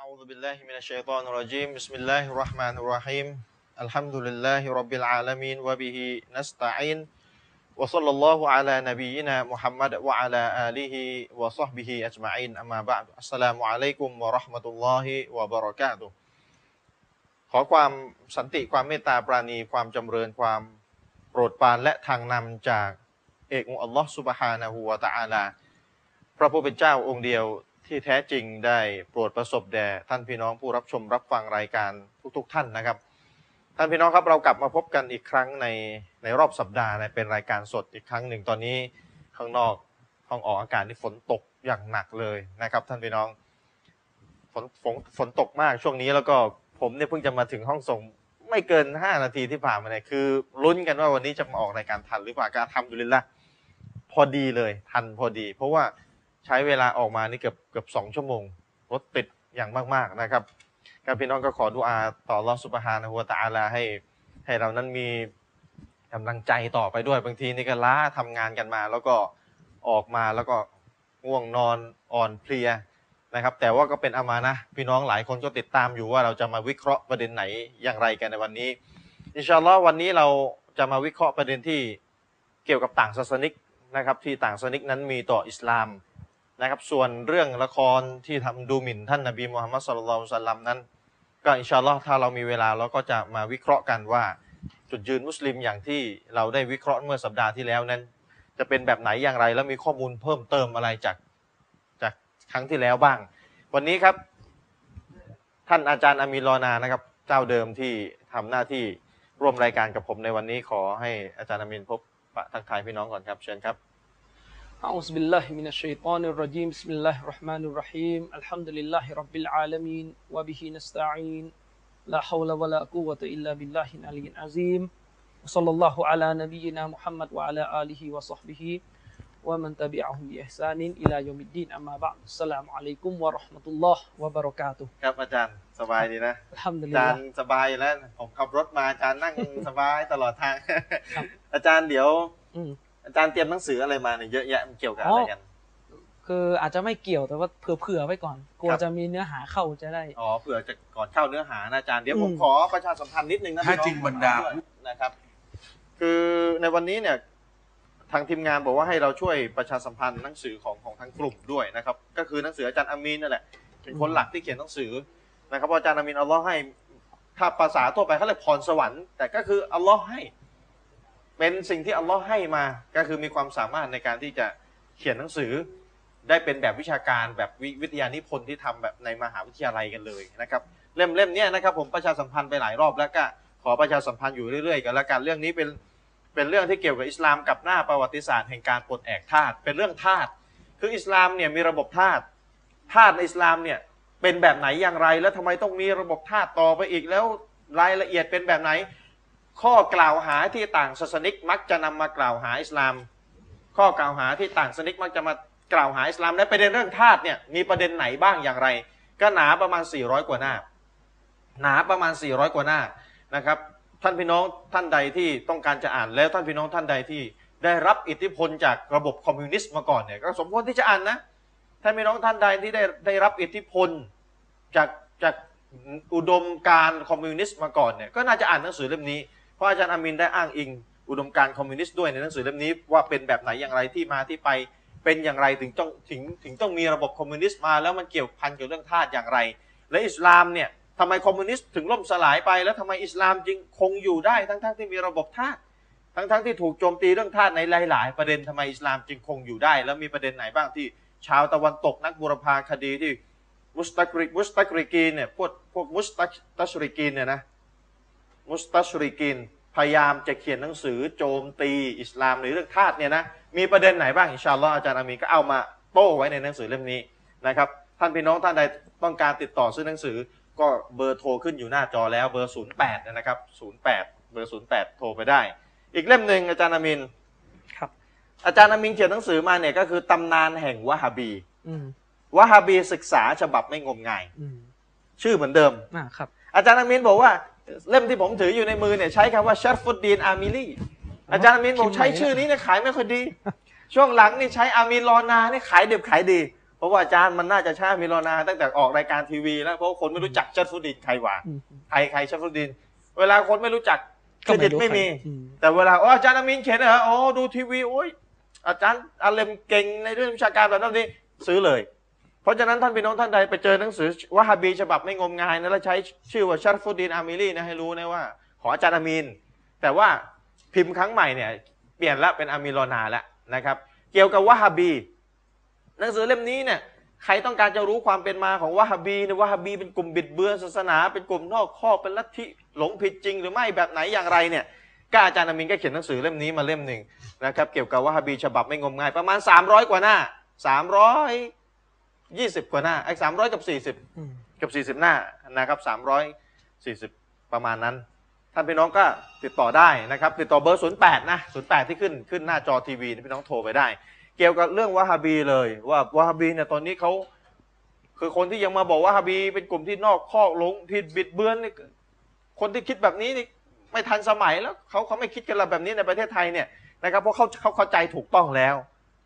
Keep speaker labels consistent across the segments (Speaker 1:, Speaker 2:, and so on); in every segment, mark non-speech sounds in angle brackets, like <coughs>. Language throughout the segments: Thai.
Speaker 1: أعوذ بالله من الشيطان الرجيم بسم الله الرحمن الرحيم الحمد لله رب العالمين وبه نستعين وصلى الله على نبينا محمد وعلى آله وصحبه أجمعين أما بعد السلام عليكم ورحمة الله وبركاته ขอความสันติความเมตตาปราณีความจำเริญความโปรดปรานและทางนำจากเอกองค์อัลลอฮ์ซุบฮานะฮูวะตะอาลา พระผู้เป็นเจ้าองค์เดียวที่แท้จริงได้โปรดประสบแด่ท่านพี่น้องผู้รับชมรับฟังรายการทุก ๆ ท่านนะครับ ท่านพี่น้องครับเรากลับมาพบกันอีกครั้งในในรอบสัปดาห์นะเป็นรายการสดอีกครั้งหนึ่งตอนนี้ข้างนอกห้องออกอากาศนี่ฝนตกอย่างหนักเลยนะครับ ท่านพี่น้องฝนฝนฝนตกมากช่วงนี้แล้วก็ผมเนี่ยเพิ่งจะมาถึงห้องส่งไม่เกิน 5 นาทีที่ผ่านมาเนี่ยคือลุ้นกันว่าวันนี้จะมาออกรายการทันหรือเปล่าการทำดุลิลละพอดีเลยทันพอดี เพราะว่า ใช้เวลาออกมานี่เกือบเกือบสองชั่วโมง รถติดอย่างมาก ๆ นะครับการพี่น้องก็ขอดุอาต่อรอสุบฮานะฮัวตะอาลาให้ ให้เรานั้นมีกำลังใจต่อไปด้วยบางทีนี่ก็ล้าทำงานกันมา แล้วก็ออกมาแล้วก็ง่วงนอนอ่อนเพลียนะครับ แต่ว่าก็เป็นอามานะพี่น้องหลายคนก็ติดตามอยู่ว่าเราจะมาวิเคราะห์ประเด็นไหนอย่างไรกันในวันนี้ อินชาอัลลอฮ์วันนี้เราจะมาวิเคราะห์ประเด็นที่เกี่ยวกับต่างศาสนิกนะครับ ที่ต่างศาสนิกนั้นมีต่ออิสลาม นะครับส่วนเรื่องละครที่ทำดูหมิ่นท่านนบีมูฮัมมัดสุลลัลลอฮุซัลลัมนั้น ก็อินชาอัลลอฮ์ถ้าเรามีเวลาเราก็จะมาวิเคราะห์กันว่า จุดยืนมุสลิมอย่างที่เราได้วิเคราะห์เมื่อสัปดาห์ที่แล้วนั้น จะเป็นแบบไหนอย่างไรแล้วมีข้อมูลเพิ่มเติมอะไรจากจากครั้งที่แล้วบ้าง วันนี้ครับ ท่านอาจารย์อามีรอนานะครับ เจ้าเดิมที่ทำหน้าที่ร่วมรายการกับผมในวันนี้ขอให้อาจารย์อามินพบปะทักทายพี่น้องก่อนครับเชิญครับ
Speaker 2: أعوذ بالله من الشيطان الرجيم بسم الله الرحمن الرحيم الحمد لله رب العالمين وبه نستعين لا حول ولا قوة إلا بالله العلي العظيم وصلى الله على نبينا محمد وعلى آله وصحبه ومن تبعهم بإحسان إلى يوم الدين أما بعد السلام عليكم ورحمة الله وبركاته
Speaker 1: ครับอาจารย์สบายดีนะ
Speaker 2: الحمد
Speaker 1: อาจาร
Speaker 2: لله
Speaker 1: ย์สบายอยู่แล้วผมขับรถมาอาจารย์นั่ง สบายตลอดทาง <laughs> อาจารย์เดี๋ยว
Speaker 2: อืม
Speaker 1: อาจารย์เตรียมหนังสืออะไรมาเนี่ยเยอะแยะมันเกี่ยวกับอะไรกัน
Speaker 2: คืออาจจะไม่เกี่ยวแต่ว่าเผื่อๆไว้ก่อนกลัว
Speaker 1: ครับ
Speaker 2: จะมีเนื้อหาเข้าจะได้
Speaker 1: อ๋อเผื่อจะก่อนเข้าเนื้อหานะอาจารย์เดี๋ยว
Speaker 2: อืม
Speaker 1: ผมขอประชาสัมพันธ์นิดนึงนะ
Speaker 3: ถ้าจริงบรรดา
Speaker 1: นะครับ คือในวันนี้เนี่ยทางทีมงานบอกว่าให้เราช่วยประชาสัมพันธ์หนังสือของของทางกลุ่มด้วยนะครับ ก็คือหนังสืออาจารย์อามีนนั่นแหละเป็นคนหลักที่เขียนหนังสือนะครับเพราะอาจารย์อามีนอัลลอฮ์ให้ถ้าภาษาทั่วไปเขาเรียกพรสวรรค์แต่ก็คืออัลลอฮ์ให้ เป็นสิ่งที่อัลลอฮ์ให้มาก็คือมีความสามารถในการที่จะเขียนหนังสือ ได้เป็นแบบวิชาการแบบวิวิทยานิพนธ์ที่ทำแบบในมหาวิทยาลัยกันเลยนะครับ เล่มเล่มเนี้ยนะครับผมประชาสัมพันธ์ไปหลายรอบแล้วก็ขอประชาสัมพันธ์อยู่เรื่อยๆกันแล้วกันเรื่องนี้เป็นเป็นเรื่องที่เกี่ยวกับอิสลามกับหน้าประวัติศาสตร์แห่งการปลดแอกทาสเป็นเรื่องทาสคืออิสลามเนี่ยมีระบบทาสทาสในอิสลามเนี่ยเป็นแบบไหนอย่างไร แล้วทำไมต้องมีระบบทาสต่อไปอีกแล้วรายละเอียดเป็นแบบไหน ข้อกล่าวหาที่ต่างศาสนิกมักจะนำมากล่าวหาอิสลาม ข้อกล่าวหาที่ต่างศาสนิกมักจะมากล่าวหาอิสลาม และประเด็นเรื่องทาสเนี่ยมีประเด็นไหนบ้างอย่างไร ก็หนาประมาณ 400 กว่าหน้า หนาประมาณ 400 กว่าหน้านะครับ ท่านพี่น้องท่านใดที่ต้องการจะอ่านแล้วท่านพี่น้องท่านใดที่ได้รับอิทธิพลจากระบบคอมมิวนิสต์มาก่อนเนี่ยก็สมควรที่จะอ่านนะท่านพี่น้องท่านใดที่ได้ได้รับอิทธิพลจากจากอุดมการณ์คอมมิวนิสต์มาก่อนเนี่ยก็น่าจะอ่านหนังสือเล่มนี้เพราะอาจารย์อามินได้อ้างอิง อุดมการณ์คอมมิวนิสต์ด้วยในหนังสือเล่มนี้ว่าเป็นแบบไหนอย่างไรที่มาที่ไป เป็นอย่างไรถึงต้องถึงถึงต้องมีระบบคอมมิวนิสต์มาแล้วมันเกี่ยวพันกับเรื่องทาสอย่างไร และอิสลามเนี่ยทำไมคอมมิวนิสต์ถึงล่มสลายไป แล้วทำไมอิสลามจึงคงอยู่ได้ทั้งๆที่มีระบบทาสทั้งๆที่ถูกโจมตีเรื่องทาสในหลาย ๆ ประเด็นทำไมอิสลามจึงคงอยู่ได้ แล้วมีประเด็นไหนบ้างที่ชาวตะวันตกนักบูรพาคดีที่มุสตักริกมุสตักริกีนเนี่ยพวกพวกมุสตักตัชริกีนเนี่ยนะ มุสตัชริกินพยายามจะเขียนหนังสือโจมตีอิสลามในเรื่องทาสเนี่ยนะมีประเด็นไหนบ้างอินชาอัลลอฮ์อาจารย์อามีนก็เอามาโต้ไว้ในหนังสือเล่มนี้นะครับท่านพี่น้องท่านใดต้องการติดต่อซื้อหนังสือก็เบอร์โทรขึ้นอยู่หน้าจอแล้วเบอร์ 08นะครับ08 เบอร์ 08 โทรไปได้ อีกเล่มหนึ่งอาจารย์อามิน
Speaker 2: ครับ
Speaker 1: อาจารย์อามินเขียนหนังสือมาเนี่ยก็คือตำนานแห่งวะฮาบี
Speaker 2: อืม
Speaker 1: วะฮาบีศึกษาฉบับไม่งมงาย
Speaker 2: อืม
Speaker 1: ชื่อเหมือนเดิม
Speaker 2: อ่าครับ
Speaker 1: อาจารย์อามินบอกว่าเล่มที่ผมถืออยู่ในมือเนี่ยใช้คำว่าชัดฟุดดีนอามิลีอาจารย์อามินบอกใช้ชื่อนี้เนี่ยขายไม่ค่อยดี ช่วงหลังนี่ใช้อามินรอนาเนี่ยขายเด็บขายดี เพราะว่าอาจารย์มันน่าจะชามิลอนาตั้งแต่ออกรายการทีวีแล้วเพราะว่าคนไม่รู้จักชัดฟุดดินใครว่า
Speaker 3: อืม
Speaker 1: ใครใครชัดฟุดดิน เวลาคนไม่รู้จักเครดิต
Speaker 3: รู้
Speaker 1: ไม่มี
Speaker 3: ใครอื
Speaker 1: แต่เวลาอ๋ออาจารย์อามินเขียนเหรออ๋อดูทีวีโอ้ยอาจารย์อาเลมเก่งในเรื่องวิชาการแบบนั้นนี้ซื้อเลย เพราะฉะนั้นท่านพี่น้องท่านใดไปเจอหนังสือวะฮาบีฉบับไม่งมงายนะแล้วใช้ชื่อว่าชารฟุดดินอามิลีนะให้รู้นะว่า ของอาจารย์อามิน แต่ว่าพิมพ์ครั้งใหม่เนี่ย เปลี่ยนละเป็นอามิลอนาละนะครับ เกี่ยวกับวะฮาบี หนังสือเล่มนี้เนี่ยใครต้องการจะรู้ความเป็นมาของวะฮาบีเนี่ยวะฮาบีเป็นกลุ่มบิดเบือนศาสนา เป็นกลุ่มนอกข้อกเป็นลัทธิหลงผิดจริง หรือไม่แบบไหนอย่างไรเนี่ยก็อาจารย์อามินก็เขียนหนังสือเล่มนี้มาเล่มหนึ่งนะครับเกี่ยวกับวะฮาบีฉบับไม่งมงายประมาณ 300 กว่าหน้า 320 กว่าหน้าไอ้สามร้อยกับสี่สิบ
Speaker 3: อืม
Speaker 1: เกับ 40 หน้านะครับ 340 ประมาณนั้น ท่านพี่น้องก็ติดต่อได้นะครับ ติดต่อเบอร์ 08 นะ 08 ที่ขึ้นขึ้นหน้าจอทีวีนะพี่น้องโทรไปได้ เกี่ยวกับเรื่องวาฮาบีเลย ว่าวาฮาบีเนี่ยตอนนี้เขาคือคนที่ยังมาบอกวาฮาบีเป็นกลุ่มที่นอกข้อกหลงผิดบิดเบือนนี่คนที่คิดแบบนี้นี่ไม่ทันสมัยแล้วเขาเขาไม่คิดกันละแบบนี้ในประเทศไทยเนี่ยนะครับเพราะเขาเขาเข้าใจถูกต้องแล้ว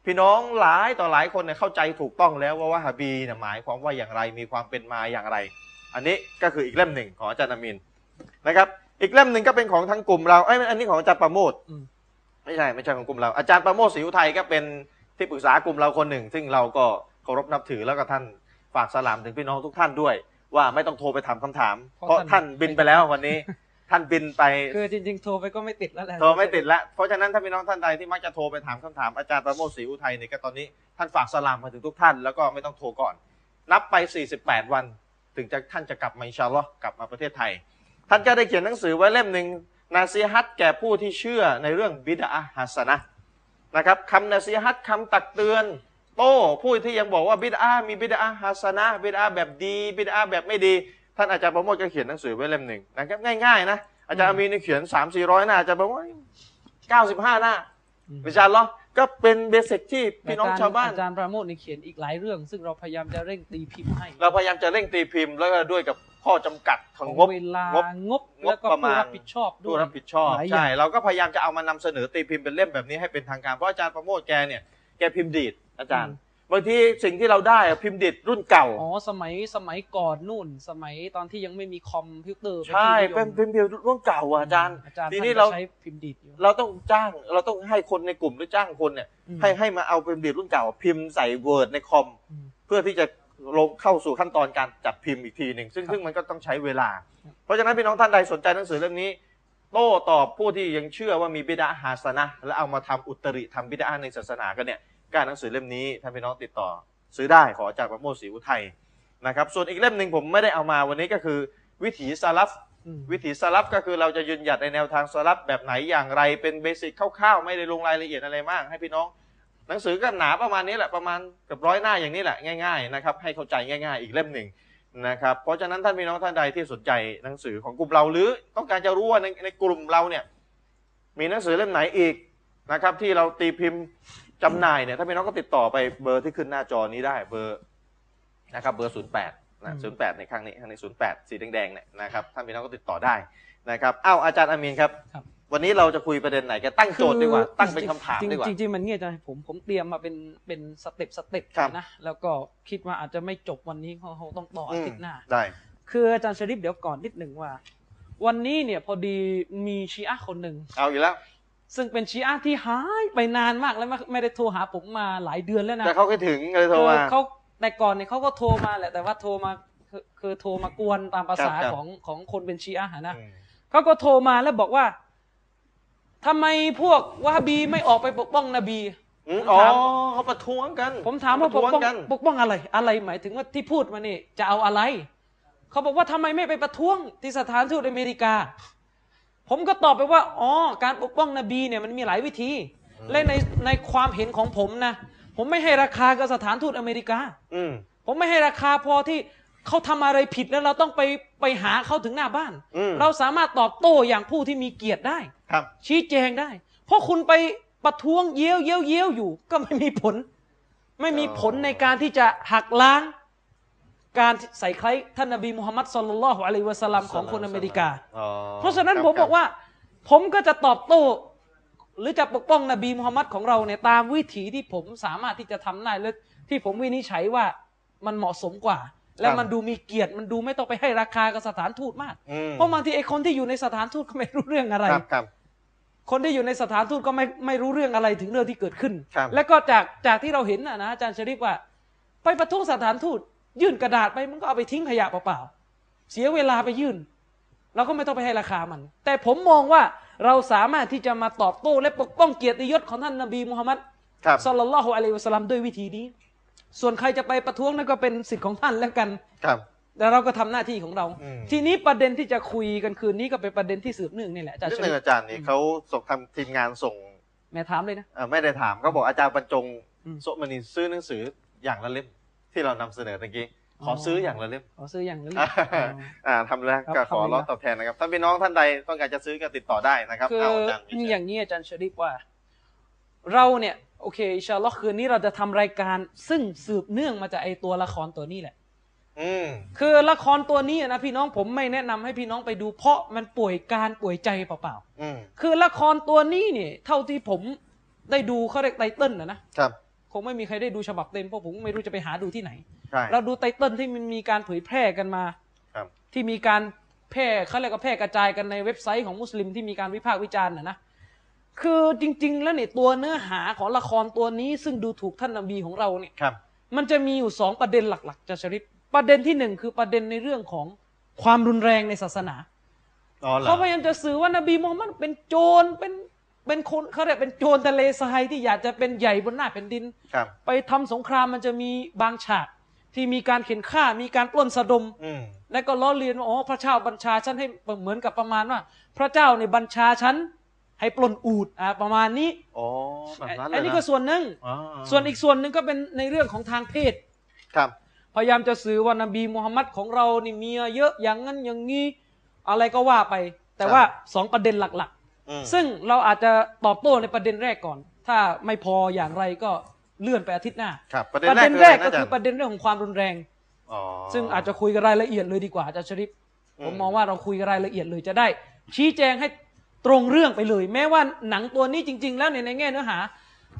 Speaker 1: พี่น้องหลายต่อหลายคนเนี่ยเข้าใจถูกต้องแล้วว่าวะฮาบีเนี่ยหมายความว่าอย่างไรมีความเป็นมาอย่างไร อันนี้ก็คืออีกเล่มหนึ่งของอาจารย์อามินนะครับอีกเล่มหนึ่งก็เป็นของทั้งกลุ่มเราเอ้ยอันนี้ของอาจารย์ประโมท
Speaker 3: อืม
Speaker 1: ไม่ใช่ไม่ใช่ของกลุ่มเรา อาจารย์ประโมทศรีอุทัยก็เป็นที่ปรึกษากลุ่มเราคนหนึ่ง ซึ่งเราก็เคารพนับถือแล้วก็ท่านฝากสลามถึงพี่น้องทุกท่านด้วย ว่าไม่ต้องโทรไปถามคำถาม เพราะท่านบินไปแล้ววันนี้ ท่านบินไป
Speaker 3: คือจริงๆ โทรไปก็ไม่ติดแล้วแหละ
Speaker 1: โทรไม่ติดละ เพราะฉะนั้นถ้าพี่น้องท่านใดที่มักจะโทรไปถามคำถามอาจารย์ประโมทศรีอุทัยเนี่ยก็ตอนนี้ท่านฝากสลามมาถึงทุกท่านแล้วก็ไม่ต้องโทรก่อน นับไป 48 วัน ถึงจะท่านจะกลับมาอินชาอัลลอฮ์กลับมาประเทศไทย ท่านก็ได้เขียนหนังสือไว้เล่มหนึ่งนาซีฮัตแก่ผู้ที่เชื่อในเรื่องบิดาฮัสนะห์นะครับคำนาซีฮัตคำตักเตือน โต้ผู้ที่ยังบอกว่าบิดามีบิดาฮัสนะห์บิดาแบบดีบิดาแบบไม่ดี ท่านอาจารย์ประโมทก็เขียนหนังสือไว้เล่มหนึ่งนะครับง่ายๆนะอาจารย์อามีนเขียน 3 4 0 0หน้าอาจารย์ประโมท 95 หน้า
Speaker 3: อืม
Speaker 1: วิชาล้อฮ์ก็เป็นเบสิกที่พี่น้องชาวบ้าน
Speaker 3: อาจารย์ปราโมทนี่เขียนอีกหลายเรื่อง ซึ่งเราพยายามจะเร่งตีพิมพ์ให้
Speaker 1: เราพยายามจะเร่งตีพิมพ์แล้วก็ด้วยกับข้อจำกัดของงบ
Speaker 3: เวลาง ง
Speaker 1: บบ งบ
Speaker 3: แล้วก็
Speaker 1: ประมาณ
Speaker 3: ผู้รับผิดชอบด้
Speaker 1: ผู้
Speaker 3: วย
Speaker 1: รับผิดชอบ
Speaker 3: หลายอย่าง
Speaker 1: ใช่ เราก็พยายามจะเอามานำเสนอตีพิมพ์เป็นเล่มแบบนี้ให้เป็นทางการ เพราะอาจารย์ประโมทแกเนี่ยแกพิมพ์ดีดอาจารย์ บางทีสิ่งที่เราได้อะพิมพ์ดีดรุ่นเก่า
Speaker 3: อ๋อสมัยสมัยก่อนนู่น สมัยตอนที่ยังไม่มีคอมพิวเตอร์
Speaker 1: ใช่
Speaker 3: ที่
Speaker 1: เป็น
Speaker 3: ยม
Speaker 1: พิมพ์ดีดรุ่นเก่าอะอาจารย์
Speaker 3: อาจารย์
Speaker 1: ที
Speaker 3: ที
Speaker 1: นี้
Speaker 3: นี้
Speaker 1: เรา
Speaker 3: เราใช้พิมพ์ดีดอยู่
Speaker 1: เราต้องจ้างเราต้องให้คนในกลุ่มหรือจ้างคนเนี่ย
Speaker 3: อืม
Speaker 1: ให้ให้มาเอาพิมพ์ดีดรุ่นเก่า พิมพ์ใส่เวิร์ดในคอม
Speaker 3: อืม
Speaker 1: เพื่อที่จะลงเข้าสู่ขั้นตอนการจัดพิมพ์อีกทีหนึ่งซึ่ง
Speaker 3: ครับ
Speaker 1: ซึ่งมันก็ต้องใช้เวลา
Speaker 3: ครับ
Speaker 1: เพราะฉะนั้นพี่น้องท่านใดสนใจหนังสือเล่มนี้ โต้ตอบผู้ที่ยังเชื่อว่ามีบิดาฮาสนะห์และเอามาทำอุตริทำบิดาในศาสนากันเนี่ยการหนังสือเล่มนี้ท่านพี่น้องติดต่อ ซื้อได้ขออาจากประโมทศรีอุทัยนะครับส่วนอีกเล่มหนึ่งผมไม่ได้เอามาวันนี้ก็คือ วิถีซาลัฟ
Speaker 3: อืม
Speaker 1: วิถีสลับก็คือเราจะยืนหยัดในแนวทางสลับแบบไหนอย่างไรเป็นเบสิกคร่าวๆ ไม่ได้ลงรายละเอียดอะไรมาก ให้พี่น้อง หนังสือก็หนาประมาณนี้แหละประมาณเกับร้อยหน้าอย่างนี้แหละง่ายๆนะครับให้เข้าใจง่าย ๆ อีกเล่มหนึ่งนะครับเพราะฉะนั้นท่านพี่น้องท่านใดที่สนใจหนังสือของกลุ่มเราหรือต้องการจะรู้ว่าในในกลุ่มเราเนี่ยมีหนังสือเล่มไหนอีกนะครับที่เราตีพิมพ์จำหน่ายเนี่ยถ้าพี่น้องก็ติดต่อไปเบอร์ที่ขึ้นหน้าจอนี้ได้เบอร์ นะครับเบอร์ 08นะ
Speaker 3: อืม
Speaker 1: 08 ในครั้งนี้ครั้งนี้08 สีแดงๆเนี่ยนะครับท่านพี่น้องก็ติดต่อได้นะครับอ้าวอาจารย์อามีนครับ
Speaker 3: ครับ
Speaker 1: วันนี้เราจะคุยประเด็นไหนกันตั้งโจทย์ดีกว่า
Speaker 3: คือ
Speaker 1: ตั้งเป็นคำถาม
Speaker 3: จริง
Speaker 1: ดีกว่า
Speaker 3: จริงจริงๆมันเงี้ยจ้ะผมผมเตรียมมาเป็นเป็นสเต็ปสเต็ป
Speaker 1: ครับ
Speaker 3: นะแล้วก็คิดว่าอาจจะไม่จบวันนี้เขาเขาต้องต่ออาทิตย์หน้า
Speaker 1: อืมได้
Speaker 3: คืออาจารย์ชริปเดี๋ยวก่อนนิดหนึ่งว่า วันนี้เนี่ยพอดีมีชีอะห์คนหนึ่ง
Speaker 1: เอาอยู่แล้ว
Speaker 3: ซึ่งเป็นชีอะห์ที่หายไปนานมากแล้วไม่ไม่ได้โทรหาผมมาหลายเดือนแล้วนะ
Speaker 1: แต่เขาคิดถึงเลยโทรมา
Speaker 3: คือเขาแต่ก่อนเนี่ยเขาก็โทรมาแหละแต่ว่าโทรมาคือคือโทรมากวนตามภาษา
Speaker 1: ครับครับ
Speaker 3: ของของคนเป็นชีอะห์อะนะ
Speaker 1: อืม
Speaker 3: เขาก็โทรมาแล้วบอกว่าทำไมพวกวะฮาบีไม่ออกไปปกป้องนบี
Speaker 1: อืม
Speaker 3: ผม
Speaker 1: อ๋อ
Speaker 3: ถาม
Speaker 1: เขาประท้วงกัน
Speaker 3: ผมถามว่า
Speaker 1: เข
Speaker 3: ป
Speaker 1: ประ
Speaker 3: ก
Speaker 1: ท้วง
Speaker 3: ป้อง
Speaker 1: กัน
Speaker 3: ปกป้องอะไร อะไรหมายถึงว่าที่พูดมานี่จะเอาอะไร เขาบอกว่าทำไมไม่ไปประท้วงที่สถานทูตอเมริกา ผมก็ตอบไปว่าอ๋อการปกป้องนบีเนี่ยมันมีหลายวิธี และในในความเห็นของผมนะ ผมไม่ให้ราคากับสถานทูตอเมริกา
Speaker 1: อืม
Speaker 3: ผมไม่ให้ราคาพอที่เขาทำอะไรผิดแล้วเราต้องไปไปหาเขาถึงหน้าบ้าน
Speaker 1: อืม
Speaker 3: เราสามารถตอบโต้อย่างผู้ที่มีเกียรติได้
Speaker 1: ครับ
Speaker 3: ชี้แจงได้ เพราะคุณไปประท้วงเย้ยวเย้ยวเย้ยวอยู่ ก็ไม่มีผล ไม่มีผลในการที่จะหักล้าง การใส่ใครท่านนบีมุฮัมมัดสุลลัลลอฮุอะลัยวะสัลลัมของคนอเมริกา
Speaker 1: อ๋อ
Speaker 3: เพราะฉะนั้น
Speaker 1: คบ
Speaker 3: ผมบอกว่า ผมก็จะตอบโต้ หรือจะปกป้องนบีมุฮัมมัดของเราเนี่ยตามวิถีที่ผมสามารถที่จะทำได้และที่ผมวินิจฉัยว่ามันเหมาะสมกว่า และมันดูมีเกียรติมันดูไม่ต้องไปให้ราคากับสถานทูตมาก
Speaker 1: อืม
Speaker 3: เพราะบางทีไอ้คนที่อยู่ในสถานทูตก็ไม่รู้เรื่องอะไร
Speaker 1: ครับครับ
Speaker 3: คนที่อยู่ในสถานทูตก็ไม่ไม่รู้เรื่องอะไรถึงเรื่องที่เกิดขึ้น
Speaker 1: ครับ
Speaker 3: แล้วก็จากจากที่เราเห็นนะนะอาจารย์ชริฟว่า ไปประท้วงสถานทูต ยื่นกระดาษไปมันก็เอาไปทิ้งขยะเปล่าๆเสียเวลาไปยื่น เราก็ไม่ต้องไปให้ราคามัน แต่ผมมองว่าเราสามารถที่จะมาตอบโต้และปกป้องเกียรติยศของท่านนบีมุฮัมมัด
Speaker 1: ครับ
Speaker 3: สลลัลลอฮุอะลัยฮิวะสัลลัมด้วยวิธีนี้ ส่วนใครจะไปประท้วงนั่นก็เป็นสิทธิ์ของท่านแล้วกัน
Speaker 1: ครับ
Speaker 3: แต่เราก็ทำหน้าที่ของเรา
Speaker 1: อืม
Speaker 3: ทีนี้ประเด็นที่จะคุยกันคืนนี้ก็เป็นประเด็นที่สืบเนื่องนี่แหละอาจารย์
Speaker 1: นิด
Speaker 3: ช
Speaker 1: ห
Speaker 3: ริ
Speaker 1: นึ่ง
Speaker 3: ฟ
Speaker 1: อาจารย์นี่เขาส่งทำทีมงานส่ง
Speaker 3: แม่ถามเลยนะ
Speaker 1: เอ่อไม่ได้ถามเขาบอกอาจารย์บรรจง
Speaker 3: อืม
Speaker 1: โซะมณีซื้อหนังสืออย่างละเล่มที่เรานำเสนอตะกี้ขออ
Speaker 3: อ
Speaker 1: ซื้ออย่างละเล่ม
Speaker 3: ขอซื้ออย่างนั้นเลย
Speaker 1: อ่าทำแล้ว
Speaker 3: ครั
Speaker 1: ก็
Speaker 3: บ
Speaker 1: ขอ
Speaker 3: ทำแล้ว
Speaker 1: รับตอบแทนนะครับท่านพี่น้องท่านใดต้องการจะซื้อก็ติดต่อได้นะครับ
Speaker 3: คือ
Speaker 1: เอาอาจารย์มีเชิญ
Speaker 3: อย่างนี้อาจารย์ชริปว่า เราเนี่ย โอเคอินชาอัลลอฮ์คืนนี้เราจะทำรายการ ซึ่งสืบเนื่องมาจากไอตัวละครตัวนี้แหละ
Speaker 1: อืม
Speaker 3: คือละครตัวนี้อะนะพี่น้องผมไม่แนะนำให้พี่น้องไปดูเพราะมันป่วยการป่วยใจเปล่า
Speaker 1: อืม
Speaker 3: ๆคือละครตัวนี้เนี่ยเท่าที่ผมได้ดูเขาเรียกไตเติ้ลนะนะครับ คงไม่มีใครได้ดูฉบับเต็มเพราะผมก็ไม่รู้จะไปหาดูที่ไหน
Speaker 1: ใช่
Speaker 3: เราดูไตเติ้ลที่มันมีการเผยแพร่กันมา
Speaker 1: ครับ
Speaker 3: ที่มีการแพร่เขาเรียกว่าแพร่กระจายกันในเว็บไซต์ของมุสลิมที่มีการวิพากษ์วิจารณ์นะนะ คือจริง ๆ แล้วเนี่ยตัวเนื้อหาของละครตัวนี้ ซึ่งดูถูกท่านนบีของเราเนี่ย
Speaker 1: ครับ
Speaker 3: มันจะมีอยู่สองประเด็นหลักๆจะชริปประเด็นที่หนึ่งคือประเด็นในเรื่องของความรุนแรงในศาสนา
Speaker 1: อ๋อเหรอ
Speaker 3: เขาพยายามจะสื่อว่านบีมูฮัมมัดเป็นโจรเป็นเป็นคนเขาเรียกเป็นโจรทะเลทรายที่อยากจะเป็นใหญ่บนหน้าแผ่นดิน
Speaker 1: ครับ
Speaker 3: ไปทำสงครามมันจะมีบางฉากที่มีการเข็นฆ่ามีการปล้นสะดม
Speaker 1: อืม
Speaker 3: แล้วก็ล้อเลียนว่าอ๋อพระเจ้าบัญชาฉันให้เหมือนกับประมาณว่า พระเจ้าในยบัญชาฉันให้ปล้นอูดอ่าประมาณนี้
Speaker 1: อ๋อแบบนั้นเลย
Speaker 3: อันนี้ก็
Speaker 1: นะ
Speaker 3: ส่วนหนึ่ง
Speaker 1: อ๋อ
Speaker 3: ส่วนอีกส่วนหนึ่งก็เป็นในเรื่องของทางเพศ
Speaker 1: ครับ
Speaker 3: พยายามจะสื่อว่านบีมูฮัมมัดของเรานี่เมียเยอะอย่างนั้นอย่างนี้อะไรก็ว่าไป แต่ว่าสองประเด็นหลัก
Speaker 1: อืม
Speaker 3: ๆ ซึ่งเราอาจจะตอบโต้ในประเด็นแรกก่อน ถ้าไม่พออย่างไรก็เลื่อนไปอาทิตย์หน้า
Speaker 1: ครับประเด็
Speaker 3: ป
Speaker 1: น
Speaker 3: ระ
Speaker 1: แร
Speaker 3: เด็
Speaker 1: ก
Speaker 3: น
Speaker 1: คือ
Speaker 3: แร
Speaker 1: อะไร
Speaker 3: ก
Speaker 1: นะ
Speaker 3: ก็
Speaker 1: อาจาร
Speaker 3: คือ
Speaker 1: ย์
Speaker 3: ประเด็นเรื่องของความรุนแรง
Speaker 1: อ๋อ
Speaker 3: ซึ่งอาจจะคุยกันรายละเอียดเลยดีกว่าอาจารย์ชริป
Speaker 1: อืม
Speaker 3: ผมมองว่าเราคุยกันรายละเอียดเลยจะได้ ชี้แจงให้ตรงเรื่องไปเลย แม้ว่าหนังตัวนี้จริง ๆ แล้วในยในแง่เนื้อหา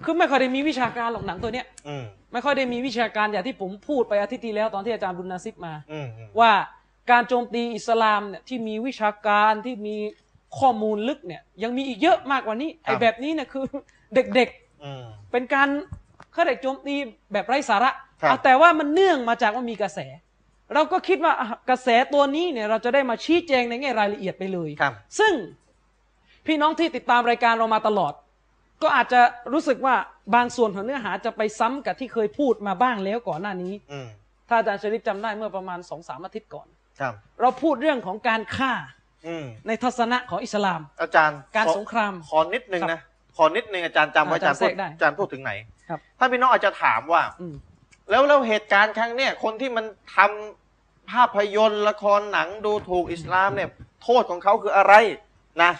Speaker 3: คือไม่ค่อยได้มีวิชาการหรอกหนังตัวเนี้ย
Speaker 1: อืม
Speaker 3: ไม่ค่อยได้มีวิชาการอย่างที่ผมพูดไปอาทิตย์ที่แล้วตอนที่อาจารย์บุญนาซิบมา
Speaker 1: อืมอืม
Speaker 3: ว่าการโจมตีอิสลามเนี่ยที่มีวิชาการที่มีข้อมูลลึกเนี่ยยังมีอีกเยอะมากกว่านี้ไอ้แบบนี้เนี่ยคือ เด็กๆ
Speaker 1: อืม
Speaker 3: เป็นการเขาเรียกโจมตีแบบไร้สาระ
Speaker 1: ครับ
Speaker 3: อ่ะแต่ว่ามันเนื่องมาจากว่ามีกระแส เราก็คิดว่าอ่ะกระแสตัวนี้เนี่ยเราจะได้มาชี้แจงในแง่รายละเอียดไปเลย
Speaker 1: ครับ
Speaker 3: ซึ่งพี่น้องที่ติดตามรายการเรามาตลอด ก็อาจจะรู้สึกว่าบางส่วนของเนื้อหาจะไปซ้ำกับที่เคยพูดมาบ้างแล้วก่อนหน้านี้
Speaker 1: อืม
Speaker 3: ถ้าอาจารย์ชลิปจำได้เมื่อประมาณสองสามอาทิตย์ก่อน
Speaker 1: ครับ
Speaker 3: เราพูดเรื่องของการฆ่า
Speaker 1: อืม
Speaker 3: ในทัศนะของอิสลาม
Speaker 1: อาจารย์
Speaker 3: การ
Speaker 1: ขอ
Speaker 3: สงคราม
Speaker 1: ขอนิดนึงนะขอนิดนึงอาจารย์จำไว้อา
Speaker 3: อา
Speaker 1: จา
Speaker 3: จาร ร
Speaker 1: ย์
Speaker 3: ย์
Speaker 1: พูด
Speaker 3: แทรกได้
Speaker 1: อาจารย์พูดถึงไหน
Speaker 3: ครับ
Speaker 1: ถ้าพี่น้องอาจจะถามว่า
Speaker 3: อืม
Speaker 1: แล้วแล้วเหตุการณ์ครั้งเนี้ยคนที่มันทำภาพยนตร์ละครหนังดูถูกอิสลามเนี่ยโทษของเขาคืออะไรนะ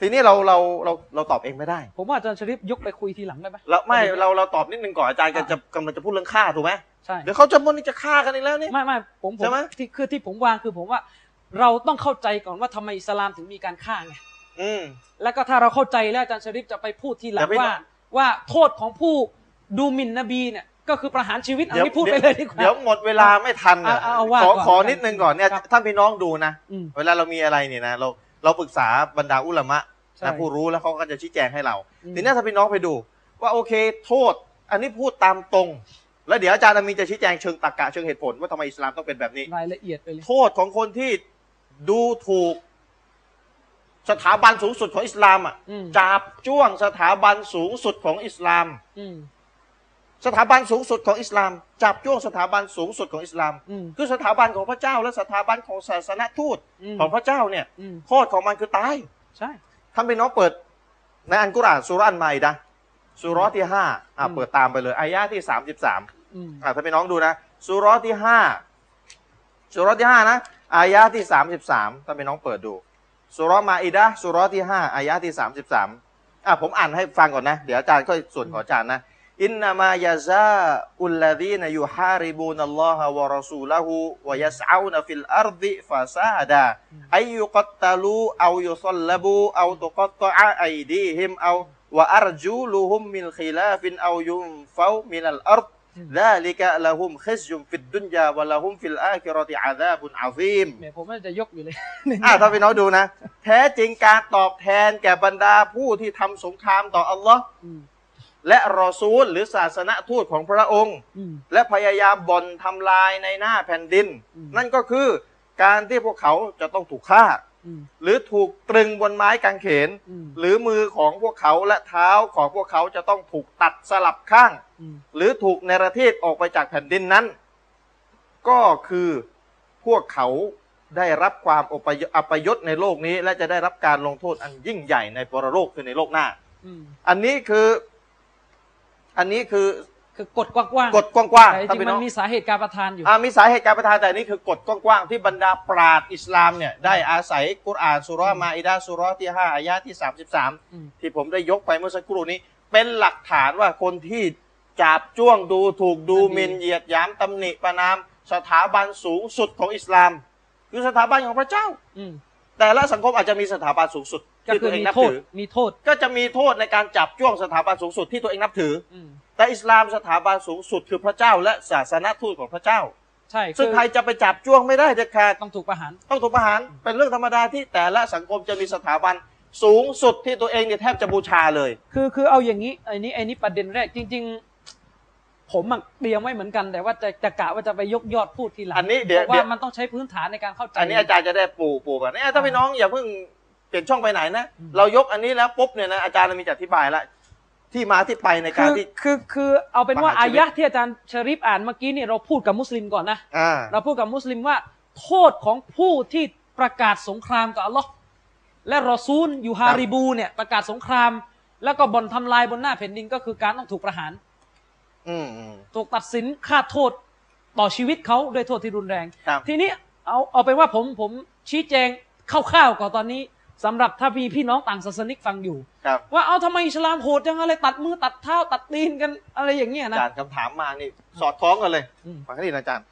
Speaker 1: ทีนี้เราเราเราเราตอบเองไม่ได้
Speaker 3: ผมว่าอาจารย์ชลิปยกไปคุยทีหลังได้ไหม
Speaker 1: เราไม่เราเราตอบนิดนึงก่อนอาจารย์แกจะกำลังจะพูดเรื่องฆ่าถูกไหม
Speaker 3: ใช่
Speaker 1: เดี๋ยวเขาจะบนนี่จะฆ่ากันอีกแล้วเนี่ย
Speaker 3: <laughs> ไม่ไม่ผมผ
Speaker 1: ใช่
Speaker 3: ม
Speaker 1: ไหม
Speaker 3: ที่คือที่ผมวางคือผมว่าเราต้องเข้าใจก่อนว่าทำไมอิสลามถึงมีการฆ่าไง
Speaker 1: อืม
Speaker 3: แล้วก็ถ้าเราเข้าใจแล้วอาจารย์ชริปจะไปพูดทีหลั
Speaker 1: แต่
Speaker 3: ง
Speaker 1: ไม่
Speaker 3: ว่า ว่าโทษของผู้ดูหมิ่นนบีเนี่ยก็คือประหารชีวิตเอาไม่พูดไปเลยดีกว่า
Speaker 1: เดี๋ยวหมดเวลาไม่ทันนะ
Speaker 3: เอาเอาว่า
Speaker 1: ขอ
Speaker 3: ก่อน
Speaker 1: ขอนิดนึงก่อนเนี่ย
Speaker 3: ครับ
Speaker 1: ท่านพี่น้องดูนะ
Speaker 3: อืม
Speaker 1: เวลาเรามีอะไรเนี่ยนะเราเราปรึกษาบรรดาอุลามะ
Speaker 3: ใช่
Speaker 1: นะผู้รู้แล้วเขาก็จะชี้แจงให้เรา
Speaker 3: อืม
Speaker 1: ทีนี้ถ้าพี่น้องไปดู ว่าโอเคโทษ อันนี้พูดตามตรง แล้วเดี๋ยวอาจารย์อามีนจะชี้แจงเชิงตรรกะเชิงเหตุผลว่าทำไมอิสลามต้องเป็นแบบนี้
Speaker 3: รายละเอียดไปเลย
Speaker 1: โทษของคนที่ดูถูก สถาบันสูงสุดของอิสลามอ่ะ
Speaker 3: อืม
Speaker 1: จับจ้วงสถาบันสูงสุดของอิสลาม
Speaker 3: อืม
Speaker 1: สถาบันสูงสุดของอิสลาม จับจ้วงสถาบันสูงสุดของอิสลาม
Speaker 3: อืม
Speaker 1: คือสถาบันของพระเจ้า และสถาบันของศาสนทูต
Speaker 3: อืม
Speaker 1: ของพระเจ้าเนี่ย
Speaker 3: อืม
Speaker 1: โทษของมันคือตาย
Speaker 3: ใช่
Speaker 1: ท่านพี่น้องเปิด ในอันกุรอานสุรอันใหม่นะสุรอที่ห้าอ่ะเปิดตามไปเลยอายะที่สามสิบสาม
Speaker 3: อืม
Speaker 1: อ่ะท่านพี่น้องดูนะสุรอที่ห้าสุรอที่ห้านะอายะที่สามสิบสามท่านพี่น้องเปิดดูสุรอมาอิดะห์สุรอที่ห้าอายะที่สามสิบสามอ่ะผมอ่านให้ฟังก่อนนะเดี๋ยวอาจารย์ค่อยส่วนของอาจารย์นะ อินนามายาซาอุลลาดีนยูฮาริบูนัลลอฮะวะรอซูละฮูวะยัสอาวนฟิลอาร์ดิฟาซาดาอายุกัตตาลูเอายุซัลลบูเอาตุกัตตะอาไอดีฮิมเอา วะอัรจูลูฮุมมินคีลาฟินเอายุมเฟามินัลอัรดดาลิกะละฮุมคิซยุมฟิดดุนยาวะละฮุมฟิลอาคิรอติอาซาบุนอาซีม
Speaker 3: แหมผมน่าจะยกอยู่เลย
Speaker 1: อ่ะถ้าพี่น้องดูนะ แท้จริงการตอบแทนแก่บรรดาผู้ที่ทำสงครามต่ออัลลอฮ์
Speaker 3: อืม
Speaker 1: และรอซูลหรือศาสนทูตของพระองค์
Speaker 3: อืม
Speaker 1: และพยายามบ่อนทำลายในหน้าแผ่นดิน
Speaker 3: อืม
Speaker 1: นั่นก็คือการที่พวกเขาจะต้องถูกฆ่า
Speaker 3: อืม
Speaker 1: หรือถูกตรึงบนไม้กางเขน
Speaker 3: อืม
Speaker 1: หรือมือของพวกเขาและเท้าของพวกเขาจะต้องถูกตัดสลับข้าง
Speaker 3: อืม
Speaker 1: หรือถูกในประเทศออกไปจากแผ่นดินนั้น ก็คือพวกเขาได้รับความอพยอพยศในโลกนี้ และจะได้รับการลงโทษอันยิ่งใหญ่ในปรโลกคือในโลกหน้า
Speaker 3: อืม
Speaker 1: อันนี้คือ อันนี้คือ
Speaker 3: คือกฎกว้างๆ
Speaker 1: กฎกว้าง
Speaker 3: แต่
Speaker 1: ๆ
Speaker 3: จ
Speaker 1: ถ้าพี่
Speaker 3: ริงๆมั
Speaker 1: น้อ
Speaker 3: น
Speaker 1: ง
Speaker 3: มีสาเหตุการประทานอยู่
Speaker 1: อ่ามีสาเหตุการประทานแต่นี่คือกฎกว้างๆที่บรรดาปราดอิสลามเนี่ยได้อาศัยกุรอานสุราะห์มาอิดาสุราะห์ที่ห้าอายะที่สามสิบสาม
Speaker 3: อืม
Speaker 1: ที่ผมได้ยกไปเมื่อสักครู่นี้ เป็นหลักฐานว่าคนที่จับจ้วงดูถูกดูหมินเหยียดหยามตำหนิประนาม สถาบันสูงสุดของอิสลาม คือสถาบันของพระเจ้า
Speaker 3: อืม
Speaker 1: แต่ละสังคมอาจจะมีสถาบันสูงสุด
Speaker 3: ก็
Speaker 1: ที่
Speaker 3: คื
Speaker 1: ตั
Speaker 3: อ
Speaker 1: วเอง
Speaker 3: มี
Speaker 1: นับ
Speaker 3: โทษ
Speaker 1: ถือ
Speaker 3: มีโทษ
Speaker 1: ก็จะมีโทษในการจับจ้วงสถาบันสูงสุดที่ตัวเองนับถือ
Speaker 3: อืม
Speaker 1: แต่อิสลามสถาบันสูงสุดคือพระเจ้า และศาสนทูตของพระเจ้า
Speaker 3: ใช่
Speaker 1: ซึ่ง
Speaker 3: คือ
Speaker 1: ใครจะไปจับจ้วงไม่ได้เด็ดขาด
Speaker 3: ต้องถูกประหาร
Speaker 1: ต้องถูกประหารเป็นเรื่องธรรมดาที่แต่ละสังคมจะมีสถาบันสูงสุดที่ตัวเองเนี่ยแทบจะบูชาเลย
Speaker 3: คือคือเอาอย่างนี้ไอ้นี้ไอ้นี้ประเด็นแรกจริง ๆ ผมอะเตรียมไว้เหมือนกัน แต่ว่าจะจะกะว่าจะไปยกยอดพูดทีหลัง
Speaker 1: อันนี้เดี๋ยว
Speaker 3: เพราะ
Speaker 1: เดี๋
Speaker 3: ว่า
Speaker 1: ยว
Speaker 3: มันต้องใช้พื้นฐานในการเข้าใจ
Speaker 1: อันนี้อาจารย์จะได้ปูปูกันเนี่ยถ้า
Speaker 3: อ่า
Speaker 1: พี่น้องอย่าเพิ่งเปลี่ยนช่องไปไหนนะ เรายกอันนี้แล้วปุ๊บเนี่ยนะอาจารย์มีจะอธิบายละที่มาที่ไปในกา
Speaker 3: ื
Speaker 1: ร
Speaker 3: อ
Speaker 1: ที่
Speaker 3: คือคือเอาเป็นว่า
Speaker 1: ประหาร
Speaker 3: อา
Speaker 1: ชีวิต
Speaker 3: ยะห์ที่อาจารย์ชริฟอ่านเมื่อกี้เนี่ยเราพูดกับมุสลิมก่อนนะ
Speaker 1: อ่า
Speaker 3: เราพูดกับมุสลิมว่า โทษของผู้ที่ประกาศสงครามกับอัลลอฮ์และรอซูลยูฮาริบูเนี่ยประกาศสงคราม แล้วก็บ่อนทำลายบนหน้าแผ่นดินก็คือการต้องถูกประหาร
Speaker 1: อืมอืม
Speaker 3: ถูกตัดสินค่าโทษต่อชีวิตเขาด้วยโทษที่รุนแรง
Speaker 1: ครับ
Speaker 3: ทีนี้เอาเอาเป็นว่าผมผมชี้แจงคร่าวๆก่อนตอนนี้สำหรับถ้าพี่พี่น้องต่างศาสนิกฟังอยู่
Speaker 1: ครับ
Speaker 3: ว่าเอาทำไมอิสลามโหดจังอะไรตัดมือตัดเท้าตัดตีนกันอะไรอย่างเงี้ย
Speaker 1: อา
Speaker 3: นะ
Speaker 1: จารย์คำถามมานี่สอดคล้องกันเลย
Speaker 3: อืม
Speaker 1: ฟังให้ดีนะอาจารย์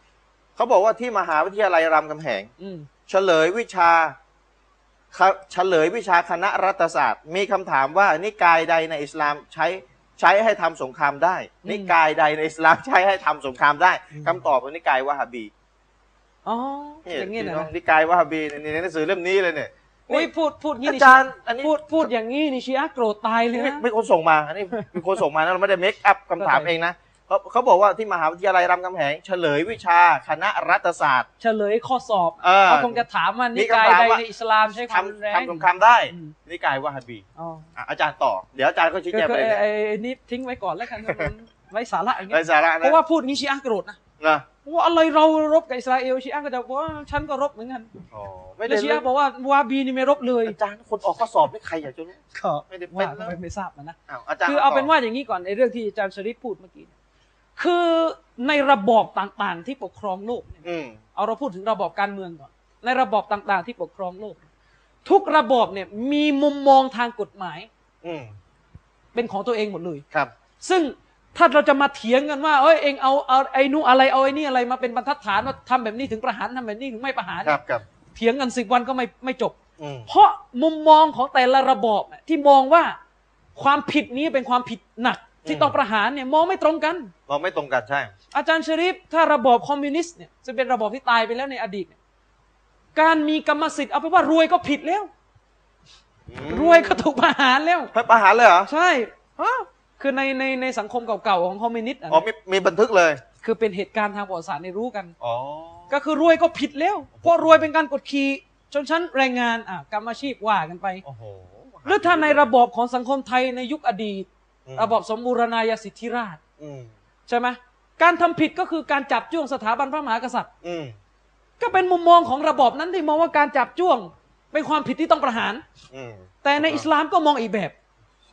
Speaker 1: เขาบอกว่าที่มหาวิทยาลัยรามคำแหง
Speaker 3: อืม
Speaker 1: เฉลยวิชาครับเฉลยวิชาคณะรัฐศาสตร์ มีคำถามว่านิกายใดในอิสลามใช้ใช้ให้ทำสงครามได้ นิกายใดในอิสลาม <laughs> ใช้ให้ทำสงครามได้คำตอบคือนิกายวะฮาบี
Speaker 3: อ๋อ
Speaker 1: นี่
Speaker 3: อย่างเงี้ย
Speaker 1: พี่
Speaker 3: นะ
Speaker 1: น้องนิกายวะฮาบีเนี่ยในหนังสือเล่มนี้เลยเนี่ย
Speaker 3: อุ้ยพูดพูดงี้นี่
Speaker 1: อาจารย์อันนี้
Speaker 3: พูดพูดอย่างงี้นี่ชีอะห์โกรธตายเลย
Speaker 1: ไม่
Speaker 3: นะ
Speaker 1: ไม่คนส่งมาอันนี้มีคนส่งมานะเราไม่ได้เมคอัพคำถาม
Speaker 3: เข้าใจ
Speaker 1: เองนะเขาเขาบอกว่าที่มหาวิทยาลัยรามคำแหงเฉลยวิชาคณะรัฐศาสตร์
Speaker 3: เฉลยข้อสอบ
Speaker 1: เออ
Speaker 3: เขาคงจะถามว่านิกาย
Speaker 1: มีคำถาม
Speaker 3: ใด
Speaker 1: ว่า
Speaker 3: ในอิสลามใช้ความรุนแร
Speaker 1: ทำ
Speaker 3: ง
Speaker 1: ทำสงครามได้
Speaker 3: อืม
Speaker 1: นิกายวะฮาบี
Speaker 3: อ๋อ
Speaker 1: อ่ะอาจารย์ต่อเดี๋ยวอาจารย์ก็ชี้
Speaker 3: ก็
Speaker 1: แจง
Speaker 3: คือ
Speaker 1: ไปเลย
Speaker 3: ไอ้ไอ้นี่ทิ้งไว้ก่อนแล้วกันครับมันไว้สาระอย่าง
Speaker 1: ไร
Speaker 3: เงี้ย
Speaker 1: สาระ
Speaker 3: เพ
Speaker 1: นะ
Speaker 3: ราะว่าพูดงี้ชีอะห์โกรธนะ
Speaker 1: นะ
Speaker 3: ว่าอะไรเรารบกับอิสราเอลชีอะห์ก็จะบอกว่าฉันก็รบเหมือนกัน
Speaker 1: อ๋อไม่ได้
Speaker 3: แล้วชีอะห์บอกว่าวาบีนี่ไม่รบเลย
Speaker 1: อาจารย์คนออกข้อสอบนี่ใครอยากจะรู้
Speaker 3: ก็
Speaker 1: ไม่ได้เป็น
Speaker 3: ว่า
Speaker 1: แล้ว
Speaker 3: ไม่ไม่ทราบนะนะ
Speaker 1: อ้าวอาจารย์
Speaker 3: คือเอา
Speaker 1: ต่
Speaker 3: เป็นว่าอย่างนี้ก่อนในเรื่องที่อาจารย์ชริฟพูดเมื่อกี้เนี่ยคือในระบอบต่างๆ ที่ปกครองโลกเนี่ย
Speaker 1: อืม
Speaker 3: เอาเราพูดถึงระบอบการเมืองก่อนในระบอบต่างๆ ที่ปกครองโลก ทุกระบอบเนี่ยมีมุมมองทางกฎหมาย
Speaker 1: อืม
Speaker 3: เป็นของตัวเองหมดเลย
Speaker 1: ครับ
Speaker 3: ซึ่งถ้าเราจะมาเถียงกันว่าเอ้ยเองเอาเอาไอ้นู่นอะไรเอาไอ้นี่อะไรมาเป็นบรรทัดฐานว่าทำแบบนี้ถึงประหารทำแบบนี้ถึงไม่ประหาร
Speaker 1: ค
Speaker 3: เนี่
Speaker 1: รั
Speaker 3: ย
Speaker 1: บครับ
Speaker 3: เถียงกันสิบวันก็ไม่ไม่จบ
Speaker 1: อืม
Speaker 3: เพราะมุมมองของแต่ละระบอบน่ะที่มองว่าความผิดนี้เป็นความผิดหนัก ที่ต้องประหารเนี่ยมองไม่ตรงกัน
Speaker 1: เราไม่ตรงกันใช่
Speaker 3: อาจารย์ชริฟถ้าระบอบคอมมิวนิสต์เนี่ยจะเป็นระบอบที่ตายไปแล้วในอดีตเนี่ยการมีกรรมสิทธิ์เอาไปนว่ารวยก็ผิดแล้ว
Speaker 1: อืม
Speaker 3: รวยก็ถูกประหารแล้ว
Speaker 1: เพื่อประหารเลยเหรอ
Speaker 3: ใช่ฮะคือในในในสังคมเก่าๆของคอมมิวนิสต์อะนะ
Speaker 1: อ๋อมีมีบันทึกเลย
Speaker 3: คือเป็นเหตุการณ์ทางประวัติศาสตร์ในยรู้กัน
Speaker 1: อ๋อ
Speaker 3: ก็คือรวยก็ผิดแล้วเพราะรวยเป็นการกดขี่ชนชั้นแรงงานอ่ะกรรมอาชีพว่ากันไป
Speaker 1: โอ้โห
Speaker 3: หรือถ้าในระบอบของสังคมไทยในยุคอดีต
Speaker 1: ม
Speaker 3: ระบอบสมบูรณาญาสิทธิราช
Speaker 1: อืม
Speaker 3: ใช่ไหมการทำผิดก็คือการจับจ้วงสถาบันพระมหากษัตริย์
Speaker 1: อืม
Speaker 3: ก็เป็นมุมมองของระบอบนั้นที่มองว่าการจับจ้วงเป็นความผิดที่ต้องประหาร
Speaker 1: อืม
Speaker 3: แต่ในอิสลามก็มองอีกแบบ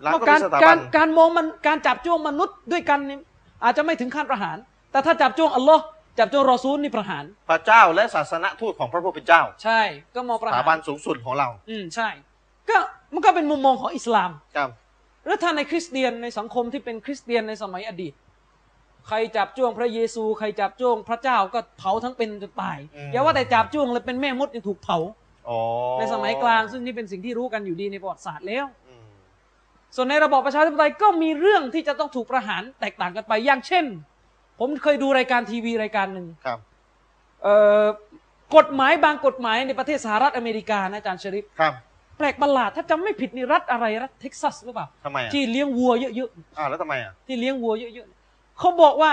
Speaker 1: ร้านก็
Speaker 3: กา
Speaker 1: เป็
Speaker 3: ร
Speaker 1: นสถาบั
Speaker 3: การกาน รการมองมันการจับจ้วงมนุษย์ด้วยกันนี่อาจจะไม่ถึงขั้นประหาร แต่ถ้าจับจ้วงอัลลอฮ์จับจ้วงรอซูลนี่ประหาร
Speaker 1: พระเจ้าและศาสนทูตของพระผู้เป็นเจ้า
Speaker 3: ใช่ก็มองป
Speaker 1: ส
Speaker 3: ระ
Speaker 1: ถา
Speaker 3: หาร
Speaker 1: บันสูงสุดของเรา
Speaker 3: อืมใช่ ก็มันก็เป็นมุมมองของอิสลาม
Speaker 1: ครับ
Speaker 3: แล้วถ้าในคริสเตียนในสังคมที่เป็นคริสเตียนในสมัยอดีต ใครจับจ้วงพระเยซู ใครจับจ้วงพระเจ้าก็เผาทั้งเป็นจนตาย
Speaker 1: อืม
Speaker 3: อย่าว่าแต่จับจ้วงเลยเป็นแม่มดยังถูกเผา
Speaker 1: อ๋อ
Speaker 3: ในสมัยกลางซึ่งนี่เป็นสิ่งที่รู้กันอยู่ดีในประวัติศาสตร์แล้ว
Speaker 1: อืม
Speaker 3: ส่วนในระบอบประชาธิปไตยก็มีเรื่องที่จะต้องถูกประหารแตกต่างกันไป อย่างเช่น ผมเคยดูรายการทีวีรายการหนึ่ง
Speaker 1: ครับ
Speaker 3: เอ่อกฎหมายบางกฎหมายในประเทศสหรัฐอเมริกานะอาจารย์ชริฟ
Speaker 1: ครับ
Speaker 3: แปลกประหลาดถ้าจำไม่ผิดนี่รัฐอะไรรัฐเท็กซัสหรือเปล่า
Speaker 1: ทำไมอ่ะ
Speaker 3: ที่เลี้ยงวัวเยอะ
Speaker 1: อ้าวแล้วทำไมอ่ะ
Speaker 3: ๆที่เลี้ยงวัวเยอะๆเขาบอกว่า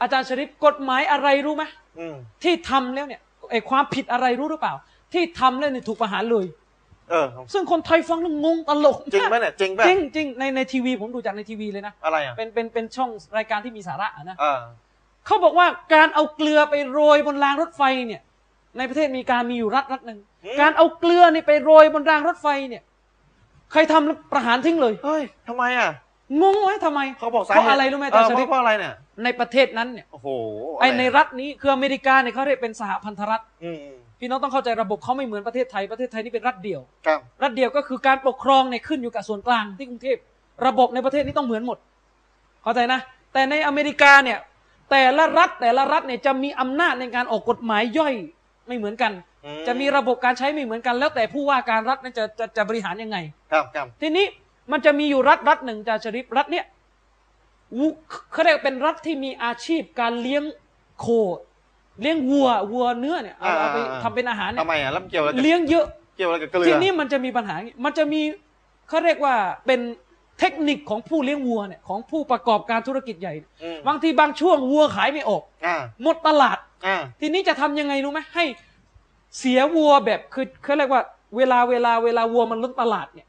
Speaker 3: อาจารย์ชริฟกฎหมายอะไรรู้ไหม
Speaker 1: อืม
Speaker 3: ที่ทำแล้วเนี่ยไอความผิดอะไรรู้หรือเปล่า ที่ทำแล้วเนี่ยถูกประหารเลย
Speaker 1: เออ
Speaker 3: ซึ่งคนไทยฟังแล้วงงตลก
Speaker 1: จริงไหม
Speaker 3: มาก
Speaker 1: เนี่ยจริงป่ะ
Speaker 3: จริงจริงในในทีวีผมดูจากในทีวีเลยนะ
Speaker 1: อะไรอ่ะ
Speaker 3: เป็นเป็นเป็นช่องรายการที่มีสาระอะนะ
Speaker 1: เออ
Speaker 3: เขาบอกว่าการเอาเกลือไปโรยบนรางรถไฟเนี่ย ในประเทศอเมีการมีอยู่รัฐรัฐหนึ่งการเอาเกลือนี่ไปโรยบนรางรถไฟเนี่ยใครทำแล้วประหารทิ้งเลย
Speaker 1: เฮ้ยทำไมอ่ะ
Speaker 3: งงไว้ทำไม
Speaker 1: เขาบอกสา
Speaker 3: เพราะอะไรรู้ไหมอาจารย์ช
Speaker 1: เออเพ
Speaker 3: ลิ
Speaker 1: ราะ
Speaker 3: ป
Speaker 1: เพราะอะไรเนี่ย
Speaker 3: ในประเทศนั้นเนี่ย
Speaker 1: โอ้โห
Speaker 3: ไอใน
Speaker 1: รัฐ
Speaker 3: รัฐนี้คืออเมริกาเนี่ยเขาเรียกเป็นสหพันธรัฐ
Speaker 1: อืม
Speaker 3: พี่น้องต้องเข้าใจระบบเขาไม่เหมือนประเทศไทยประเทศไทยนี่เป็นรัฐเดียว
Speaker 1: ครับ
Speaker 3: รัฐเดียวก็คือการปกครองเนี่ยขึ้นอยู่กับส่วนกลางที่กรุงเทพระบบในประเทศนี้ต้องเหมือนหมด เข้าใจนะ แต่ในอเมริกาเนี่ยแต่ละรัฐแต่ละรัฐเนี่ยจะมีอำนาจในการออกกฎหมายย่อยไม่เหมือนกัน
Speaker 1: อื
Speaker 3: จะมีระบบการใช้ไม่เหมือนกัน แล้วแต่ผู้ว่าการรัฐนั้นจะจะจะบริหารยังไง
Speaker 1: ครับครับ
Speaker 3: ทีนี้มันจะมีอยู่รัฐรัฐหนึ่งจาชริปรัฐเนี่ยวุเขาเรียกเป็นรัฐที่มีอาชีพการเลี้ยงโค เลี้ยงวัววัวเนื้อเนี่ยเอาเอาไปทำเป็นอาหารเนี่
Speaker 1: ทำไม
Speaker 3: ย
Speaker 1: อ่ะแล้วมันเกี่ยวอะไรกับ
Speaker 3: เลี้ยงเยอะ
Speaker 1: เกี่ยวอะไรกับเกลือ
Speaker 3: ทีนี้มันจะมีปัญหาอย่างงี้มันจะมีเขาเรียกว่าเป็นเทคนิคของผู้เลี้ยงวัวเนี่ยของผู้ประกอบการธุรกิจใหญ่
Speaker 1: อืม
Speaker 3: บางทีบางช่วงวัวขายไม่ออก
Speaker 1: อ่า
Speaker 3: หมดตลาด
Speaker 1: อ่า
Speaker 3: ทีนี้จะทำยังไงรู้ไหมให้เสียวัวแบบคือเขาเรียกว่าเวลาเวลาเวลาวัวมันล้นตลาดเนี่ย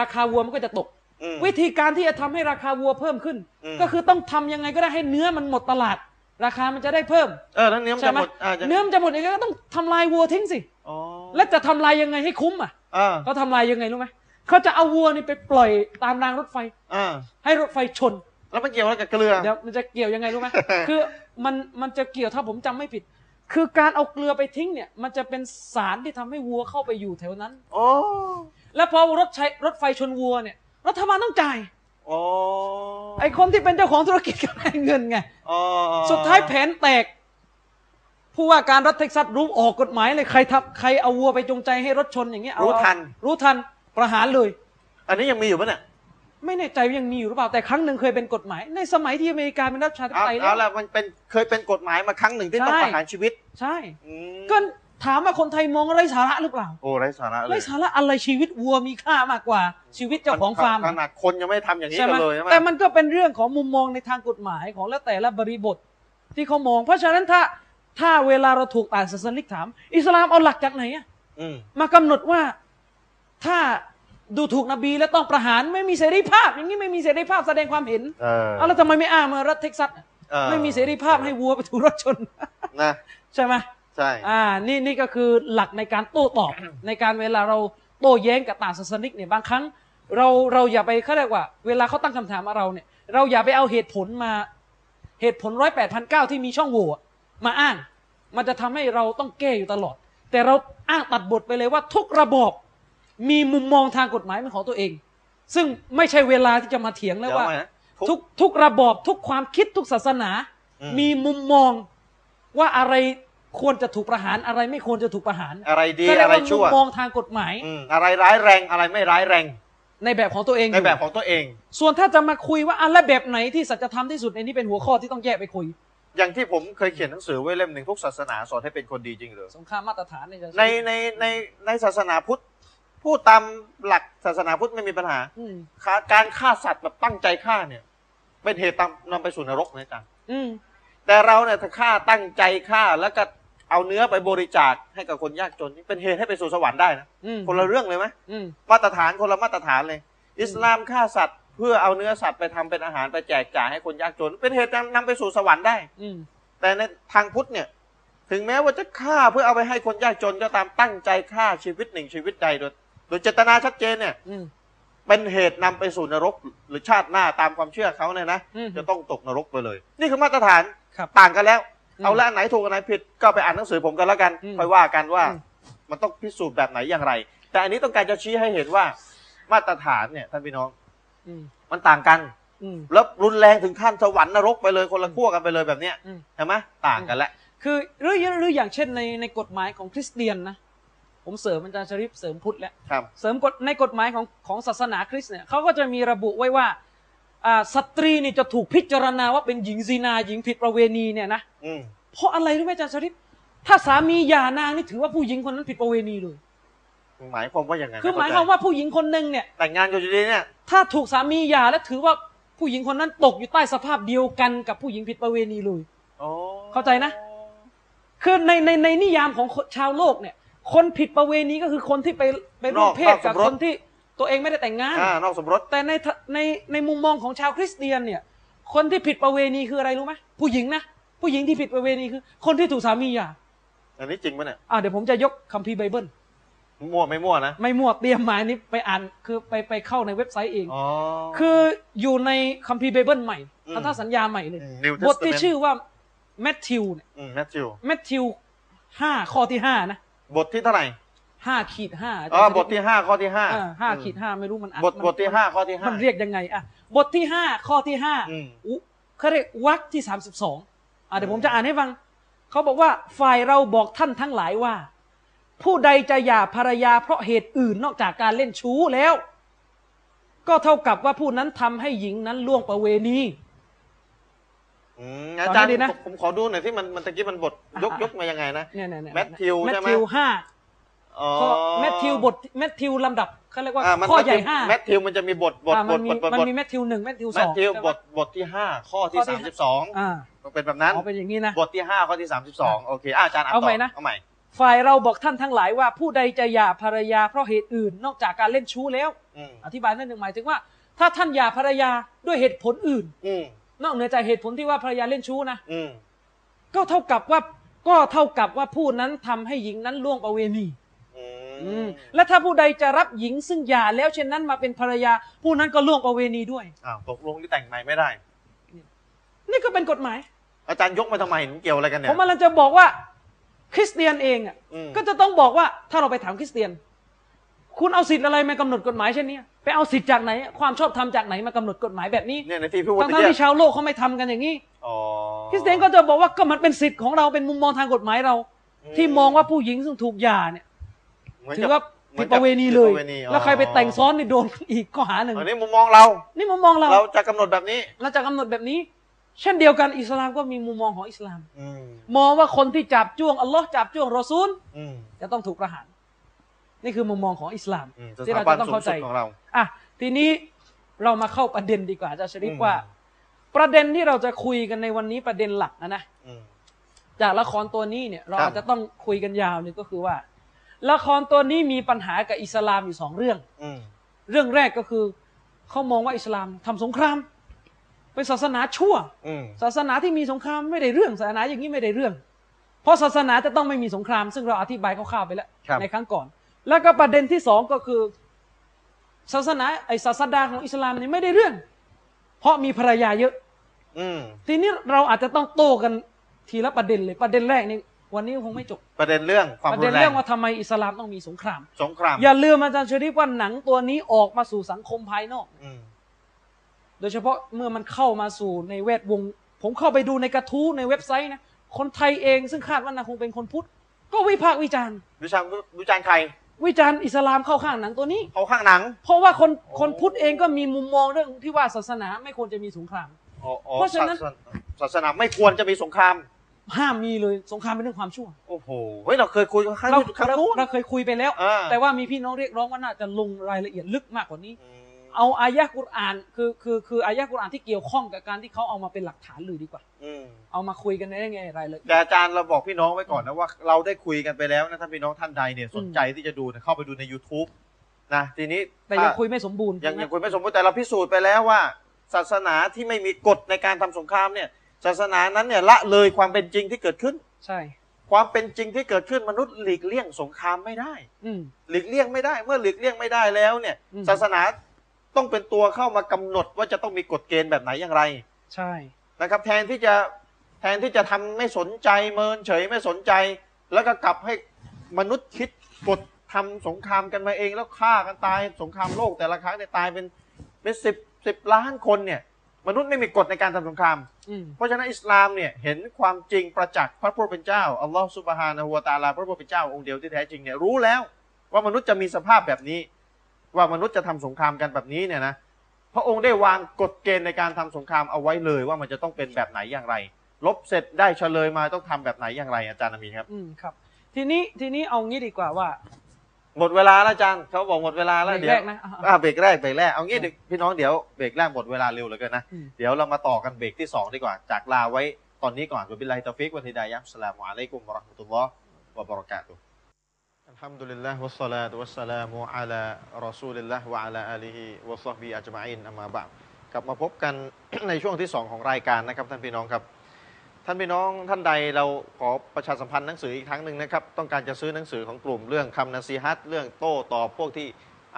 Speaker 3: ราคาวัวมันก็จะตก
Speaker 1: อืม
Speaker 3: วิธีการที่จะทำให้ราคาวัวเพิ่มขึ้น
Speaker 1: อืม
Speaker 3: ก็คือต้องทำยังไงก็ได้ให้เนื้อมันหมดตลาด ราคามันจะได้เพิ่ม
Speaker 1: เออแล้วเนื้อมัน
Speaker 3: ใช่
Speaker 1: จะ
Speaker 3: ไห
Speaker 1: ห
Speaker 3: ม
Speaker 1: มดอ่าจะ
Speaker 3: เนื้อมันจะหมดเองก็ต้องทำลายวัวทิ้งสิ
Speaker 1: อ๋อ
Speaker 3: แล้วจะทำลายยังไงให้คุ้มอ่ะ
Speaker 1: อ่า
Speaker 3: เขาทำลายยังไงรู้ไหม เขาจะเอาวัวนี่ไปปล่อยตามรางรถไฟ
Speaker 1: อ่า
Speaker 3: ให้รถไฟชน
Speaker 1: แล้วมันเกี่ยวอะไรกับเกลือ
Speaker 3: เดี๋ยวมันจะเกี่ยวยังไงรู้ไหม
Speaker 1: เออ
Speaker 3: คือมันมันจะเกี่ยวถ้าผมจำไม่ผิด คือการเอาเกลือไปทิ้งเนี่ย มันจะเป็นสารที่ทำให้วัวเข้าไปอยู่แถวนั้น
Speaker 1: โอ้
Speaker 3: แล้วพอรถใช้รถไฟชนวัวเนี่ย รัฐบาลต้องจ่าย
Speaker 1: โอ้
Speaker 3: ไอ้คนที่เป็นเจ้าของธุรกิจก็ได้เงินไง
Speaker 1: อ๋อ
Speaker 3: สุดท้ายแผนแตก ผู้ว่าการรัฐเท็กซัสรู้ออกกฎหมายเลยใครทับใครเอาวัวไปจงใจให้รถชนอย่างเงี้ยเอา
Speaker 1: รู้ทัน
Speaker 3: รู้ทันประหารเลย
Speaker 1: อันนี้ยังมีอยู่ปะเนี่ย
Speaker 3: ไม่แน่ใจว่ายังมีอยู่หรือเปล่าแต่ครั้งหนึ่งเคยเป็นกฎหมาย ในสมัยที่อเมริกาเป็นรัฐประชาธิป
Speaker 1: เอา
Speaker 3: ไตย
Speaker 1: เอา
Speaker 3: แล้ว
Speaker 1: ละมันเป็นเคยเป็นกฎหมายมาครั้งหนึ่งที่ต้อง
Speaker 3: ใช่
Speaker 1: ประหารชีวิต
Speaker 3: ใช่
Speaker 1: อืม
Speaker 3: ก็ถามว่าคนไทยมองไร้สาระหรือเปล่า
Speaker 1: โอ้ไร้สาระเล
Speaker 3: ไร้
Speaker 1: ย
Speaker 3: สาระอะไรชีวิตวัวมีค่ามากกว่า ชีวิตเจ้าของฟาร์ม
Speaker 1: ขนาดคนยังไม่ทำอย่างนี้
Speaker 3: ใช่ไหม
Speaker 1: กันเลยใช่ไหม
Speaker 3: แต่มันก็เป็นเรื่องของมุมมองในทางกฎหมายของแล้วแต่ละบริบทที่เขามอง เพราะฉะนั้นถ้าถ้าเวลาเราถูกต่างศาสนิกถาม อิสลามเอาหลักจากไหนอะ
Speaker 1: อืม
Speaker 3: มากำหนดว่าถ้าดูถูกนบีแล้วต้องประหารไม่มีเสรีภาพ อย่างนี้ไม่มีเสรีภาพแสดงความเห็น
Speaker 1: เออ
Speaker 3: เอาแล้วทำไมไม่อ้างมารัฐเท็กซัสอะ
Speaker 1: เออ
Speaker 3: ไม่มีเสรีภาพให้วัวไปถูกรถชน <laughs>
Speaker 1: นะ
Speaker 3: ใช่ไหม
Speaker 1: ใช่
Speaker 3: อ่า นี่นี่ก็คือหลักในการโต้ต
Speaker 1: <coughs>
Speaker 3: อบ ในการเวลาเราโต้แย้งกับต่างศาสนิกเนี่ยบางครั้ง เราเราอย่าไปเขาเรียกว่า เวลาเขาตั้งคำถามมาเราเนี่ย เราอย่าไปเอาเหตุผลมาเหตุผลร้อยแปดพันเก้าที่มีช่องโหว่อะมาอ้าง มันจะทำให้เราต้องแก้อยู่ตลอด แต่เราอ้างตัดบทไปเลยว่าทุกระบอบมีมุมมองทางกฎหมายเป็นของตัวเอง ซึ่งไม่ใช่เวลาที่จะมาเถียงแล้ว
Speaker 1: เดี๋ยว
Speaker 3: ว่า
Speaker 1: ใหม่นะ
Speaker 3: ทุกทุกระบอบทุกความคิดทุกศาสนา
Speaker 1: อืม
Speaker 3: มีมุมมองว่าอะไรควรจะถูกประหารอะไรไม่ควรจะถูกประหาร
Speaker 1: อะไรดี
Speaker 3: ก็เรียก
Speaker 1: อะไร
Speaker 3: ว่ามุ
Speaker 1: ชั่ว
Speaker 3: มมองทางกฎหมาย
Speaker 1: อืมอะไรร้ายแรงอะไรไม่ร้ายแรง
Speaker 3: ในแบบของตัวเอง
Speaker 1: ในแบบของตัวเอง
Speaker 3: ส่วนถ้าจะมาคุยว่าอะไรแบบไหนที่สัจธรรมที่สุดในนี้เป็นหัวข้อที่ต้องแยกไปคุย
Speaker 1: อย่างที่ผมเคยเขียนหนังสือไว้เล่มหนึ่งทุกศาสนาสอนให้เป็นคนดีจริงเหรือ
Speaker 3: สงครามมาตรฐานเนี่ยจะ
Speaker 1: ในในในในศาสนาพุทธพูดตามหลักศาสนาพุทธไม่มีปัญหา
Speaker 3: อืม
Speaker 1: ขาการฆ่าสัตว์แบบตั้งใจฆ่าเนี่ย เป็นเหตุตามนำไปสู่นรกนะอาจารย์
Speaker 3: อืม
Speaker 1: แต่เราเนี่ยถ้าฆ่าตั้งใจฆ่าแล้วก็เอาเนื้อไปบริจาคให้กับคนยากจนนี่เป็นเหตุให้ไปสู่สวรรค์ได้นะ
Speaker 3: อืม
Speaker 1: คนละเรื่องเลยไหม
Speaker 3: อืม
Speaker 1: มาตรฐานคนละมาตรฐานเลย อิสลามฆ่าสัตว์ เพื่อเอาเนื้อสัตว์ไปทำเป็นอาหารไปแจกจ่ายให้คนยากจน เป็นเหตุนำไปสู่สวรรค์ได้
Speaker 3: อืม
Speaker 1: แต่ในทางพุทธเนี่ย ถึงแม้ว่าจะฆ่าเพื่อเอาไปให้คนยากจนก็ตามตั้งใจฆ่าชีวิตหนึ่งชีวิตใดโดยโดยเจตนาชัดเจนเนี่ย
Speaker 3: อืม
Speaker 1: เป็นเหตุนำไปสู่นรกหรือชาติหน้าตามความเชื่อเขาเนี่ยนะ
Speaker 3: อืม
Speaker 1: จะต้องตกนรกไปเลย นี่คือมาตรฐาน
Speaker 3: ครับ
Speaker 1: ต่างกันแล้ว
Speaker 3: อืม
Speaker 1: เอาละอันไหนถูกอันไหนผิดก็ไปอ่านหนังสือผมกันแล้วกัน
Speaker 3: อืม
Speaker 1: ค่อยว่ากันว่า
Speaker 3: อืม
Speaker 1: มันต้องพิสูจน์แบบไหนอย่างไร แต่อันนี้ต้องการจะชี้ให้เห็นว่ามาตรฐานเนี่ยท่านพี่น้อง
Speaker 3: อืม
Speaker 1: มันต่างกัน
Speaker 3: อืม
Speaker 1: แล้วรุนแรงถึงขั้นสวรรค์นรกไปเลยคนละขั้วกันไปเลยแบบเนี้ย
Speaker 3: อืม
Speaker 1: เห็นไหมต่างกันแล้ว
Speaker 3: คือหรือหรืออย่างเช่นในในกฎหมายของคริสเตียนนะ ผมเสริมอาจารย์ชริฟเสริมพุทธแล้ว
Speaker 1: ครับ
Speaker 3: เสริมกฎในกฎหมายของของศาสนาคริสต์เนี่ยเขาก็จะมีระบุไว้ว่าอ่าสตรีนี่จะถูกพิจารณาว่าเป็นหญิงซีนาหญิงผิดประเวณีเนี่ยนะ
Speaker 1: อืม
Speaker 3: เพราะอะไรรู้ไหมอาจารย์ชริฟถ้าสามีหย่านางนี่ถือว่าผู้หญิงคนนั้นผิดประเวณีเลย
Speaker 1: หมายความว่าอย่างไงนะ
Speaker 3: คือหมายความว่าผู้หญิงคนหนึ่งเนี่ย
Speaker 1: แต่งงานกันอยู่ดีเนี่ย
Speaker 3: ถ้าถูกสามีหย่าและถือว่าผู้หญิงคนนั้นตกอยู่ใต้สภาพเดียวกันกับผู้หญิงผิดประเวณีเลย
Speaker 1: อ๋อ
Speaker 3: เข้าใจนะ คือในในในนิยามของคนชาวโลกเนี่ย คนผิดประเวณีก็คือคนที่ไปไปร่วมเพศกับคนที่ตัวเองไม่ได้แต่งงาน
Speaker 1: อ่านอกสมรส
Speaker 3: แต่ในทะในในมุมมองของชาวคริสเตียนเนี่ย คนที่ผิดประเวณีคืออะไรรู้ไหมผู้หญิงนะ ผู้หญิงที่ผิดประเวณีคือ คนที่ถูกสามีหย่า
Speaker 1: อันนี้จริงปะเนี่ย
Speaker 3: อ่าเดี๋ยวผมจะยกคัมภีร์ไบเบิล
Speaker 1: มั่วไม่มั่วนะ
Speaker 3: ไม่มั่วเตรียมมาอันนี้ไปอ่านคือไปไปเข้าในเว็บไซต์เอง
Speaker 1: อ๋อ
Speaker 3: คืออยู่ในคัมภีร์ไบเบิลใหม่
Speaker 1: อืม
Speaker 3: พันธสัญญาใหม่เลย
Speaker 1: New
Speaker 3: บทที่
Speaker 1: Testament
Speaker 3: ชื่อว่าแมทธิวเนี่ย
Speaker 1: อืมแมทธิว
Speaker 3: แมทธิวห้าข้อที่ห้านะ
Speaker 1: บทที่เท่าไหร่
Speaker 3: ห้าขีดห้าจารย์
Speaker 1: อ๋อบทที่ห้าข้อที่ห้า
Speaker 3: เออห้าขีดห้าไม่รู้มันอ่าน
Speaker 1: บท
Speaker 3: มัน
Speaker 1: บทที่ห้าข้อที่ห้า
Speaker 3: มันเรียกยังไงอ่ะบทที่ห้าข้อที่ห้า
Speaker 1: อืม
Speaker 3: อุเขาเรียกวรรคที่สามสิบสองอ่ะเดี๋ยวผมจะอ่านให้ฟัง เขาบอกว่าฝ่ายเราบอกท่านทั้งหลายว่า ผู้ใดจะหย่าภรรยาเพราะเหตุอื่นนอกจากการเล่นชู้แล้ว ก็เท่ากับว่าผู้นั้นทำให้หญิงนั้นล่วงประเวณี
Speaker 1: อืมอาจารย์
Speaker 3: ตอนนี้ดีนะ
Speaker 1: ผมผมขอดูหน่อยที่มันมันตะกี้มันบทยกยกมายังไงนะ
Speaker 3: เนี่ยเนี่ยเนี่ย
Speaker 1: แมทธิว
Speaker 3: แม
Speaker 1: ใช่
Speaker 3: ท
Speaker 1: ไหม
Speaker 3: ธิวห้า
Speaker 1: อ๋อ
Speaker 3: ข้อแมทธิวบทแมทธิวลำดับเขาเรียกว่า
Speaker 1: อ่ามัน
Speaker 3: ข้อใหญ่ห้า
Speaker 1: แมทธิวมันจะมีบทบท
Speaker 3: อ่า
Speaker 1: บ
Speaker 3: มั
Speaker 1: ท
Speaker 3: นมี
Speaker 1: บทบท
Speaker 3: มัน
Speaker 1: บท
Speaker 3: มีแมทธิวหนึ่งแมทธิว
Speaker 1: แม
Speaker 3: ส
Speaker 1: ท
Speaker 3: อง
Speaker 1: ธิว
Speaker 3: ใช่
Speaker 1: บ
Speaker 3: ไหม
Speaker 1: ทบทที่ห้าข้อที่
Speaker 3: ข้อที่
Speaker 1: สามสิบสอง
Speaker 3: อ่า
Speaker 1: มันเป็นแบบนั้น
Speaker 3: เอาเป็นอย่างนี้นะ
Speaker 1: บทที่ห้าข้อที่สามสิบสองโอเคอ่ะอาจารย์อ่านต่
Speaker 3: เอาใหม่นะ
Speaker 1: เอาใหม่
Speaker 3: ฝ่ายเราบอกท่านทั้งหลายว่าผู้ใดจะหย่าภรรยาเพราะเหตุอื่น นอกจากการเล่นชู้แล้ว
Speaker 1: อืม
Speaker 3: อธิบายนั่นหนึ่งหมายถึงว่า ถ้าท่านหย่าภรรยาด้วยเหตุผลอื่น
Speaker 1: อืม
Speaker 3: นอกเหนือจากเหตุผลที่ว่าภรรยาเล่นชู้นะ
Speaker 1: อืม
Speaker 3: ก็เท่ากับว่าก็เท่ากับว่าผู้นั้นทำให้หญิงนั้นล่วงประเวณี
Speaker 1: อื
Speaker 3: อื
Speaker 1: ม
Speaker 3: มและถ้าผู้ใดจะรับหญิงซึ่งหย่าแล้วเช่นนั้นมาเป็นภรรยา ผู้นั้นก็ล่วงประเวณีด้วย
Speaker 1: อ้าวตกลงที่แต่งใหม่ไม่ได้
Speaker 3: นี่ก็เป็นกฎหมาย
Speaker 1: อาจารย์ยกมาทำไมมันเกี่ยวอะไรกันเนี่
Speaker 3: ผ
Speaker 1: ย
Speaker 3: มกำลังจะบอกว่าคริสเตียนเองอ่ะ
Speaker 1: อืม
Speaker 3: ก็จะต้องบอกว่าถ้าเราไปถามคริสเตียน คุณเอาสิทธิ์อะไรมากำหนดกฎหมายเช่นเนี้ยไปเอาสิทธิ์จากไหนอะความชอบธรรมจากไหนมากำหนดกฎหมายแบบนี้
Speaker 1: เนี่ยในที่พี่พูด
Speaker 3: ทั้ง
Speaker 1: เนี่
Speaker 3: ๆ
Speaker 1: ย
Speaker 3: ที่ชาวโลกเขาไม่ทำกันอย่างนี้
Speaker 1: อ๋อ
Speaker 3: คริสเตียนก็จะบอกว่าก็มันเป็นสิทธิ์ของเราเป็นมุมมองทางกฎหมายเรา
Speaker 1: อืม
Speaker 3: ที่มองว่าผู้หญิงซึ่งถูกหย่าเนี่ย
Speaker 1: เหมืน
Speaker 3: ถื
Speaker 1: กับ
Speaker 3: อว่า
Speaker 1: หมื
Speaker 3: ผิ
Speaker 1: อ
Speaker 3: ด
Speaker 1: น
Speaker 3: ป
Speaker 1: กับ
Speaker 3: ระเวณีเลย
Speaker 1: ผิดประณีอ๋อ
Speaker 3: แล้วใครไปแต่งซ้อนนี่โด <laughs> นอีกข้อหาหนึ่ง
Speaker 1: อันนี้มุมมองเรา
Speaker 3: นี่มุมมองเรา
Speaker 1: เราจะกำหนดแบบนี้
Speaker 3: เราจะกำหนดแบบนี้ เช่นเดียวกันอิสลามก็มีมุมมองของอิสลาม
Speaker 1: อืม
Speaker 3: มองว่าคนที่จับจ้วงอัลลอฮ์จับจ้วงรอซูล
Speaker 1: อืม
Speaker 3: จะต้องถูกประหาร นี่คือมุมมองของอิสลาม
Speaker 1: อืมส
Speaker 3: ที่
Speaker 1: ถา
Speaker 3: เรา
Speaker 1: บัน
Speaker 3: จะต้อง
Speaker 1: สูง
Speaker 3: เข้าใจ
Speaker 1: สุดของเรา
Speaker 3: อ่ะทีนี้เรามาเข้าประเด็นดีกว่าอาจารย์ชริปว่า
Speaker 1: อืม
Speaker 3: ประเด็นที่เราจะคุยกันในวันนี้ประเด็นหลักนะนะ
Speaker 1: อืม
Speaker 3: จากละครตัวนี้เนี่ยเรา
Speaker 1: ครับ
Speaker 3: อาจจะต้องคุยกันยาวเลยก็คือว่า ละครตัวนี้มีปัญหากับอิสลามอยู่สองเรื่อง
Speaker 1: อืม
Speaker 3: เรื่องแรกก็คือเขามองว่าอิสลามทำสงคราม เป็นศาสนาชั่ว
Speaker 1: อืม
Speaker 3: ศาสนาที่มีสงครามไม่ได้เรื่องศาสนาอย่างนี้ไม่ได้เรื่อง เพราะศาสนาจะต้องไม่มีสงคราม ซึ่งเราอธิบายคร่าวๆไปแล้ว
Speaker 1: ครับ
Speaker 3: ในครั้งก่อน แล้วก็ประเด็นที่สองก็คือ ศาสนาไอศาสดาของอิสลามเนี่ยไม่ได้เรื่อง เพราะมีภรรยาเยอะ
Speaker 1: อืม
Speaker 3: ทีนี้เราอาจจะต้องโต้กันทีละประเด็นเลยประเด็นแรกนี่วันนี้คงไม่จบ
Speaker 1: ประเด็นเรื่องความ
Speaker 3: ประ
Speaker 1: รุ
Speaker 3: เด็
Speaker 1: น
Speaker 3: น
Speaker 1: แร
Speaker 3: เรื่อง งว่าทำไมอิสลามต้องมีสงคราม
Speaker 1: สงคราม
Speaker 3: อย่าลืมอาจารย์เชอรี่ว่าหนังตัวนี้ออกมาสู่สังคมภายนอก
Speaker 1: อืม
Speaker 3: โดยเฉพาะเมื่อมันเข้ามาสู่ในแวดวง ผมเข้าไปดูในกระทู้ในเว็บไซต์นะคนไทยเองซึ่งคาดว่านาคงเป็นคนพุทธก็วิพากษ์วิจารณ์
Speaker 1: วิจารณ์วิจารณ์ใคร
Speaker 3: วิจารณ์อิสลามเข้าข้างหนังตัวนี้
Speaker 1: เขาข้างหนัง
Speaker 3: เพราะว่าคน
Speaker 1: โอ้
Speaker 3: คนพุทธเองก็มีมุมมองเรื่องที่ว่าศาสนาไม่ควรจะมีสงคราม
Speaker 1: อ๋ออ๋อ
Speaker 3: เพราะฉะนั้น
Speaker 1: ศสศาสนาไม่ควรจะมีสงคราม
Speaker 3: ห้ามมีเลยสงครามเป็นเรื่องความชั่ว
Speaker 1: โอ้โห เฮ้ย เราเคยคุยกันครั้ง
Speaker 3: เรา
Speaker 1: นู้นครั้ง
Speaker 3: เรา
Speaker 1: นู้น
Speaker 3: เราเคยคุยไปแล้ว
Speaker 1: อ่า
Speaker 3: แต่ว่ามีพี่น้องเรียกร้องว่าน่าจะลงรายละเอียดลึกมากกว่านี้
Speaker 1: อืม
Speaker 3: เอาอายะห์กุรอานคือคือคืออายะห์กุรอานที่เกี่ยวข้องกับการที่เขาเอามาเป็นหลักฐานเลยดีกว่า
Speaker 1: อืม
Speaker 3: เอามาคุยกันในได้ไงรายละเอียด
Speaker 1: แต่อาจารย์เราบอกพี่น้องไว้ก่อนนะว่าเราได้คุยกันไปแล้วนะ ถ้าพี่น้องท่านใดเนี่ยสนใจที่จะดูเนี่ยเข้าไปดูใน YouTube นะ ทีนี้
Speaker 3: แต่ยัง
Speaker 1: ถ้า
Speaker 3: คุยไม่สมบูรณ์
Speaker 1: ยัง
Speaker 3: นะ
Speaker 1: ยังคุยไม่สมบูรณ์แต่เราพิสูจน์ไปแล้วว่า ศาสนาที่ไม่มีกฎในการทำสงครามเนี่ย ศาสนานั้นเนี่ยละเลยความเป็นจริงที่เกิดขึ้น
Speaker 3: ใช่
Speaker 1: ความเป็นจริงที่เกิดขึ้นมนุษย์หลีกเลี่ยงสงครามไม่ได้
Speaker 3: อืม
Speaker 1: หลีกเลี่ยงไม่ได้เมื่อหลีกเลี่ยงไม่ได้แล้วเนี่ย
Speaker 3: อืม
Speaker 1: ศาสนาต้องเป็นตัวเข้ามากำหนดว่าจะต้องมีกฎเกณฑ์แบบไหนอย่างไร
Speaker 3: ใช่
Speaker 1: นะครับแทนที่จะแทนที่จะทำไม่สนใจเมินเฉยไม่สนใจ แล้วก็กลับให้มนุษย์คิดกดทำสงครามกันมาเองแล้วฆ่ากันตายสงครามโลกแต่ละครั้งเนี่ยตายเป็นเป็นสิบสิบล้านคนเนี่ยมนุษย์ไม่มีกฎในการทำสงคราม
Speaker 3: อืม
Speaker 1: เพราะฉะนั้นอิสลามเนี่ยเห็นความจริงประจักษ์พระผู้เป็นเจ้าอัลลอฮฺสุบฮานะฮูวะตะอาลาพระผู้เป็นเจ้าองค์เดียวที่แท้จริงเนี่ยรู้แล้ว ว่ามนุษย์จะมีสภาพแบบนี้ ว่ามนุษย์จะทำสงครามกันแบบนี้เนี่ยนะพระองค์ได้วางกฎเกณฑ์ในการทำสงครามเอาไว้เลยว่ามันจะต้องเป็นแบบไหนอย่างไรลบเสร็จได้เฉลยมาต้องทำแบบไหนอย่างไรอาจารย์อามีนครับ
Speaker 3: อืมครับ ทีนี้ทีนี้เอางี้ดีกว่าว่า
Speaker 1: หมดเวลาแล้วอาจารย์เขาบอกหมดเวลาแล้ว
Speaker 3: เบรก
Speaker 1: เดี๋ย
Speaker 3: แร
Speaker 1: ว
Speaker 3: กนะอ่ะอ่ะ
Speaker 1: อ่าเบรกแรกเบรกแรกเอางี้เดี๋ยวพี่น้องเดี๋ยวเบรกแรกหมดเวลาเร็วเหลือเกินนะ
Speaker 3: อืม
Speaker 1: เดี๋ยวเรามาต่อกันเบรกที่สองดีกว่าจากลาไว้ตอนนี้ก่อนวะบิลลาฮิตอฟิกวันฮิดายัมสลามุอะลัยกุมวะเราะห์มะตุลลอฮ์วะบะเราะกาตุฮ์ الحمد لله والصلاة والسلام على رسول الله وعلى آله وصحبه أجمعين أما بعد กลับมาพบกัน ในช่วงที่ 2 ของรายการนะครับท่านพี่น้องครับ ท่านพี่น้องท่านใดเราขอประชาสัมพันธ์หนังสืออีกครั้งหนึ่งนะครับ ต้องการจะซื้อหนังสือของกลุ่มเรื่องคำนาซีฮัตเรื่องโต้ตอบพวกที่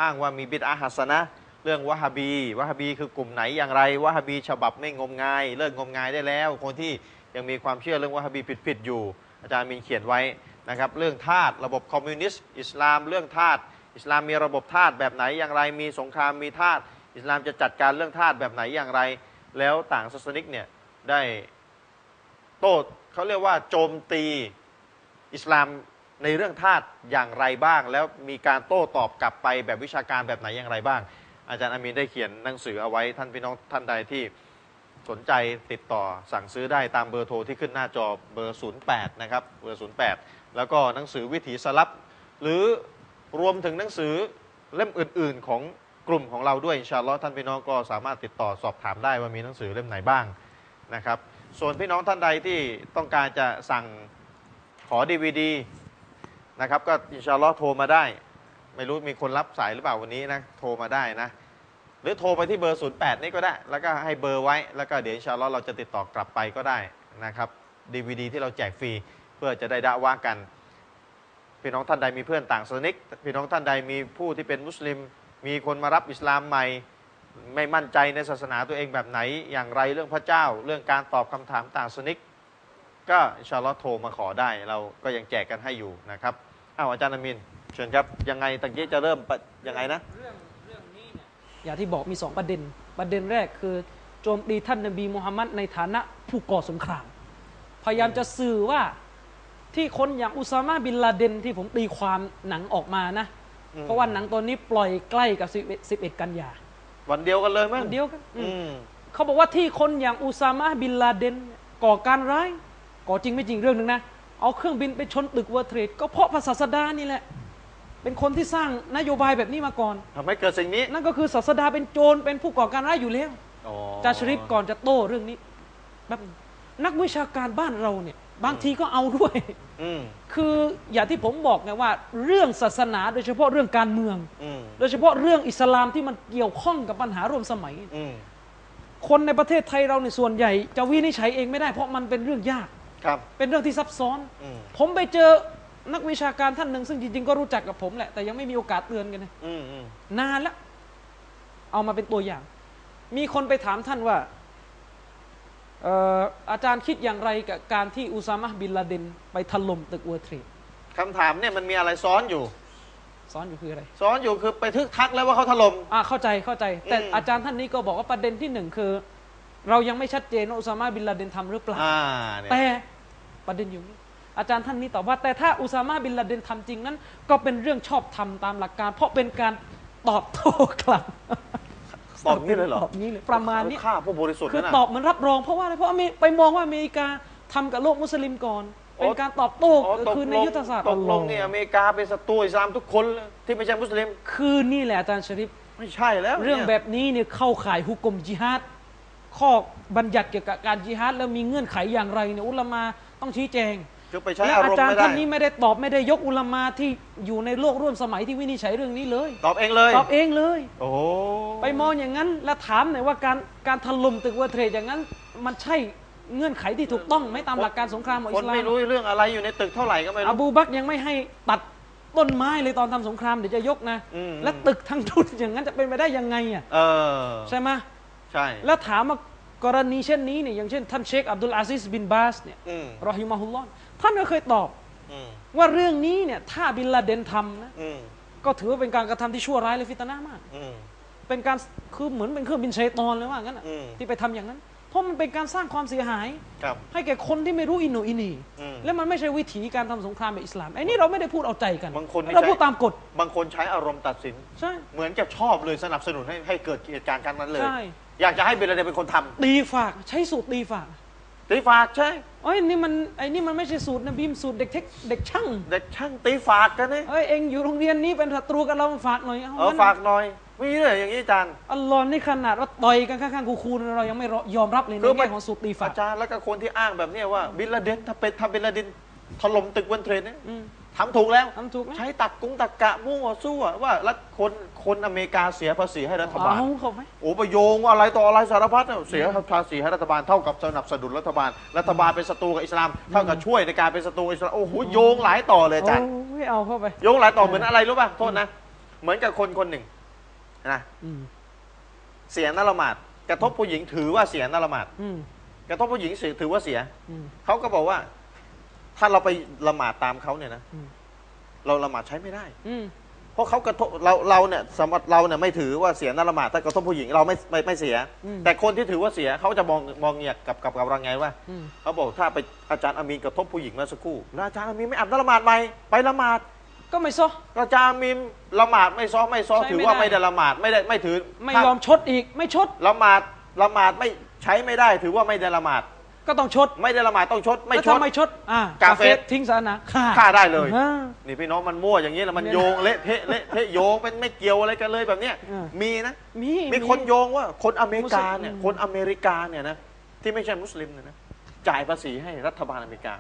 Speaker 1: อ้างว่ามีบิดอาฮัสนะ เรื่องวะฮาบีวะฮาบีคือกลุ่มไหนอย่างไรวะฮาบีฉบับไม่งมงาย เลิกงมงายได้แล้ว คนที่ยังมีความเชื่อเรื่องวะฮาบีผิดๆอยู่ อาจารย์มีนเขียนไว้นะครับเรื่องทาสระบบคอมมิวนิสต์อิสลามเรื่องทาสอิสลามมีระบบทาสแบบไหนอย่างไรมีสงครามมีทาสอิสลามจะจัดการเรื่องทาสแบบไหนอย่างไร แล้วต่างศาสนิกเนี่ยได้ โต้เขาเรียกว่าโจมตีอิสลามในเรื่องทาสอย่างไรบ้าง แล้วมีการโต้ตอบกลับไปแบบวิชาการแบบไหนอย่างไรบ้าง อาจารย์อามีนได้เขียนหนังสือเอาไว้ท่านพี่น้องท่านใดที่สนใจติดต่อสั่งซื้อได้ตามเบอร์โทรที่ขึ้นหน้าจอเบอร์ 08 นะครับเบอร์ 08 แล้วก็หนังสือวิถีสลับ หรือรวมถึงหนังสือเล่มอื่น ๆ ของกลุ่มของเราด้วยอินชาอัลลอฮ์ท่านพี่น้องก็สามารถติดต่อสอบถามได้ว่ามีหนังสือเล่มไหนบ้าง นะครับ ส่วนพี่น้องท่านใดที่ต้องการจะสั่งขอดีวดีนะครับ ก็อินชาอัลลอฮ์โทรมาได้ ไม่รู้มีคนรับสายหรือเปล่าวันนี้นะ โทรมาได้นะ หรือโทรไปที่เบอร์ 08 นี่ก็ได้ แล้วก็ให้เบอร์ไว้ แล้วก็เดี๋ยวอินชาอัลลอฮ์เราจะติดต่อกลับไปก็ได้นะครับดีวดีที่เราแจกฟรีเพื่อจะได้ดะว่ากัน พี่น้องท่านใดมีเพื่อนต่างศาสนิก พี่น้องท่านใดมีผู้ที่เป็นมุสลิม มีคนมารับอิสลามใหม่ ไม่มั่นใจในศาสนาตัวเองแบบไหนอย่างไรเรื่องพระเจ้า เรื่องการตอบคำถามต่างศาสนิก ก็อินชาอัลลอฮ์โทรมาขอได้เราก็ยังแจกกันให้อยู่นะครับอ้าวอาจารย์อามิน เชิญครับ ยังไงตะกี้จะเริ่มปะยังไงนะ
Speaker 3: อย่างที่บอกมีสองประเด็น ประเด็นแรกคือโจมตีท่านนบีมูฮัมมัดในฐานะผู้ก่อสงคราม พยายามจะสื่อว่าที่คนอย่างอุซามาบินลาเดนที่ผมตีความหนังออกมานะ
Speaker 1: อืม
Speaker 3: เพราะว่าหนังตอนนี้ปล่อยใกล้กับ11 11กันยา
Speaker 1: วันเดียวกันเลยมั้ง
Speaker 3: เดียวกันอื
Speaker 1: อืม
Speaker 3: มเขาบอกว่าที่คนอย่างอุซามาบินลาเดนก่อการร้ายก่อจริงไม่จริงเรื่องหนึ่งนะเอาเครื่องบินไปชนตึกเวอร์เทรดก็เพราะภาษาสดานี่แหละเป็นคนที่สร้างนโยบายแบบนี้มาก่อน
Speaker 1: ทำให้เกิดสิ่งนี้
Speaker 3: นั่นก็คือศาสดาเป็นโจรเป็นผู้ก่อการร้ายอยู่แล้ว
Speaker 1: อ๋อ
Speaker 3: จาชริฟก่อนจะโต้เรื่องนี้แบบนักวิชาการบ้านเราเนี่ย บางทีก็เอาด้วย
Speaker 1: อืม
Speaker 3: คืออย่างที่ผมบอกไงว่า เรื่องศาสนาโดยเฉพาะเรื่องการเมือง
Speaker 1: อืม
Speaker 3: โดยเฉพาะเรื่องอิสลามที่มันเกี่ยวข้องกับปัญหาร่วมสมัย
Speaker 1: อืม
Speaker 3: คนในประเทศไทยเราในยส่วนใหญ่ จะวินิจฉัยเองไม่ได้เพราะมันเป็นเรื่องยาก
Speaker 1: ครับ
Speaker 3: เป็นเรื่องที่ซับซ้อน
Speaker 1: อืม
Speaker 3: ผมไปเจอนักวิชาการท่านหนึ่งซึ่งจริงๆก็รู้จักกับผมแหละแต่ยังไม่มีโอกาสเตือนกันนะ
Speaker 1: อืมอืม
Speaker 3: นานแล้ว เอามาเป็นตัวอย่าง มีคนไปถามท่านว่าเอ่ออาจารย์คิดอย่างไรกับการที่อุซามะห์บินลาเดนไปถล่มตึกเวอร์เทรด
Speaker 1: คำถามเนี่ยมันมีอะไรซ้อนอยู่
Speaker 3: ซ้อนอยู่คืออะไร
Speaker 1: ซ้อนอยู่คือไปทึกทักแล้วว่าเขาถล่ม
Speaker 3: อ่าเข้าใจเข้าใจ แต่
Speaker 1: อืม
Speaker 3: อาจารย์ท่านนี้ก็บอกว่าประเด็นที่หนึ่งคือ เรายังไม่ชัดเจนว่าอุซามะห์บินลาเดนทำหรือเปล่า
Speaker 1: อ่าเนี่ย
Speaker 3: แต่ประเด็นอยู่นี่อาจารย์ท่านนี้ตอบว่า แต่ถ้าอุซามะห์บินลาเดนทำจริงนั้น ก็เป็นเรื่องชอบธรรมตามหลักการ เพราะเป็นการตอบโต้กลับ
Speaker 1: ตอบนี้เลยเหรอ
Speaker 3: ตอบนี้เลยประมาณนี้
Speaker 1: เขฆ่าผู้บริสุทธิ์
Speaker 3: คือ
Speaker 1: นั่นน่ะ
Speaker 3: ตอบเหมือนรับรองเพราะว่าอะไรเพราะอเมริไปมองว่าอเมริกาทำกับโลกมุสลิมก่อน
Speaker 1: โอ้
Speaker 3: เป็นการตอบโต้
Speaker 1: อ๋อตก
Speaker 3: คือใน
Speaker 1: ลง
Speaker 3: ยุทธศาสตร์
Speaker 1: ตกลงเนี่ยอ
Speaker 3: อัลลอฮ์
Speaker 1: เมริกาเป็นศัตรูอิสลามทุกคนเลยที่ไม่ใช่มุสลิม
Speaker 3: คือนี่แหละอาจารย์ชริฟ
Speaker 1: ไม่ใช่แล้ว
Speaker 3: เรื่อง
Speaker 1: นี่ย
Speaker 3: แบบนี้เนี่ยเข้าข่ายฮุกกลมจิฮาดข้อบัญญัติเกี่ยวกับการจิฮาดแล้วมีเงื่อนไขอย่างไรเนี่ยอุลามาต้องชี้แจง
Speaker 1: คือไปใช้
Speaker 3: และ
Speaker 1: อา
Speaker 3: อาร
Speaker 1: ม
Speaker 3: จา
Speaker 1: ณ์
Speaker 3: ร
Speaker 1: ไม่ได้
Speaker 3: ย์ท่านนี้ไม่ได้ตอบไม่ได้ยกอุลามาที่อยู่ในโลกร่วมสมัยที่วินิจฉัยเรื่องนี้เลย
Speaker 1: ตอบเองเลย
Speaker 3: ตอบเองเลย
Speaker 1: โอ้โห
Speaker 3: ไปมองอย่างนั้นแล้วถามหน่อยว่าการการถล่มตึกเวอร์เทรดอย่างนั้น มันใช่เงื่อนไขที่ถูกต้องไหมตามหลักการสงครามของ
Speaker 1: ค
Speaker 3: อิ
Speaker 1: น
Speaker 3: สลาม
Speaker 1: ไม่รู้เรื่องอะไรอยู่ในตึกเท่าไหร่ก็ไม่
Speaker 3: อ
Speaker 1: รู้
Speaker 3: บูบักรยังไม่ให้ตัดต้นไม้เลยตอนทำสงครามเดี๋ยวจะยกนะ
Speaker 1: อืม
Speaker 3: แล้วตึกทั้งทุนอย่างนั้นจะเป็นไปได้ยังไงอ่ะ
Speaker 1: เออ
Speaker 3: ใช่ไหม
Speaker 1: ใช่
Speaker 3: แล้วถามว่ากรณีเช่นนี้เนี่ยอย่างเช่นท่านเชคอับดุลอาซิสบินบาสเนี่ย
Speaker 1: อืม
Speaker 3: รอฮิมาฮุลลอฮ์ท่านก็เคยตอบ
Speaker 1: อืม
Speaker 3: ว่าเรื่องนี้เนี่ยถ้าบินลาเดนทำนะ
Speaker 1: อืม
Speaker 3: ก็ถือว่าเป็นการกระทำที่ชั่วร้ายและฟิตนะห์มาก
Speaker 1: อืม
Speaker 3: เป็นการคือเหมือนเป็นเครื่องบินชัยตอนเลยว่างั้นอะ
Speaker 1: อืม
Speaker 3: ที่ไปทำอย่างนั้น เพราะมันเป็นการสร้างความเสียหาย
Speaker 1: ครับ
Speaker 3: ให้แก่คนที่ไม่รู้อินโนอินี
Speaker 1: อืม
Speaker 3: และมันไม่ใช่วิถีการทำสงครามแบบอิสลามไอ้นี่เราไม่ได้พูดเอาใจกัน
Speaker 1: บางคนนี่
Speaker 3: เรา
Speaker 1: ใช้
Speaker 3: พูดตามกฎ
Speaker 1: บางคนใช้อารมณ์ตัดสิน
Speaker 3: ใช่
Speaker 1: เหมือนจะชอบเลยสนับสนุนให้ให้เกิดเหตุการณ์ครั้งนั้นเลย
Speaker 3: ใช่
Speaker 1: อยากจะให้เบลาเดนเป็นคนท
Speaker 3: ตีฝากใช้สูตรตีฝาก
Speaker 1: ำตีฝากใช่
Speaker 3: เอ้ยนี่มันไอ้นี่มันไม่ใช่สูตรนะบีมสูตรเด็กเทคเด็กช่าง
Speaker 1: เด็กช่างตีฝากกันนี่
Speaker 3: เอ้ยเองอยู่โรงเรียนนี้เป็นศัตรูกับเราฝากหน่อย
Speaker 1: เออ
Speaker 3: มัน
Speaker 1: ฝากหน่อยมีเลยอย่างนี้อาจารย์
Speaker 3: อัลลอฮ์นี่ขนาดว่าต่อยกันข้างๆกูคูนเรายังไม่ยอมรับเลย
Speaker 1: คือ
Speaker 3: ใน
Speaker 1: มัน
Speaker 3: แง่ของสูตรตีฝาก
Speaker 1: อาจารย์แล้วก็คนที่อ้างแบบเนี้ยว่าบินลาเดนถ้าเป็นทำบินลาเดนถล่มตึกเวนเทรนเนี่ย
Speaker 3: อืม
Speaker 1: ทำถูกแล้ว
Speaker 3: ทำถูกไหม
Speaker 1: ใช้ตักกุ้งตักกะมั่วสู้อะว่ารัฐคนคนอเมริกาเสียภาษีให้รัฐบาล
Speaker 3: เอาเขาไหม
Speaker 1: โอ้ไปโยงว่าอะไรต่ออะไรสารพัดเนี่ยเสียภาษีให้รัฐบาลเท่ากับสนับสนุนรัฐบาล รัฐบาลเป็นศัตรูกับอิสลามเท่ากับช่วยในการเป็นศัตรูกับอิสลามโอ้โหโยงหลายต่อเลยอาจารย์
Speaker 3: โอ้ยเอาเข้าไป
Speaker 1: โยงหลายต่อเหมือนอะไรรู้ป่ะโทษนะ เหมือนกับคนคนหนึ่งนะ
Speaker 3: อืม
Speaker 1: เสียหน้าละหมาดกระทบผู้หญิงถือว่าเสียหน้าละหมาด
Speaker 3: อืม
Speaker 1: กระทบผู้หญิงเสียถือว่าเสีย
Speaker 3: อืม
Speaker 1: เขาก็บอกว่า ถ้าเราไปละหมาดตามเขาเนี่ยนะ
Speaker 3: อืม
Speaker 1: เราละหมาดใช้ไม่ได้
Speaker 3: อืม
Speaker 1: เพราะเขากระทบเราเราเนี่ยสำหรับเราเนี่ยไม่ถือว่าเสียหน้าละหมาดแต่กระทบผู้หญิงเราไม่ไม่ไม่เสีย แต่คนที่ถือว่าเสียเขาจะมองมองเงียกกับกับกับเราไงว่า
Speaker 3: อืม
Speaker 1: เขาบอกถ้าไปอาจารย์อามีนกระทบผู้หญิงเมื่อสักครู่แล้วอาจารย์อามีนไม่อาบน้ำละหมาดไหมไปละหมาด
Speaker 3: ก็ไม่ซะ
Speaker 1: อาจารย์อามีนละหมาดไม่ซ้อมไม่ซ้อม
Speaker 3: ใช่
Speaker 1: ถือว่า
Speaker 3: ไม่
Speaker 1: ไม่
Speaker 3: ได้
Speaker 1: ได้ละหมาดไม่ได้ไม่ถือ
Speaker 3: ไม่
Speaker 1: ถ้าย
Speaker 3: อมชดอีกไม่ชด
Speaker 1: ละหมาดละหมาดไม่ใช้ไม่ได้ ถือว่าไม่ได้ละหมาด
Speaker 3: ก็ต้องชด
Speaker 1: ไม่ได้ละหมาดต้องชดไม่
Speaker 3: แล้ว
Speaker 1: ช
Speaker 3: ถ้า
Speaker 1: ด
Speaker 3: ไม่ชดอ่า
Speaker 1: าก
Speaker 3: กา
Speaker 1: เฟ
Speaker 3: เฟ
Speaker 1: ร
Speaker 3: สทิ้งซะนะฆ่า
Speaker 1: ฆ่าได้เลย
Speaker 3: อ่า
Speaker 1: นี่พี่น้องมันมั่วอย่างนี้แหล้วมันโยงเละเทะเละเทะโยงเป็นไม่เกี่ยวอะไรกันเลยแบบเนี้ย
Speaker 3: อ่ามี
Speaker 1: มีนะ
Speaker 3: มี
Speaker 1: มีคนโยงว่าคนอเมริกาเนี่ย
Speaker 3: มุสลิม
Speaker 1: คนอเมริกาเนี่ยนะที่ไม่ใช่มุสลิมเนี่ยนะจ่ายภาษีให้รัฐบาลอเมริกา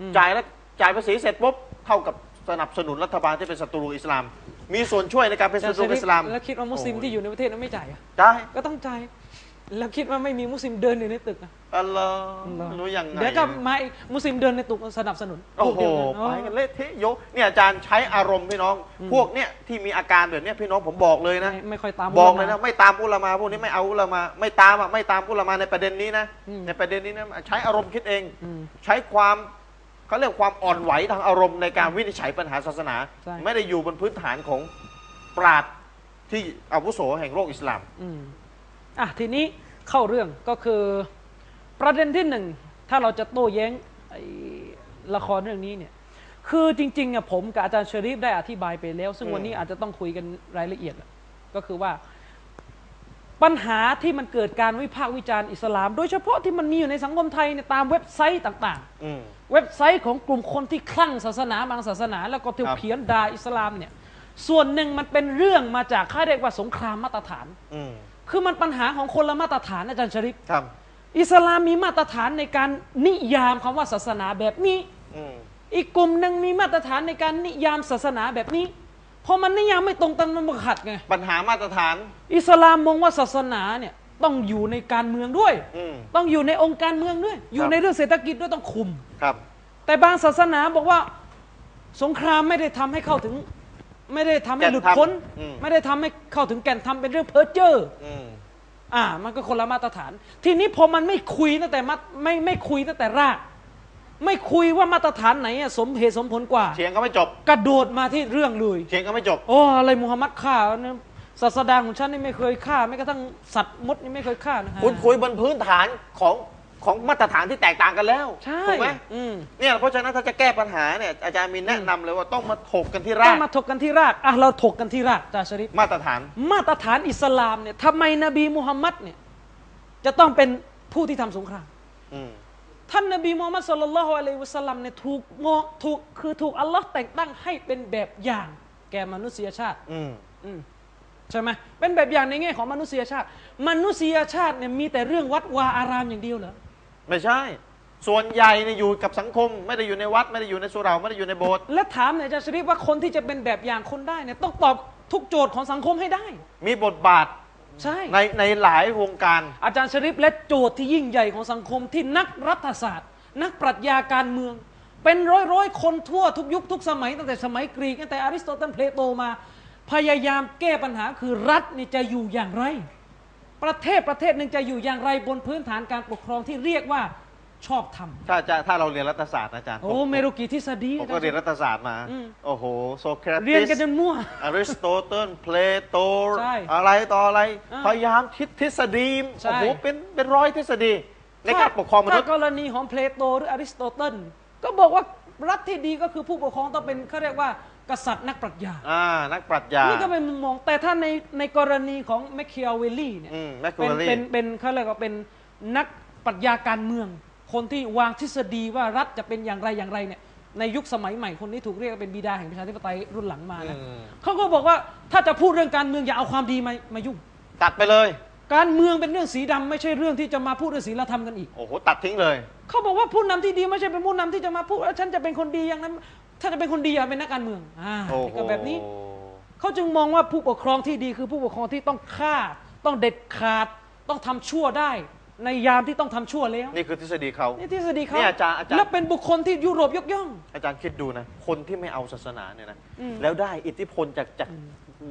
Speaker 3: อืม
Speaker 1: จ่ายแล้วจ่ายภาษีเสร็จปุ๊บเท่ากับสนับสนุนรัฐบาลที่เป็นศัตรูอิสลาม มีส่วนช่วยในการเป็นศัตรูกับอิสลาม
Speaker 3: แล้วคิดว่ามุสลิมที่อยู่ในประเทศนั้นไม่จ่ายอ่ะ
Speaker 1: ได้
Speaker 3: ก็ต้องจ่ายแล้วคิดว่าไม่มีมุสลิมเดินอยู่ในตึกอ่ะ
Speaker 1: อัลลอ
Speaker 3: เหรอ
Speaker 1: ฮ์รู้ยังไง
Speaker 3: เดี๋ยวก็มาอีกมุสลิมเดินในตึกสนับสนุน
Speaker 1: โอ้โห
Speaker 3: พ
Speaker 1: ไป
Speaker 3: วกเดียวกั
Speaker 1: กัน นเละเทะโยงเนี่ยอาจารย์ใช้อารมณ์พี่น้อง พวกเนี่ยที่มีอาการแบบเนี้ยพี่น้องผมบอกเลย
Speaker 3: ไม่
Speaker 1: นะ
Speaker 3: ไม่ค่อยตาม
Speaker 1: บอกเล
Speaker 3: มั
Speaker 1: ยนะไม่ตามอุลามาพวกนี้ไม่เอาอุลามาไม่ตามอ่ะไม่ตามอุลามาในประเด็นนี้นะ
Speaker 3: อืม
Speaker 1: ในประเด็นนี้นะใช้อารมณ์คิดเอง
Speaker 3: อืม
Speaker 1: ใช้ความเขาเรียกความอ่อนไหวทางอารมณ์ในการวินิจฉัยปัญหาศาสนา
Speaker 3: ใช่
Speaker 1: ไม่ได้อยู่บนพื้นฐานของปราดที่อาวุโสแห่งโลกอิสลาม
Speaker 3: อืมอ่ะทีนี้เข้าเรื่องก็คือประเด็นที่หนึ่ง ถ้าเราจะโต้แย้งไอ้ละครเรื่องนี้เนี่ย คือจริงๆอ่ะผมกับอาจารย์เชอรีฟได้อธิบายไปแล้ว ซึ่ง
Speaker 1: อืม
Speaker 3: วันนี้อาจจะต้องคุยกันรายละเอียดอะก็คือว่า ปัญหาที่มันเกิดการวิพากษ์วิจารณ์อิสลาม โดยเฉพาะที่มันมีอยู่ในสังคมไทยเนี่ยตามเว็บไซต์ต่าง
Speaker 1: อืม
Speaker 3: ๆ เว็บไซต์ของกลุ่มคนที่คลั่งศาสนาบางศาสนา แล้วก็เที่ยว
Speaker 1: ครับ
Speaker 3: เพี้ยนด่าอิสลามเนี่ย ส่วนหนึ่งมันเป็นเรื่องมาจากค่าเรียกว่าสงครามมาตรฐาน
Speaker 1: อืม
Speaker 3: คือมันปัญหาของคนละมาตรฐานอาจารย์ชริป
Speaker 1: ครับ
Speaker 3: อิสลามมีมาตรฐานในการนิยามคำว่าศาสนาแบบนี้
Speaker 1: อืม
Speaker 3: อีกกลุ่มหนึ่งมีมาตรฐานในการนิยามศาสนาแบบนี้พอมันนิยามไม่ตรงกันมันบกขัดไง
Speaker 1: ปัญหามาตรฐาน
Speaker 3: อิสลามมองว่าศาสนาเนี่ยต้องอยู่ในการเมืองด้วย
Speaker 1: อืม
Speaker 3: ต้องอยู่ในองค์การเมืองด้วย อ
Speaker 1: ค
Speaker 3: ยู่
Speaker 1: รับ
Speaker 3: ในเรื่องเศรษฐกิจด้วยต้องคุม
Speaker 1: ครับ
Speaker 3: แต่บางศาสนาบอกว่าสงครามไม่ได้ทำให้เข้าถึง ไม่ได้ทำให้หลุดพ้น
Speaker 1: แก่นธรรมอืม
Speaker 3: ไม่ได้ทำให้เข้าถึงแก่นธรรมเป็นเรื่องเพ้อเจ้อ
Speaker 1: อืม
Speaker 3: อ่ามันก็คนละมาตรฐาน ทีนี้พอมันไม่คุยตั้งแต่มัดไม่ไม่คุยตั้งแต่ราก ไม่คุยว่ามาตรฐานไหนอะสมเหตุสมผลกว่า
Speaker 1: เถียงก็ไม่จบ
Speaker 3: กระโดดมาที่เรื่องเลย
Speaker 1: เถียงก็ไม่จบ
Speaker 3: โอ้อะไรมูฮัมหมัดฆ่าเนี่ยศาสดาของฉันนี่ไม่เคยฆ่าแม้กระทั่งสัตว์มดนี่ไม่เคยฆ่านะฮะ
Speaker 1: คุณคุยบนพื้นฐานของของมาตรฐานที่แตกต่างกันแล้ว
Speaker 3: ใช่
Speaker 1: ถูกไหม
Speaker 3: อืม
Speaker 1: เนี่ยเพราะฉะนั้นถ้าจะแก้ปัญหาเนี่ยอาจารย์มีนแนะนำเลยว่าต้องมาถกกันที่รา
Speaker 3: ต้อก งมาถกกันที่รากอ่ะเราถกกันที่รากจาชริฟ
Speaker 1: มาตรฐาน
Speaker 3: มาตรฐานอิสลามเนี่ยทำไมนบีมูฮัมมัดเนี่ยจะต้องเป็นผู้ที่ทำสงคราม
Speaker 1: อืม
Speaker 3: ท่านนบีมูฮัมมัดสุลลัลลอฮุอะลัยฮิวะสัลลัมเนี่ยถูกมองถูกคือถูกอัลลอฮ์แต่งตั้งให้เป็นแบบอย่าง แก่มนุษยชาติ
Speaker 1: อืม
Speaker 3: อืมใช่ไหมเป็นแบบอย่างในแง่ของมนุษยชาติ มนุษยชาติเนี่ยมีแต่เรื่องวัดวาอารามอย่างเดียวเหรอ
Speaker 1: ไม่ใช่ ส่วนใหญ่เนี่ยอยู่กับสังคม ไม่ได้อยู่ในวัด ไม่ได้อยู่ในสุเหราไม่ได้อยู่ในโบสถ์
Speaker 3: และถามหนอยอาจารย์ชริฟว่าคนที่จะเป็นแบบอย่างคนได้เนี่ยต้องตอบทุกโจทย์ของสังคมให้ได้
Speaker 1: มีบทบาท
Speaker 3: ใช่
Speaker 1: ในในหลายวงการ
Speaker 3: อาจารย์ชริฟและโจทย์ที่ยิ่งใหญ่ของสังคมที่นักรัฐศาสตร์ นักปรัชญาการเมือง เป็นร้อยร้อยๆคนทั่วทุกยุคทุกสมัยตั้งแต่สมัยกรีกตั้งแต่อริสโตเติลเพลโตมา พยายามแก้ปัญหาคือรัฐนี่จะอยู่อย่างไร ประเทศประเทศหนึ่งจะอยู่อย่างไรบนพื้นฐานการปกครองที่เรียกว่า ชอบท
Speaker 1: ถ้าจะถ้าเราเรียนรัฐศาสตร์นะอาจารย์ผ
Speaker 3: ำโอ้
Speaker 1: ม
Speaker 3: เมโรกิทฤษฎี
Speaker 1: ผมก็เรียนรัฐศาสตร์มา โอ้โหโซเครา
Speaker 3: เรียนกันจ
Speaker 1: ติส
Speaker 3: นมั่ว
Speaker 1: อริสโตเติลเพลโต
Speaker 3: ใช่
Speaker 1: อะไรต่ออะไร
Speaker 3: อ่า
Speaker 1: พยายามคิดทฤษฎี
Speaker 3: ใช่
Speaker 1: โอ้โหเป็นเป็นร้อยทฤษฎี ในการปกครองมนุษย์
Speaker 3: ถ้ากรณีของเพลโตหรืออริสโตเติลก็บอกว่ารัฐที่ดีก็คือผู้ปกครองต้องเป็นเขาเรียกว่ากษัตริย์นักปรัชญา
Speaker 1: อ่า นักปรัชญา
Speaker 3: นี่ก็เป็นมุมมองแต่ถ้าในในกรณีของแมคคิอาเวลลี่เนี่ย
Speaker 1: อืมแมคคิ
Speaker 3: เป็น
Speaker 1: วลี
Speaker 3: เป็นเป็นเขาเรียกว่าเป็นนักปรัชญาการเมือง คนที่วางทฤษฎีว่ารัฐจะเป็นอย่างไรอย่างไรเนี่ยในยุคสมัยใหม่คนนี้ถูกเรียกว่าเป็นบิดาแห่งประชาธิปไตยรุ่นหลังมานะเขาก็บอกว่าถ้าจะพูดเรื่องการเมืองอย่าเอาความดีมามายุ่ง
Speaker 1: ตัดไปเลย
Speaker 3: การเมืองเป็นเรื่องสีดำไม่ใช่เรื่องที่จะมาพูดเรื่องศีลธรรมกันอีก
Speaker 1: โอ้โห ตัดทิ้งเลย
Speaker 3: เขาบอกว่าผู้นำที่ดีไม่ใช่เป็นผู้นำที่จะมาพูดว่าฉันจะเป็นคนดีอย่างนั้นถ้าจะเป็นคนดีอย่าเป็นนักการเมืองอ่า
Speaker 1: โอ้โห
Speaker 3: ก็แบบนี้ เขาจึงมองว่าผู้ปกครองที่ดีคือผู้ปกครองที่ต้องฆ่า ต้องเด็ดขาด ต้องทำชั่วได้ ในยามที่ต้องทำชั่วแล้ว
Speaker 1: นี่คือทฤษฎีเขา
Speaker 3: นี่ทฤษฎีเขา
Speaker 1: เนี่ยอาจารย์อาจารย์
Speaker 3: และเป็นบุคคลที่ยุโรปยกย่อง
Speaker 1: อาจารย์คิดดูนะ คนที่ไม่เอาศาสนาเนี่ยนะ แล้วได้อิทธิพลจากจาก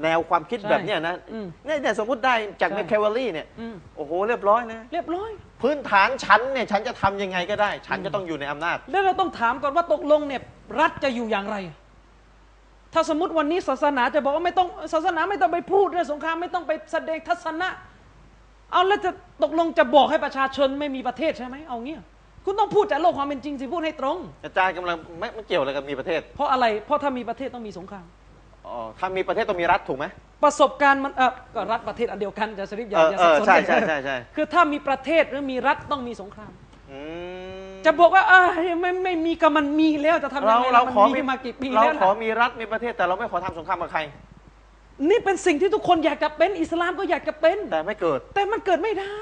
Speaker 1: แนวความคิด
Speaker 3: ใช่
Speaker 1: แบบเนี้ยนะ
Speaker 3: อืม
Speaker 1: เนี่ยเนี่ยสมมติได้จาก
Speaker 3: ใช่
Speaker 1: แมคคาวลีเนี่ย
Speaker 3: อืม
Speaker 1: โอ้โห เรียบร้อยนะ
Speaker 3: เรียบร้อย
Speaker 1: พื้นฐานฉันเนี่ย ฉันจะทำยังไงก็ได้ ฉันจะต้องอยู่ในอำนาจ
Speaker 3: แล้วเราต้องถามก่อนว่าตกลงเนี่ยรัฐจะอยู่อย่างไร ถ้าสมมติวันนี้ศาสนาจะบอกว่าไม่ต้องศาสนาไม่ต้องไปพูดเรื่องสงครามไม่ต้องไปแสดงทัศนะเอาแล้วจะตกลงจะบอกให้ประชาชนไม่มีประเทศใช่ไหมเอาเงี้ยคุณต้องพูดจากโลกความเป็นจริงสิพูดให้ตรง
Speaker 1: อาจารย์กำลังไม่ไม่เกี่ยวอะไรกับมีประเทศ
Speaker 3: เพราะอะไร เพราะถ้ามีประเทศต้องมีสงคราม
Speaker 1: อ๋อ ถ้ามีประเทศต้องมีรัฐถูกไหม
Speaker 3: ประสบการณ์มันเออก็รัฐประเทศอันเดียวกันจะสริปอย่า
Speaker 1: เออ
Speaker 3: อย่า
Speaker 1: เอ
Speaker 3: สับ
Speaker 1: อ
Speaker 3: สน
Speaker 1: ใช่
Speaker 3: กั
Speaker 1: ใช่
Speaker 3: น
Speaker 1: ใช่ใช่
Speaker 3: คือถ้ามีประเทศหรือมีรัฐต้องมีสงคราม
Speaker 1: อืม
Speaker 3: จะบอกว่าเอยไม่ไม่มีก็มันมีแล้วจะทำยังไง
Speaker 1: เราเรา
Speaker 3: ล่ะ
Speaker 1: ขอ
Speaker 3: มันมี
Speaker 1: มี
Speaker 3: มากี่ปี
Speaker 1: เรา
Speaker 3: แล้ว
Speaker 1: ขอ
Speaker 3: ล่ะ
Speaker 1: มีรัฐมีประเทศแต่เราไม่ขอทำสงครามกับใคร
Speaker 3: นี่เป็นสิ่งที่ทุกคนอยากจะเป็นอิสลามก็อยากจะเป็น
Speaker 1: แต่ไม่เกิด
Speaker 3: แต่มันเกิดไม่ได้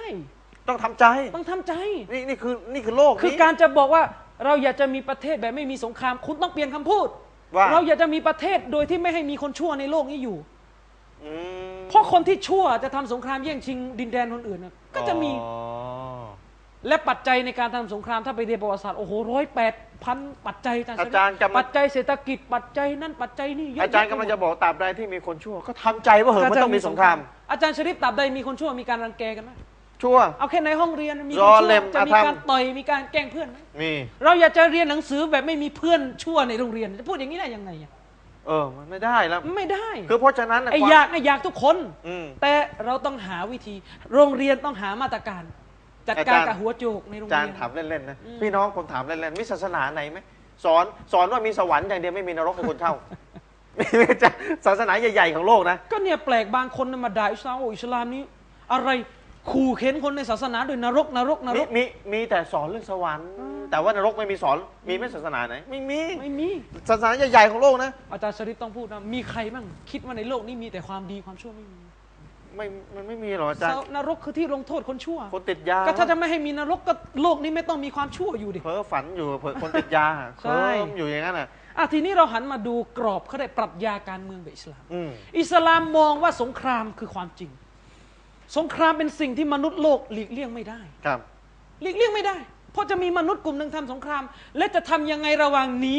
Speaker 1: ต้องทำใจ
Speaker 3: ต้องทำใจ
Speaker 1: นี่นี่คือนี่คือโลกนี้
Speaker 3: คือการจะบอกว่าเราอยากจะมีประเทศแบบไม่มีสงคราม คุณต้องเปลี่ยนคำพูด
Speaker 1: ว่า
Speaker 3: เราอยากจะมีประเทศโดยที่ไม่ให้มีคนชั่วในโลกนี้อยู่
Speaker 1: อืม
Speaker 3: เพราะคนที่ชั่วจะทำสงครามแย่งชิงดินแดนคนอื่นน่ะก็จะมี
Speaker 1: อ๋อ
Speaker 3: และปัจจัยในการทำสงครามถ้าไปเรียนประวัติศาสตร์โอ้โหร้อยแปดพันปัจจัย
Speaker 1: อาจารย์กำลั
Speaker 3: ปั
Speaker 1: ง
Speaker 3: จจัยเศรษฐกิจปัจจัยนั่นปัจจัยนี่เะ
Speaker 1: อาจารย์กำลังจะบอกตราบใดที่มีคนชั่ว ก็ทำใจว่าเหอะมันต้องมีสงคราม
Speaker 3: อาจารย์ชริปตราบใดมีคนชั่วมีการรังแกกันไหม
Speaker 1: ชั่ว
Speaker 3: เอาแค่ในห้องเรียนมีค
Speaker 1: ร
Speaker 3: น
Speaker 1: อ
Speaker 3: ชั่ว
Speaker 1: เล่ม
Speaker 3: จะมี
Speaker 1: อาธรรม
Speaker 3: การต่อยมีการแกล้งเพื่อนไหม
Speaker 1: มี
Speaker 3: เราอยากจะเรียนหนังสือแบบไม่มีเพื่อนชั่วในโรงเรียนจะพูดอย่างนี้ได้ยังไงอะ
Speaker 1: เออมันไม่ได้แล้ว
Speaker 3: ไม่ได้
Speaker 1: คือเพราะฉะนั้นน่ะ
Speaker 3: ไอ้
Speaker 1: ความ
Speaker 3: อยากไอ้อยากทุกคน
Speaker 1: อืม
Speaker 3: แต่เราต้องหาวิธี โรงเรียนต้องหามาตรการ จัด
Speaker 1: อา
Speaker 3: การ ร
Speaker 1: ย์
Speaker 3: กับหัวโจกในโรง
Speaker 1: อาจาร
Speaker 3: เรี
Speaker 1: ย์
Speaker 3: ยน
Speaker 1: ถามเล่นๆนะพี่น้องผมถามเล่นๆมีศาสนาไหนไหมสอนสอนว่ามีสวรรค์อย่างเดียวไม่มีนรกให้ <laughs> คนเข้า ไม่ไม่ใช่ศาสนาใหญ่ๆของโลกนะ
Speaker 3: ก็เนี่ยแปลกบางคนน่ะมาด่าอิสลามโอ้อิสลามนี้ อะไรขู่เข็นคนในศาสนาโดวยนรกนรกนร
Speaker 1: มี
Speaker 3: ก
Speaker 1: มีมีแต่สอนเรื่องสวรรค์ แต่ว่านรกไม่มีสอนมีไหม่ศาสนาไหนไม่มี
Speaker 3: ไม่มี
Speaker 1: ศาสนาใหญ่ๆของโลกนะ
Speaker 3: อาจารย์ชริตต้องพูดนะมีใครบ้างคิดว่าในโลกนี้มีแต่ความดีความชั่วไม่มี
Speaker 1: ไม่มันไม่มีหรออาจารย์
Speaker 3: นรกคือที่ลงโทษคนชั่ว
Speaker 1: คนติดยา
Speaker 3: ก็ถ้าจะไม่ให้มีนรกก็โลกนี้ไม่ต้องมีความชั่วอยู่ดิ
Speaker 1: เพ้อฝันอยู่เพ้อคนติดยา
Speaker 3: ใช่
Speaker 1: เพ้อมอยู่อย่างนั้นอ่ะ
Speaker 3: อ่ะทีนี้เราหันมาดูกรอบเขาได้ปรัชญาการเมืองแบบอิสลาม
Speaker 1: อืม
Speaker 3: อิสลามมองว่าสงครามคือความจริง สงครามเป็นสิ่งที่มนุษย์โลกหลีกเลี่ยงไม่ได้
Speaker 1: ครับ
Speaker 3: หลีกเลี่ยงไม่ได้ เพราะจะมีมนุษย์กลุ่มหนึ่งทำสงคราม และจะทำยังไงระหว่างหนี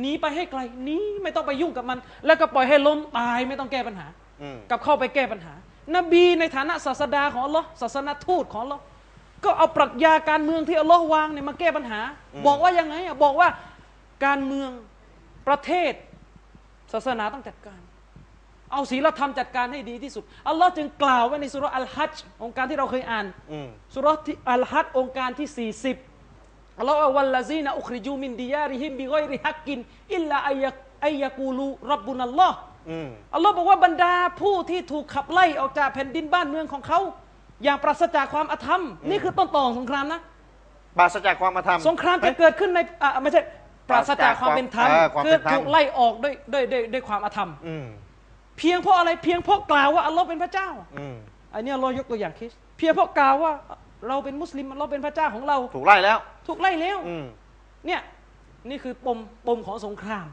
Speaker 3: หนีไปให้ไกลหนีไม่ต้องไปยุ่งกับมัน แล้วก็ปล่อยให้ล้มตายไม่ต้องแก้ปัญหา
Speaker 1: อืม
Speaker 3: กลับเข้าไปแก้ปัญหา นบีในฐานะศาสดาของอัลลอฮ์ศาสนาทูตของอัลลอฮ์ก็เอาปรัชญาการเมืองที่อัลลอฮ์วางเนี่ยมาแก้ปัญหา บอกว่ายังไงอ่ะบอกว่าการเมืองประเทศ ศาสนาต้องจัดการ เอาศีลธรรมจัดการให้ดีที่สุดอัลลอฮ์จึงกล่าวไว้ในสุเราะห์อัลฮัจญ์องค์การที่เราเคยอ่าน
Speaker 1: อืม
Speaker 3: สุเราะห์ที่อัลฮัดองค์การที่ 40อัลลอฮ์ว่าวัลลาซีนะอุคริจูมินดิยาริฮิมบิกอยริฮักกินอิลลาอัยะอัยะกูลูรับบุนัลลอฮ์
Speaker 1: อืม
Speaker 3: อัลลอฮ์บอกว่าบรรดาผู้ที่ถูกขับไล่ออกจากแผ่นดินบ้านเมืองของเขา อย่างปราศจากความอธรรม นี่คือต้นตอของสงครามนะ
Speaker 1: ปราศจากความมาทำ
Speaker 3: สงครามจะเกิดขึ้นในอ่ะไม่ใช่ปราศจากความเป็นธรรม
Speaker 1: เออความ
Speaker 3: คื
Speaker 1: เป็นธรรม
Speaker 3: ถูกไล่ออกด้วยด้วยด้วยด้วยความอธรรม
Speaker 1: อืม
Speaker 3: เพียงเพราะอะไรเพียงเพราะกล่าวว่าอัลลอฮ์เป็นพระเจ้า
Speaker 1: อืม
Speaker 3: อันนี้อัลลอฮ์ยกตัวอย่างคริสเพียงเพราะกล่าวว่าเราเป็นมุสลิมอัลลอฮ์เป็นพระเจ้าของเรา
Speaker 1: ถูกไล่แล้ว
Speaker 3: ถูกไล่แล้ว
Speaker 1: อืม
Speaker 3: เนี่ยนี่คือปมปมของสงคราม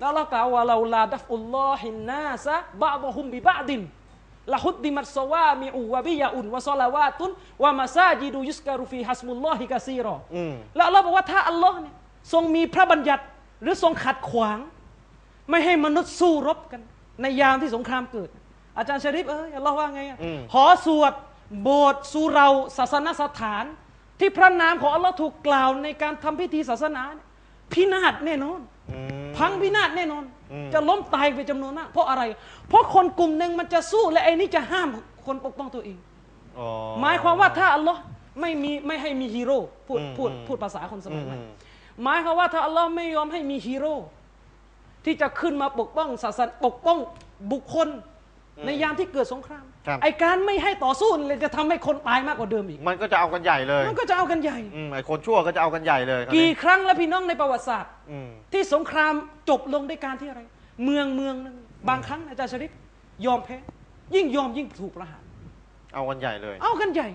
Speaker 3: แล้วเรากล่าวว่าเราลาดัฟอุลลอฮินนาซะบะบะฮุมบิบะดินละฮุดดิมัตสวามิอูวะบิยาอุนวะซอลาวาตุนวะมาซาจิดูยุสการุฟีฮัสมุลลอฮิกาซีรอ
Speaker 1: อืม
Speaker 3: แล้วเราบอกว่าถ้าอัลลอฮ์เนี่ยทรงมีพระบัญญัติหรือทรงขัดขวาง ไม่ให้มนุษย์สู้รบกัน ในยามที่สงครามเกิด อาจารย์ชริฟเอ้ยอัลลอฮ์ว่าไงอะหอสวด โบสถ์สุเหราศาสนสถาน ที่พระนามของอัลลอฮ์ถูกกล่าวในการทำพิธีศาสนาเนี่ยพินาศแน่นอน
Speaker 1: อืม
Speaker 3: พังพินาศแน่นอน
Speaker 1: อืม
Speaker 3: จะล้มตายไปจำนวนมากเพราะอะไร เพราะคนกลุ่มหนึ่งมันจะสู้และไอ้นี่จะห้ามคนปกป้องตัวเอง
Speaker 1: อ๋อ
Speaker 3: หมายความว่าถ้าอัลลอฮ์ไม่มีไม่ให้มีฮีโร่พูด
Speaker 1: อืม
Speaker 3: พูด
Speaker 1: อืม
Speaker 3: พูดภาษาคนส
Speaker 1: อื
Speaker 3: มัย
Speaker 1: ม
Speaker 3: ให
Speaker 1: อื
Speaker 3: ม่
Speaker 1: ม
Speaker 3: หมายความว่าถ้าอัลลอฮ์ไม่ยอมให้มีฮีโร่ที่จะขึ้นมาปกป้องศาสนาปกป้องบุคคล ในยามที่เกิดสงคราม
Speaker 1: ครับ
Speaker 3: ไอการไม่ให้ต่อสู้นี่เลยจะทำให้คนตายมากกว่าเดิมอีก
Speaker 1: มันก็จะเอากันใหญ่เลย
Speaker 3: มันก็จะเอากันใหญ่
Speaker 1: อืมไอ้คนชั่วก็จะเอากันใหญ่เลยคราว
Speaker 3: กี่
Speaker 1: นี้
Speaker 3: ครั้งแล้วพี่น้องในประวัติศาสตร์
Speaker 1: อืม
Speaker 3: ที่สงครามจบลงด้วยการที่อะไร เมืองเมืองหนึงบางครั้งอาจารย์ชริปยอมแพ้ยิ่งยอมยิ่งถูกประหาร
Speaker 1: เอากันใหญ่เลย
Speaker 3: เอากันใหญ่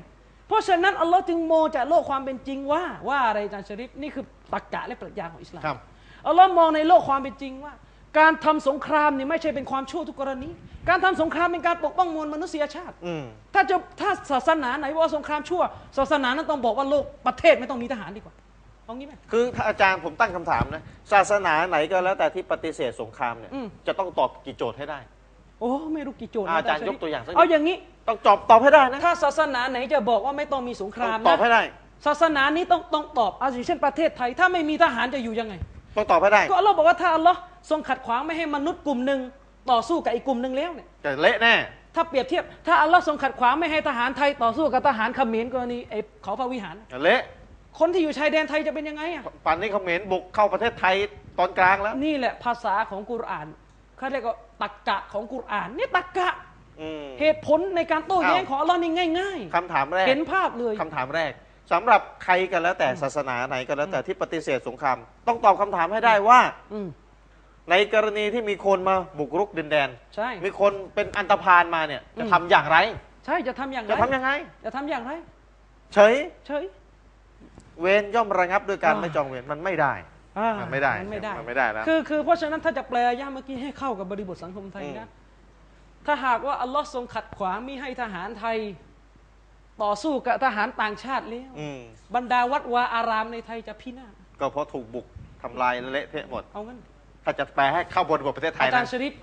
Speaker 3: เพราะฉะนั้นอัลลอฮ์จึงโมจากโลกความเป็นจริงว่า ว่าอะไรอาจารย์ชริปนี่คือตรรกะและปรัชญาของอิสลาม
Speaker 1: ครับ
Speaker 3: อัลลอฮ์มองในโลกความเป็นจริงว่า การทำสงครามนี่ไม่ใช่เป็นความชั่วทุกกรณี การทำสงครามเป็นการปกป้องมวลมนุษยชาติ
Speaker 1: อืม
Speaker 3: ถ้าจะถ้าศาสนาไหนว่าสงครามชั่ว ศาสนานั้นต้องบอกว่าโลกประเทศไม่ต้องมีทหารดีกว่าเอางี้ไหม
Speaker 1: คือถ้าอาจารย์ผมตั้งคำถามนะศาสนาไหนก็แล้วแต่ที่ปฏิเสธสงครามเนี่ย
Speaker 3: อืม
Speaker 1: จะต้องตอบกี่โจทย์ให้ได้
Speaker 3: โอ้ไม่รู้กี่โจทย์นะ
Speaker 1: อาจารย์
Speaker 3: ช
Speaker 1: ยกตัวอย่างสัก
Speaker 3: เอาอย่างนี้
Speaker 1: ต้องตอบตอบให้ได้นะ
Speaker 3: ถ้าศาสนาไหนจะบอกว่าไม่ต้องมีสงค
Speaker 1: ต้อ
Speaker 3: ราม
Speaker 1: งตอบให้
Speaker 3: นะ
Speaker 1: ได้
Speaker 3: ศาสนานี้ต้องต้องตอบเอาอย่างเช่นประเทศไทย ถ้าไม่มีทหารจะอยู่ยังไง
Speaker 1: ต้องตอบให้ได้
Speaker 3: ก็เราบอกว่าถ้าอัลลอฮ์ทรงขัดขวางไม่ให้มนุษย์กลุ่มหนึ่งต่อสู้กับอีกกลุ่มหนึ่งแล้วเนี่ย
Speaker 1: แต่เละแน่
Speaker 3: ถ้าเปรียบเทียบถ้าอัลลอฮ์ทรงขัดขวางไม่ให้ทหารไทยต่อสู้กับทหารเขมรกรณีไอ้เขาพระวิหาร
Speaker 1: เละ
Speaker 3: คนที่อยู่ชายแดนไทยจะเป็นยังไงอ่ะ
Speaker 1: ปันนี้เขมรบุกเข้าประเทศไทยตอนกลางแล้ว
Speaker 3: นี่แหละภาษาของกุรอานเขาเรียกว่าตักกะของกุรอานนี่ตักกะ
Speaker 1: อืม
Speaker 3: เหตุผลในการโต้แย้ง
Speaker 1: อ้าว
Speaker 3: ของอัลลอฮ์นี่ง่าย
Speaker 1: คำถามแร
Speaker 3: ๆ
Speaker 1: ก
Speaker 3: เห็นภาพเลย
Speaker 1: คำถามแรกสำหรับใครกันแล้วแต่ศาสนาไหนกันแล้วแต่ที่ปฏิเสธสงคราม ต้องตอบคำถามให้ได้ว่า
Speaker 3: อืม
Speaker 1: ในกรณีที่มีคนมาบุกรุกดินแดน
Speaker 3: ใช่
Speaker 1: มีคนเป็นอันตพาลมาเนี่ย จะทำอย่างไร
Speaker 3: ใช่จะทำอย่างไร
Speaker 1: จะทำยังไง
Speaker 3: จะทำอย่างไร
Speaker 1: เฉย
Speaker 3: เฉย
Speaker 1: เวรย่อมระงับด้วยการ
Speaker 3: อ่า
Speaker 1: ไม่จองเวรมันไม่ได้
Speaker 3: อ่า
Speaker 1: มันไม่ได้
Speaker 3: มันไม่ได้
Speaker 1: มันไม่ได้แล้ว
Speaker 3: คือคือเพราะฉะนั้นถ้าจะแปลย่าเมื่อกี้ให้เข้ากับบริบทสังคมไทยนะ
Speaker 1: อื
Speaker 3: ถ้าหากว่าอัลลอฮ์ทรงขัดขวางมิให้ทหารไทย ต่อสู้กับทหารต่างชาติแล้ว
Speaker 1: อืม
Speaker 3: บรรดาวัดวาอารามในไทยจะพินาศ
Speaker 1: ก็เพราะถูกบุกทำลายและเละเทะหมด
Speaker 3: เอางั้น
Speaker 1: ถ้าจะแปลให้เข้าบนบทประเทศไทย
Speaker 3: อาจา
Speaker 1: นะ
Speaker 3: รย์ชริป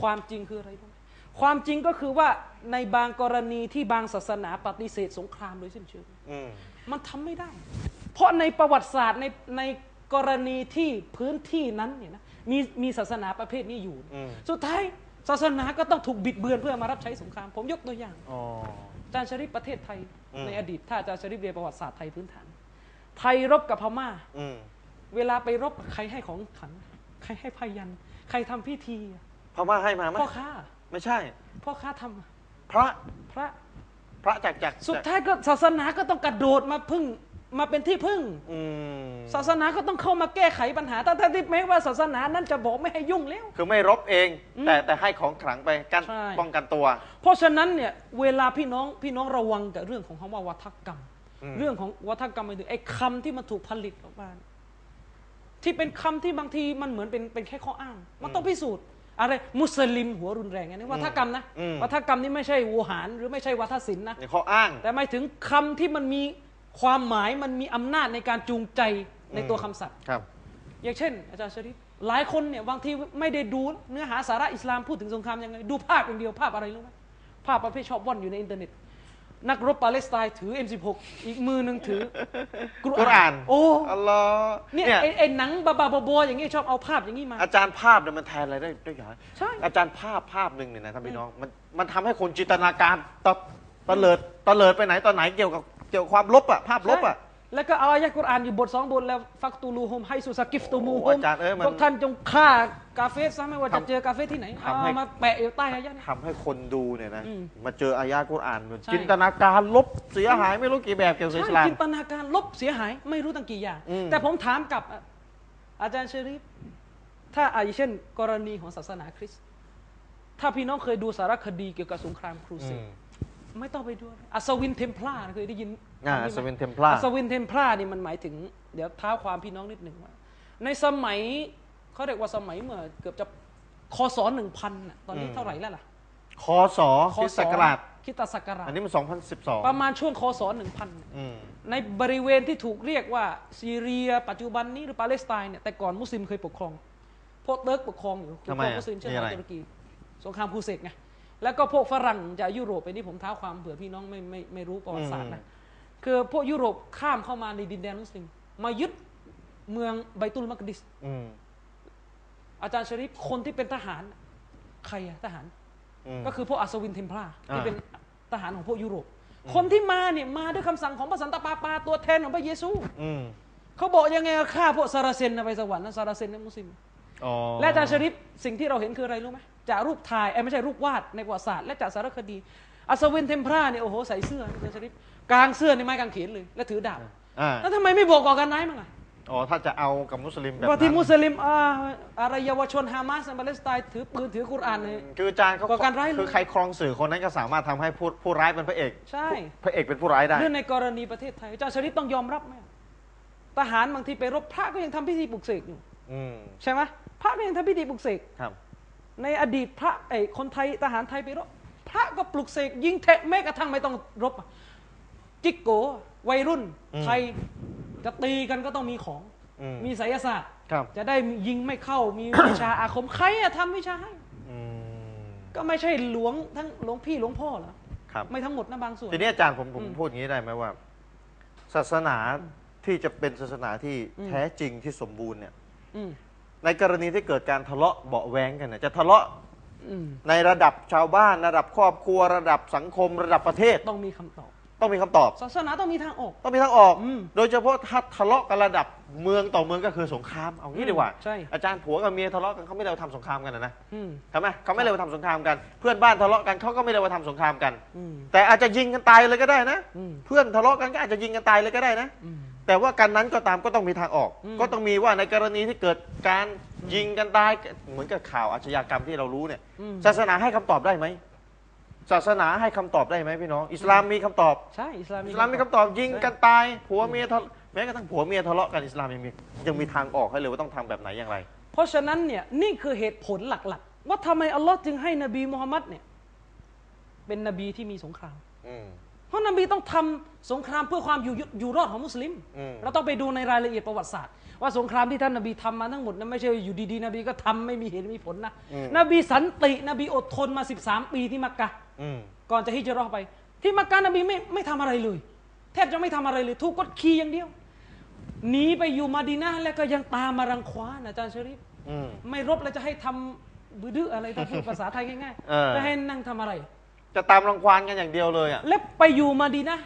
Speaker 3: ความจริงคืออะไรรู้ไหมความจริงก็คือว่าในบางกรณีที่บางศาสนาปฏิเสธสงครามโดยสิ้นเชิง
Speaker 1: อืม
Speaker 3: มันทำไม่ได้ เพราะในประวัติศาสตร์ในในกรณีที่พื้นที่นั้นเนี่ยนะมีมีศาสนาประเภทนี้อยู่
Speaker 1: อืม
Speaker 3: สุดท้ายศาสนาก็ต้องถูกบิดเบือนเพื่อมารับใช้สงคราม ผมยกตัวอย่าง
Speaker 1: อ๋อ
Speaker 3: อาจารย์ชริปประเทศไทย
Speaker 1: อืม
Speaker 3: ในอดีต ถ้าอาจารย์ชริปเรียนประวัติศาสตร์ไทยพื้นฐาน ไทยรบกับพม่า
Speaker 1: อืม
Speaker 3: เวลาไปรบใครให้ของขลังใครให้พยัน ใครทำพิธีอะ
Speaker 1: พม่าให้มาไหม
Speaker 3: พ่อค้า
Speaker 1: ไม่ใช่
Speaker 3: พ่อค้าทำอะ
Speaker 1: พระ
Speaker 3: พระ
Speaker 1: พระจากรจักร
Speaker 3: สุดท้ายก็ศาสนาก็ต้องกระโดดมาพึ่งมาเป็นที่พึ่ง
Speaker 1: อืม
Speaker 3: ศาสนาก็ต้องเข้ามาแก้ไขปัญหาตั้งแต่ที่แม้ว่าศาสนานั้นจะบอกไม่ให้ยุ่งแล้ว
Speaker 1: คือไม่รบเอง
Speaker 3: อืม
Speaker 1: แต่แต่ให้ของขลังไปกัน
Speaker 3: ใช่
Speaker 1: ป้องกันตัว
Speaker 3: เพราะฉะนั้นเนี่ยเวลาพี่น้องพี่น้องระวังกับเรื่องของคำว่าวัฒกรรม
Speaker 1: อืม
Speaker 3: เรื่องของวัฒกรรมหมายถึงไอ้คำที่มันถูกผลิตออกมาที่เป็นคำที่บางทีมันเหมือนเป็นเป็นแค่ข้ออ้าง มันต้องพิสูจน์อะไรมุสลิมหัวรุนแรงอันนี้วัฒกรรมนะ
Speaker 1: อืม
Speaker 3: วัฒกรรมนี่ไม่ใช่วูหาร หรือไม่ใช่วัฒศิลป์นะ
Speaker 1: เนี่ยเขาอ้าง
Speaker 3: แต่หมายถึงคำที่มันมีความหมายมันมีอำนาจในการจูงใจในตัว
Speaker 1: อื
Speaker 3: คำ
Speaker 1: ม
Speaker 3: ศัพท์
Speaker 1: ครับ
Speaker 3: อย่างเช่น อาจารย์ชริปหลายคนเนี่ยบางทีไม่ได้ดูเนื้อหาสาระอิสลามพูดถึงสงครามยังไง ดูภาพอย่างเดียวภาพอะไรรู้ไหมภาพประเภทชอบว่อนอยู่ในอินเทอร์เน็ต นักรบปาเลสไตน์ถือ M16 อีกมือหนึ่งถือ กุ
Speaker 1: <laughs> กุรอาน
Speaker 3: โอ้
Speaker 1: อัลลอฮ์
Speaker 3: เนี่ย
Speaker 1: เนี่ย
Speaker 3: ไอ้ไอ้หนังบาบาๆบอๆอย่างงี้ชอบเอาภาพอย่างงี้มา
Speaker 1: อาจารย์ภาพเนี่ยมันแทนอะไรได้ได้อย่าง
Speaker 3: ใช่
Speaker 1: อาจารย์ภาพภาพหนึ่งเนี่ยนะท่านพี่น้องมันมันทำให้คนจินตนาการตะตะเลิดตะเลิดไปไหนตอนไหนเกี่ยวกับเกี่ยวกับความลบอะภาพลบอะ
Speaker 3: ใช่แล้วก็เอาอายะห์กุรอานอยู่บทสองบทแล้วฟักตูลูฮุมให้สุสกิฟตูมูฮุ
Speaker 1: โอ้
Speaker 3: ม
Speaker 1: อาจารย์เอ้ยมัน
Speaker 3: พวกท่านจงฆ่ากาเฟสซะไม่ว่าจะ
Speaker 1: ทำ
Speaker 3: เจอกาเฟสที่ไหนเอา
Speaker 1: ทำให้
Speaker 3: มาแปะอยู่ใต้อายะห์เนี่ย
Speaker 1: ทำให้คนดูเนี่ยนะ
Speaker 3: อืม
Speaker 1: มาเจออายากุรอานมัน
Speaker 3: ใช่
Speaker 1: จินตนาการลบเสียหายไม่รู้กี่แบบเกี่ยวกับอิส
Speaker 3: ใช่
Speaker 1: ลาม
Speaker 3: จินตนาการลบเสียหายไม่รู้ตั้งกี่อย่าง
Speaker 1: อืม
Speaker 3: แต่ผมถามกลับอ่ะอาจารย์เชอริฟถ้าอาอย่างเช่น กรณีของศาสนาคริสต์ถ้าพี่น้องเคยดูสารคดีเกี่ยวกับสงครามครูเส
Speaker 1: อื
Speaker 3: ด
Speaker 1: ม
Speaker 3: ไม่ต้องไปดูอัศวินเทมพลาร์เคยได้ยิน
Speaker 1: อ่า
Speaker 3: คำนี้ไหม
Speaker 1: สเวนเทมพลา
Speaker 3: อัศวินเทมพลาร์นี่มันหมายถึง เดี๋ยวท้าความพี่น้องนิดหนึ่งว่า ในสมัยเขาเรียกว่าสมัยเมื่อเกือบจะคศหนึ่งพันะตอนนี้เท่าไหร่แล้วล่ะ
Speaker 1: คอสอคริสตศักราช
Speaker 3: คริสตศักราช
Speaker 1: อันนี้มัน
Speaker 3: ป
Speaker 1: 2012
Speaker 3: ระมาณช่วงคศหนึ่งพัน
Speaker 1: อืม
Speaker 3: ในบริเวณที่ถูกเรียกว่าซีเรีย ปัจจุบันนี้หรือปาเลสไตน์เนี่ยแต่ก่อนมุสลิมเคยปกครอง พวกเติร์กปกครองอยู่
Speaker 1: ทำไม
Speaker 3: พว
Speaker 1: อ่ะ
Speaker 3: กมุสลิมเชื้อ
Speaker 1: มีอะ
Speaker 3: สา
Speaker 1: ไร
Speaker 3: ยตุรกีสงครามครูเสกไงแล้วก็พวกฝรั่งจากยุโรปไปนี่ผมเท้าความเผื่อพี่น้องไม่ไม่ไม่รู้ประวัติศาสตร์นะ คือพวกยุโรปข้ามเข้ามาในดินแดนมุสลิมมายึดเมืองไบตุลมักดิส
Speaker 1: อืม
Speaker 3: อาจารย์ชริฟคนที่เป็นทหาร ใครอะทหาร
Speaker 1: อืม
Speaker 3: ก็คือพวกอัศวินเทมพลา
Speaker 1: อ่า
Speaker 3: ที่เป็นทหารของพวกยุโรป คนที่มาเนี่ยมาด้วยคำสั่งของพระสันตะปาปาตัวแทนของพระเยซู
Speaker 1: อืม
Speaker 3: เขาบอกยังไงอะฆ่าพวกซาราเซนนะไปสวรรค์นะซาราเซนนะมุสลิม
Speaker 1: อ๋อ
Speaker 3: และอาจารย์ชริฟสิ่งที่เราเห็นคืออะไรรู้ไหมจากรูปถ่ายเอ้ยไม่ใช่รูปวาดในประวัติศาสตร์และจากสารคดี อัศวินเทมพลาเนี่ยโอ้โหใส่เสื้ออาจารย์ชริฟกางเสื้อในไม้กางเขนเลย และถือดาบ
Speaker 1: อ่า
Speaker 3: แล้วทำไมไม่บอกก่อการร้ายมั้งอะ
Speaker 1: อ๋อถ้าจะเอากับมุสลิมแบบ
Speaker 3: ว่าที่
Speaker 1: นั้น
Speaker 3: มุสลิมอ่าอะไรเยาวชนฮามาสในปาเลสไตน์ถือปืนถือกุรอานเลย
Speaker 1: คืออาจารย์เขา
Speaker 3: ก่อการร้าย
Speaker 1: คือ
Speaker 3: เลย
Speaker 1: ใครครองสื่อคนนั้นก็สามารถทำให้ผู้ผู้ร้ายเป็นพระเอก
Speaker 3: ใช่
Speaker 1: พระเอกเป็นผู้ร้ายได้
Speaker 3: เรื่องในกรณีประเทศไทยอาจารย์ชริปต้องยอมรับไหมทหารบางทีไปรบพระก็ยังทำพิธีปลุกเสกอยู่
Speaker 1: อืม
Speaker 3: ใช่ไหมพระก็ยังทำพิธีปลุกเสก
Speaker 1: ครับ
Speaker 3: ในอดีตพระไอ้คนไทยทหารไทยไปรบพระก็ปลุกเสกยิงแทะแม้กระทั่งไม่ต้องรบอะจิกโกวัยรุ่น
Speaker 1: อืม
Speaker 3: ไทยจะตีกันก็ต้องมีของ
Speaker 1: อืม
Speaker 3: มีไสยศาสตร์
Speaker 1: ครับ
Speaker 3: จะได้ยิงไม่เข้ามีวิชาอาคมใครอะทำวิชาให้
Speaker 1: อืม
Speaker 3: ก็ไม่ใช่หลวงทั้งหลวงพี่หลวงพ่อเหรอ
Speaker 1: ครับ
Speaker 3: ไม่ทั้งหมดนะบางส่วน
Speaker 1: ทีนี้อาจารย์ผมผม
Speaker 3: อืม
Speaker 1: พูดอย่างนี้ได้ไหมว่า ศาสนาที่จะเป็นศาสนาที่
Speaker 3: อืม
Speaker 1: แท้จริงที่สมบูรณ์เนี่ย
Speaker 3: อืม
Speaker 1: ในกรณีที่เกิดการทะเลาะเบาะแว้งกันเนี่ยจะทะเลาะ
Speaker 3: อืม
Speaker 1: ในระดับชาวบ้าน ระดับครอบครัว ระดับสังคม ระดับประเทศ
Speaker 3: ต้องมีคำตอบ
Speaker 1: ต้องมีคำตอบ
Speaker 3: ศาสนาต้องมีทางออก
Speaker 1: ต้องมีทางออก
Speaker 3: อืม
Speaker 1: โดยเฉพาะถ้าทะเลาะกันระดับเมืองต่อเมืองก็คือสงครามเอางี้ดีกว่า
Speaker 3: ใช่
Speaker 1: อาจารย์ผัวกับเมียทะเลาะกันเขาไม่ได้เอาทำสงครามกันนะนะ
Speaker 3: อืม
Speaker 1: ใช่ไหมเขาไม่ได้เอาทำสงครามกัน เพื่อนบ้านทะเลาะกันเขาก็ไม่ได้เอาทำสงครามกัน
Speaker 3: อืม
Speaker 1: แต่อาจจะยิงกันตายเลยก็ได้นะ
Speaker 3: อืม
Speaker 1: เพื่อนทะเลาะกันก็อาจจะยิงกันตายเลยก็ได้นะ
Speaker 3: อืม
Speaker 1: แต่ว่าการนั้นก็ตามก็ต้องมีทางออก
Speaker 3: อืม
Speaker 1: ก็ต้องมีว่าในกรณีที่เกิดการยิงกันตายเหมือนกับข่าวอาชญากรรมที่เรารู้เนี่ย
Speaker 3: อืม
Speaker 1: ศาสนาให้คำตอบได้ไหมศาสนาให้คำตอบได้ไหมพี่น้องอิสลามมีคำตอบ
Speaker 3: ใช่อิสลาม
Speaker 1: อิสลามมีคำตอบยิงกันตายผัวเมียทะแม้กระทั่งผัวเมียทะเลาะกันอิสลามยังมียังมีทางออกให้เลยว่าต้องทำแบบไหนอย่างไร
Speaker 3: เพราะฉะนั้นเนี่ยนี่คือเหตุผลหลักๆ ว่าทำไมอัลลอฮ์จึงให้นบีมูฮัมมัดเนี่ยเป็นนบีที่มีสงคราม
Speaker 1: อืม
Speaker 3: เพราะนบีต้องทำสงครามเพื่อความอยู่อยู่รอดของมุสลิม
Speaker 1: อืม
Speaker 3: เราต้องไปดูในรายละเอียดประวัติศาสตร์ ว่าสงครามที่ท่านนบีทำมาทั้งหมดนั้นไม่ใช่อยู่ดีๆ นบีก็ทำไม่มีเหตุมีผลนะ นบีสันติ นบีอดทนมา 13 ปีที่มักกะ
Speaker 1: อืม
Speaker 3: ก่อนจะฮิจเราะห์ไป ที่มักกะนบีไม่ไม่ทำอะไรเลย แทบจะไม่ทำอะไรเลย ถูกกดขี่อย่างเดียวหนีไปอยู่มาดีนาแล้วก็ยังตามมารังควานอาจารย์ชริฟ
Speaker 1: อืม
Speaker 3: ไม่รบแล้วจะให้ทำบือดื้ออะไรถ้าพูด ภาษาไทยง่าย
Speaker 1: เออ
Speaker 3: จะให้นั่งทำอะไร
Speaker 1: จะตามรังควานกันอย่างเดียวเลยอ่ะ
Speaker 3: แล้วไปอยู่มาดีนะห์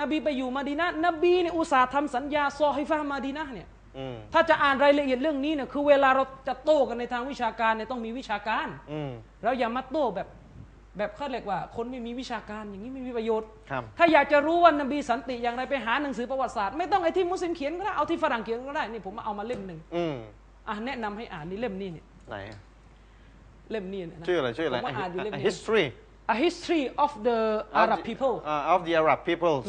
Speaker 3: นบีไปอยู่มาดีนะห์นบีเนี่ยอุตส่าห์ทำสัญญาซอฮิฟะห์มาดีนะห์เนี่ย
Speaker 1: อืม
Speaker 3: ถ้าจะอ่านรายละเอียดเรื่องนี้เนี่ยคือเวลาเราจะโต้กันในทางวิชาการเนี่ยต้องมีวิชาการ
Speaker 1: อืม
Speaker 3: แล้วอย่ามาโต้แบบแบบเขาเรียกว่า คนไม่มีวิชาการอย่างนี้ไม่มีประโยชน์
Speaker 1: ครับ
Speaker 3: ถ้าอยากจะรู้ว่านบีสันติอย่างไรไปหาหนังสือประวัติศาสตร์ไม่ต้องไอ้ที่มุสลิมเขียนก็ได้เอาที่ฝรั่งเขียนก็ได้นี่ผมเอามาเล่มหนึ่ง
Speaker 1: อืม
Speaker 3: อ่ะแนะนำให้อ่านนี่เล่มนี้เนี่ย
Speaker 1: ไหนอะ
Speaker 3: เล่มนี้เนี่ยนะ
Speaker 1: ชื่ออะไรชื่ออะไร
Speaker 3: ผมว่าอ่านอยู่เล่มนี้
Speaker 1: อ่ะ history
Speaker 3: A History of the Arab People
Speaker 1: อ่า of the Arab peoples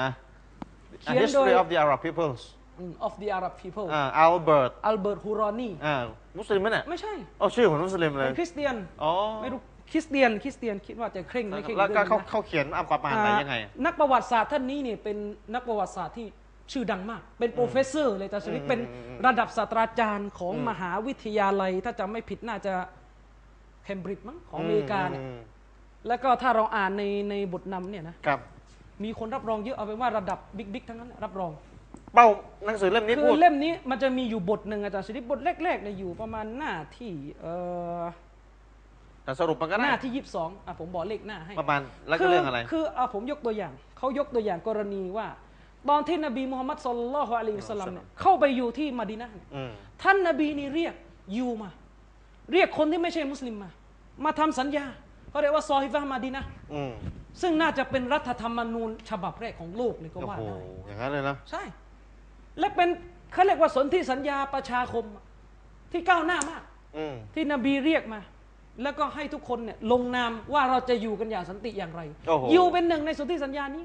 Speaker 1: นะ
Speaker 3: เขี
Speaker 1: A
Speaker 3: ยนโดย
Speaker 1: history of the Arab peoples
Speaker 3: อืม of the Arab People
Speaker 1: อ่า Albert
Speaker 3: อัลเบิร์ตฮูรอนี
Speaker 1: อ่ามุสลิมไหมเนี่ย
Speaker 3: ไม่ใช่
Speaker 1: เอาชื่อของมุสลิมเลย
Speaker 3: เป็นคริสเตียน
Speaker 1: อ๋อ
Speaker 3: ไม่รู้คริสเตียนคริสเตียนคิดว่าจะเคร่งไม่เคร่ง
Speaker 1: แล้วก็
Speaker 3: รื่อง
Speaker 1: เขา
Speaker 3: นี้นะ
Speaker 1: เขาเขียนอัประมาณไหนยังไงอะ
Speaker 3: อ่านักประวัติศาสตร์ท่านนี้เนี่ยเป็นนักประวัติศาสตร์ที่ชื่อดังมาก เป็นโปรเฟสเซอร์เลยแต่ชนิด
Speaker 1: อืม
Speaker 3: เป็น
Speaker 1: อืมอืม
Speaker 3: ระดับศาสตราจารย์ของมหาวิทยาลัย ถ้าจำไม่ผิดน่าจะเคมบริดจ์มั้งของอเมริกาเนี่ย
Speaker 1: อืม
Speaker 3: แล้วก็ถ้าเราอ่านในในบทนำเนี่ยนะครับ มีคนรับรองเยอะเอาเป็นว่าระดับบิ๊กๆทั้งนั้นแหละรับรอง
Speaker 1: เป้าหนังสือเล่มนี้
Speaker 3: คื
Speaker 1: พู
Speaker 3: อ
Speaker 1: ด
Speaker 3: เล่มนี้มันจะมีอยู่บทหนึ่งอาจารย์ชนิดบทแรกๆเนี่ยอยู่ประมาณหน้าที่เอ่อ
Speaker 1: แต่สรุปมันก็
Speaker 3: ห
Speaker 1: น่า
Speaker 3: น้าที่ยี่สิบสองอ่ะผมบอกเลขหน้าให้
Speaker 1: ประมาณแล้วก็เรื่องอะไร
Speaker 3: คือเอาผมยกตัวอย่างเขายกตัวอย่างกรณีว่า ตอนที่นบีมูฮัมมัดสุลลัลลอฮุอะลัยฮิวะสัลลัมเนี่ยเข้าไปอยู่ที่มะดีนะห์เนี่ย
Speaker 1: อืม
Speaker 3: ท่านนบีนี่เรียกยูมา เรียกคนที่ไม่ใช่มุสลิมมา มาทำสัญญาเขาเรียกว่าซอฮิฟะห์มาดีนะห์
Speaker 1: อืม
Speaker 3: ซึ่งน่าจะเป็นรัฐธรรมนูญฉบับแรกของโลกเลยก็
Speaker 1: โอ้
Speaker 3: ว่า
Speaker 1: โห
Speaker 3: ได้
Speaker 1: อย่างนั้นเลยนะ
Speaker 3: ใช่ และเป็นเขาเรียกว่าสนธิสัญญาประชาคมที่ก้าวหน้ามาก
Speaker 1: อืม
Speaker 3: ที่นบีเรียกมา แล้วก็ให้ทุกคนเนี่ยลงนามว่าเราจะอยู่กันอย่างสันติอย่างไร
Speaker 1: โอ้โห
Speaker 3: อยู่เป็นหนึ่งในสนธิสัญญานี้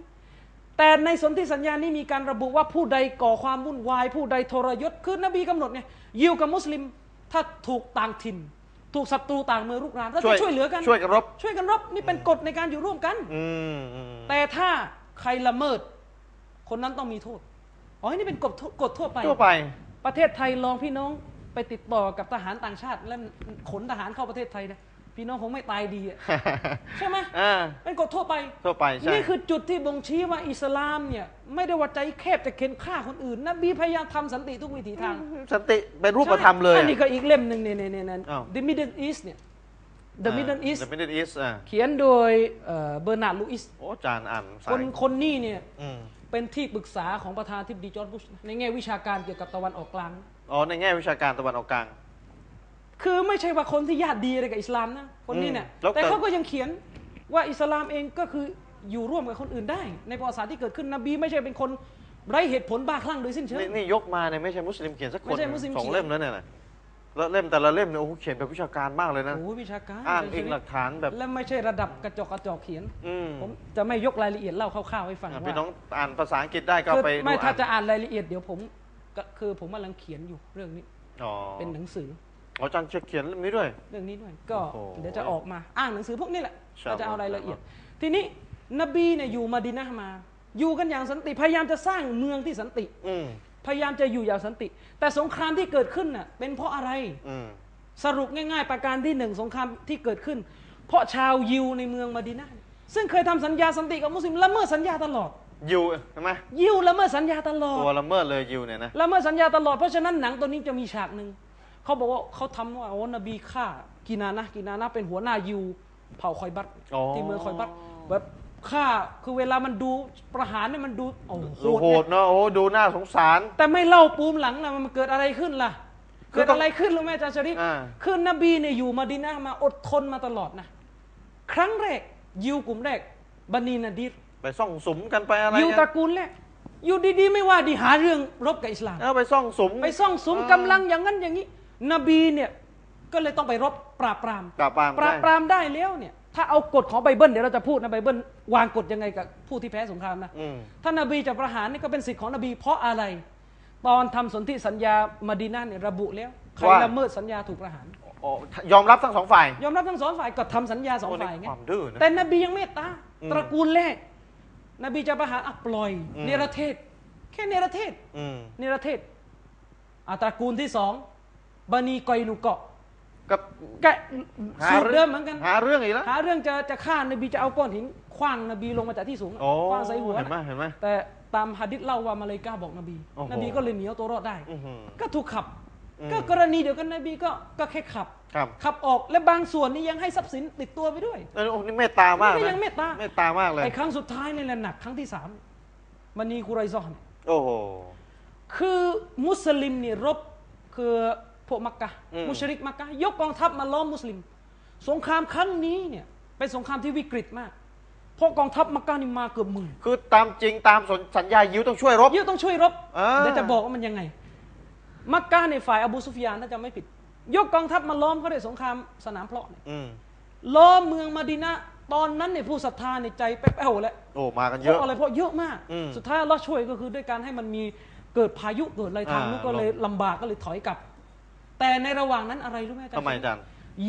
Speaker 3: แต่ในสนธิสัญญานี้มีการระบุว่าผู้ใดก่อความวุ่นวาย ผู้ใดทรยศคือนบีกำหนดเนี่ยยิวกับมุสลิมถ้าถูกต่างถิ่น ถูกศัตรูต่างเมืองรุกรานเราจะช่วยเหลือกัน
Speaker 1: ช่วยกันรบ
Speaker 3: ช่วยกันรบนี่เป็นกฎในการอยู่ร่วมกัน
Speaker 1: อืมอืม
Speaker 3: แต่ถ้าใครละเมิด คนนั้นต้องมีโทษอ๋อนี่เป็นกฎทั่วกฎทั่วไป
Speaker 1: ทั่วไป <laughs>
Speaker 3: ประเทศไทยลองพี่น้องไปติดต่อกับทหารต่างชาติ แล้วขนทหารเข้าประเทศไทยนะ พี่น้องคงไม่ตายดี
Speaker 1: <laughs>
Speaker 3: อะใช่ไหม
Speaker 1: อ่า
Speaker 3: เป็นกฎทั่วไป
Speaker 1: ทั่วไปใช่
Speaker 3: นี่คือจุดที่บ่งชี้ว่าอิสลามเนี่ย ไม่ได้ว่าใจแคบจะเข็นฆ่าคนอื่น นบีพยายามทำสันติทุกวิถีทาง
Speaker 1: สันติเป็นรูปธรรมเลย
Speaker 3: ใช่อันนี้
Speaker 1: อะ
Speaker 3: ก็อีกเล่มหนึ่งเนี่ยเนี่ยเนี่ยเนี่ย
Speaker 1: อ้าว
Speaker 3: The Middle East เนี่ย The Middle East
Speaker 1: The Middle East อ่า
Speaker 3: เขียนโดยเบอร์นาร์ดลูอิส
Speaker 1: โอ้อาจารย์อ่านภาษา
Speaker 3: คน
Speaker 1: อังกฤษ
Speaker 3: คนนี้เนี่ย
Speaker 1: อืม
Speaker 3: เป็นที่ปรึกษาของประธานทิบดีจอร์ดบุชนะในแง่วิชาการเกี่ยวกับตะวันออกกลาง
Speaker 1: อ๋อในแง่วิชาการตะวันออกกลาง
Speaker 3: คือไม่ใช่ว่าคนที่ญาติดีอะไรกับอิสลามนะ คนนี้เนี่ย
Speaker 1: อืมแล้วแต่
Speaker 3: แต่เขาก็ยังเขียนว่าอิสลามเองก็คืออยู่ร่วมกับคนอื่นได้ ในประวัติศาสตร์ที่เกิดขึ้นนบีไม่ใช่เป็นคนไร้เหตุผลบ้าคลั่งโดยสิ้นเชิ
Speaker 1: นี่
Speaker 3: ง
Speaker 1: นี่ยกมาเนี่ยไม่ใช่มุสลิมเขียนสักค
Speaker 3: ไม่
Speaker 1: น
Speaker 3: ใช่มุสลิม
Speaker 1: สอง
Speaker 3: เขียน
Speaker 1: เล่มแล้วเนี่ยนะแล้วเล่มแต่ละเล่มเนี่ยโอ้โหเขียนแบบวิชาการมากเลยนะ
Speaker 3: โอ้โหวิชาการ
Speaker 1: อ้าง
Speaker 3: จ
Speaker 1: อิ
Speaker 3: ริ
Speaker 1: ง
Speaker 3: ๆ
Speaker 1: หลักฐานแบบ
Speaker 3: และไม่ใช่ระดับกระจอกกระจอกเขียน
Speaker 1: อืม
Speaker 3: ผมจะไม่ยกรายละเอียดเล่าคร่าวๆให้ฟัง
Speaker 1: อ่ะ
Speaker 3: ว่า
Speaker 1: พี่น้องอ่านภาษาอังกฤษได้ก็
Speaker 3: คือ
Speaker 1: ไป
Speaker 3: ไม่
Speaker 1: ดู
Speaker 3: ถ้า
Speaker 1: อ่น
Speaker 3: จะอ่านรายละเอียดเดี๋ยวผมก็คือผมกำลังเขียนอยู่เรื่องนี้
Speaker 1: อ๋อ
Speaker 3: เป็นหนังสือ
Speaker 1: อ๋ออาจารย์จะเขียนเล่มนี้ด้วย
Speaker 3: เรื่องนี้ด้วยก็
Speaker 1: โอ้โห
Speaker 3: เดี๋ยวจะออกมาอ้างหนังสือพวกนี้แหละ
Speaker 1: ใช่
Speaker 3: เราจะเอารายละเอียด
Speaker 1: ครั
Speaker 3: ทีนี้นบีเนี่ยอยู่มาดินะห์มา อยู่กันอย่างสันติพยายามจะสร้างเมืองที่สันติ
Speaker 1: อืม
Speaker 3: พยายามจะอยู่อย่างสันติ แต่สงครามที่เกิดขึ้นน่ะเป็นเพราะอะไร
Speaker 1: อืม
Speaker 3: สรุปง่าย ๆ ประการที่หนึ่งสงครามที่เกิดขึ้น เพราะชาวยิวในเมืองมาดินะห์ซึ่งเคยทำสัญญาสันติกับมุสลิมละเมิดสัญญาตลอด
Speaker 1: ยูใช่ไหม
Speaker 3: ยิวละเมิดสัญญาตลอด
Speaker 1: ตัวละเมิดเลยยูเนี่ยนะ
Speaker 3: ละเมิดสัญญาตลอดเพราะฉะนั้นหนังตัวนี้จะมีฉากหนึ่งเขาบอกว่าเขาทำว่าโอ้นบีฆ่ากินานะกินานะเป็นหัวหน้ายิวเผ่าคอยบัต
Speaker 1: อ๋อ
Speaker 3: ที่เมืองคอยบัตแบบฆ่าคือเวลามันดูประหารเนี่ยมันดูโอ้โหโห
Speaker 1: ดู
Speaker 3: ด
Speaker 1: โหด
Speaker 3: นะ
Speaker 1: เนาะโอ้ดูน่าสงสาร
Speaker 3: แต่ไม่เล่าปูมหลังนะมันเกิดอะไรขึ้นล่ะ
Speaker 1: คือ
Speaker 3: เกิด
Speaker 1: ต้อง
Speaker 3: อะไรขึ้นรู้ไหมอาจารย์ชริป
Speaker 1: อ่า
Speaker 3: คือนบีเนี่ยอยู่มาดินามาอดทนมาตลอดนะ ครั้งแรกยิวกลุ่มแรกบันีนาดีร
Speaker 1: ไปซ่องสุมกันไปอะไร
Speaker 3: ยิวต
Speaker 1: กั
Speaker 3: ระกูลแรกอยู่ดีๆ ไม่ว่าดีหาเรื่องรบกับอิสลาม
Speaker 1: เออไปซ่องสุม
Speaker 3: ไปซ่องสุม
Speaker 1: อ่าก
Speaker 3: ำลังอย่างนั้นอย่างนี้ นบีเนี่ยก็เลยต้องไปรบปราบปราม
Speaker 1: ปราบปรามได้
Speaker 3: ปรามได้แล้วเนี่ย ถ้าเอากฎของไบเบิลเดี๋ยวเราจะพูดนะไบเบิลวางกฎยังไงกับผู้ที่แพ้สงครามนะ
Speaker 1: อืม
Speaker 3: ถ้านบีจะประหารนี่ก็เป็นสิทธิ์ของนบี เพราะอะไร ตอนทำสนธิสัญญามาดีนาเนี่ยระบุแล้วใคร
Speaker 1: ว่า
Speaker 3: ละเมิดสัญญาถูกประหาร
Speaker 1: อ๋อยอมรับทั้งสองฝ่าย
Speaker 3: ยอมรับทั้งสองฝ่ายก็ทำสัญญาสอง
Speaker 1: โอ้นี่
Speaker 3: ฝ่ายไง
Speaker 1: ความดื้อนะ
Speaker 3: แต่นบียังเมตตา
Speaker 1: อืม
Speaker 3: ตระกูลแรก นบีจะประหารอ่ะปล่อย
Speaker 1: อืม
Speaker 3: เนรเทศ แค่เนรเทศ
Speaker 1: อืม
Speaker 3: นิรเทศอ่ะตระกูลที่สองบานีกอยลูเกาะ
Speaker 1: ก็
Speaker 3: แกะสูตรเดิมเหมือนกัน
Speaker 1: หาเรื่องอีกแล้ว
Speaker 3: หาเรื่องจะจะฆ่านบีจะเอาก้อนหินคว้างนบีลงมาจากที่สูงอะ
Speaker 1: โอ้
Speaker 3: คว้างใส่หัว
Speaker 1: เห็นไหม
Speaker 3: นะ
Speaker 1: เห็นไหม
Speaker 3: แต่ตามหะดิษเล่าว่ามาเลย์กาบอกนบี
Speaker 1: โอ้โห
Speaker 3: นบีก็เลยเหนียวตัวรอดได้
Speaker 1: อื้อหือ
Speaker 3: ก็ถูกขับ
Speaker 1: อืม
Speaker 3: ก็กรณีเดียวกันนบีก็ก็แค่ขับ
Speaker 1: ครับ
Speaker 3: ขับออกและบางส่วนนี่ยังให้ทรัพย์สินติดตัวไปด้วย
Speaker 1: เออโอ้นี่เมตตามาก
Speaker 3: นี่
Speaker 1: นะ
Speaker 3: ก็ยังเมตตา
Speaker 1: เมตตามากเลย
Speaker 3: ไอ้ครั้งสุดท้ายนี่แหละหนักครั้งที่สามมันีกุไรซอฮ์
Speaker 1: โอ้โห
Speaker 3: คือมุสลิมนี่รบคือพวกมักกะ
Speaker 1: อืม
Speaker 3: มุชริกมักกะยกกองทัพมาล้อมมุสลิม สงครามครั้งนี้เนี่ยเป็นสงครามที่วิกฤตมาก เพราะกองทัพมักกะนี่มาเกือบหมื่น
Speaker 1: คือตามจริงตามสนสัญญายิวต้องช่วยรบ
Speaker 3: ยิ่งต้องช่วยรบ
Speaker 1: อ่า
Speaker 3: เดี๋ยวจะบอกว่ามันยังไง มักกะในฝ่ายอบูซุฟยานถ้าจะไม่ผิด ยกกองทัพมาล้อมเขาในสงครามสนามเพลาะเนี่ย
Speaker 1: อืม
Speaker 3: ล้อมเมืองมาดินะห์ตอนนั้นเนี่ยผู้ศรัทธาในยใจแป้วๆแล้ว
Speaker 1: โอ้มากัน
Speaker 3: เพ
Speaker 1: เยอะ
Speaker 3: ราะอะไรเพราะเยอะมาก
Speaker 1: อืม
Speaker 3: สุดท้ายเราช่วยก็คือด้วยการให้มันมีเกิดพายุเกิดอะไรทางนู้น
Speaker 1: อ่า
Speaker 3: ก็เลยลำบากก็เลยถอยกลับ แต่ในระหว่างนั้นอะไรรู้ไหมอาจารย์
Speaker 1: ทำไมอาจารย์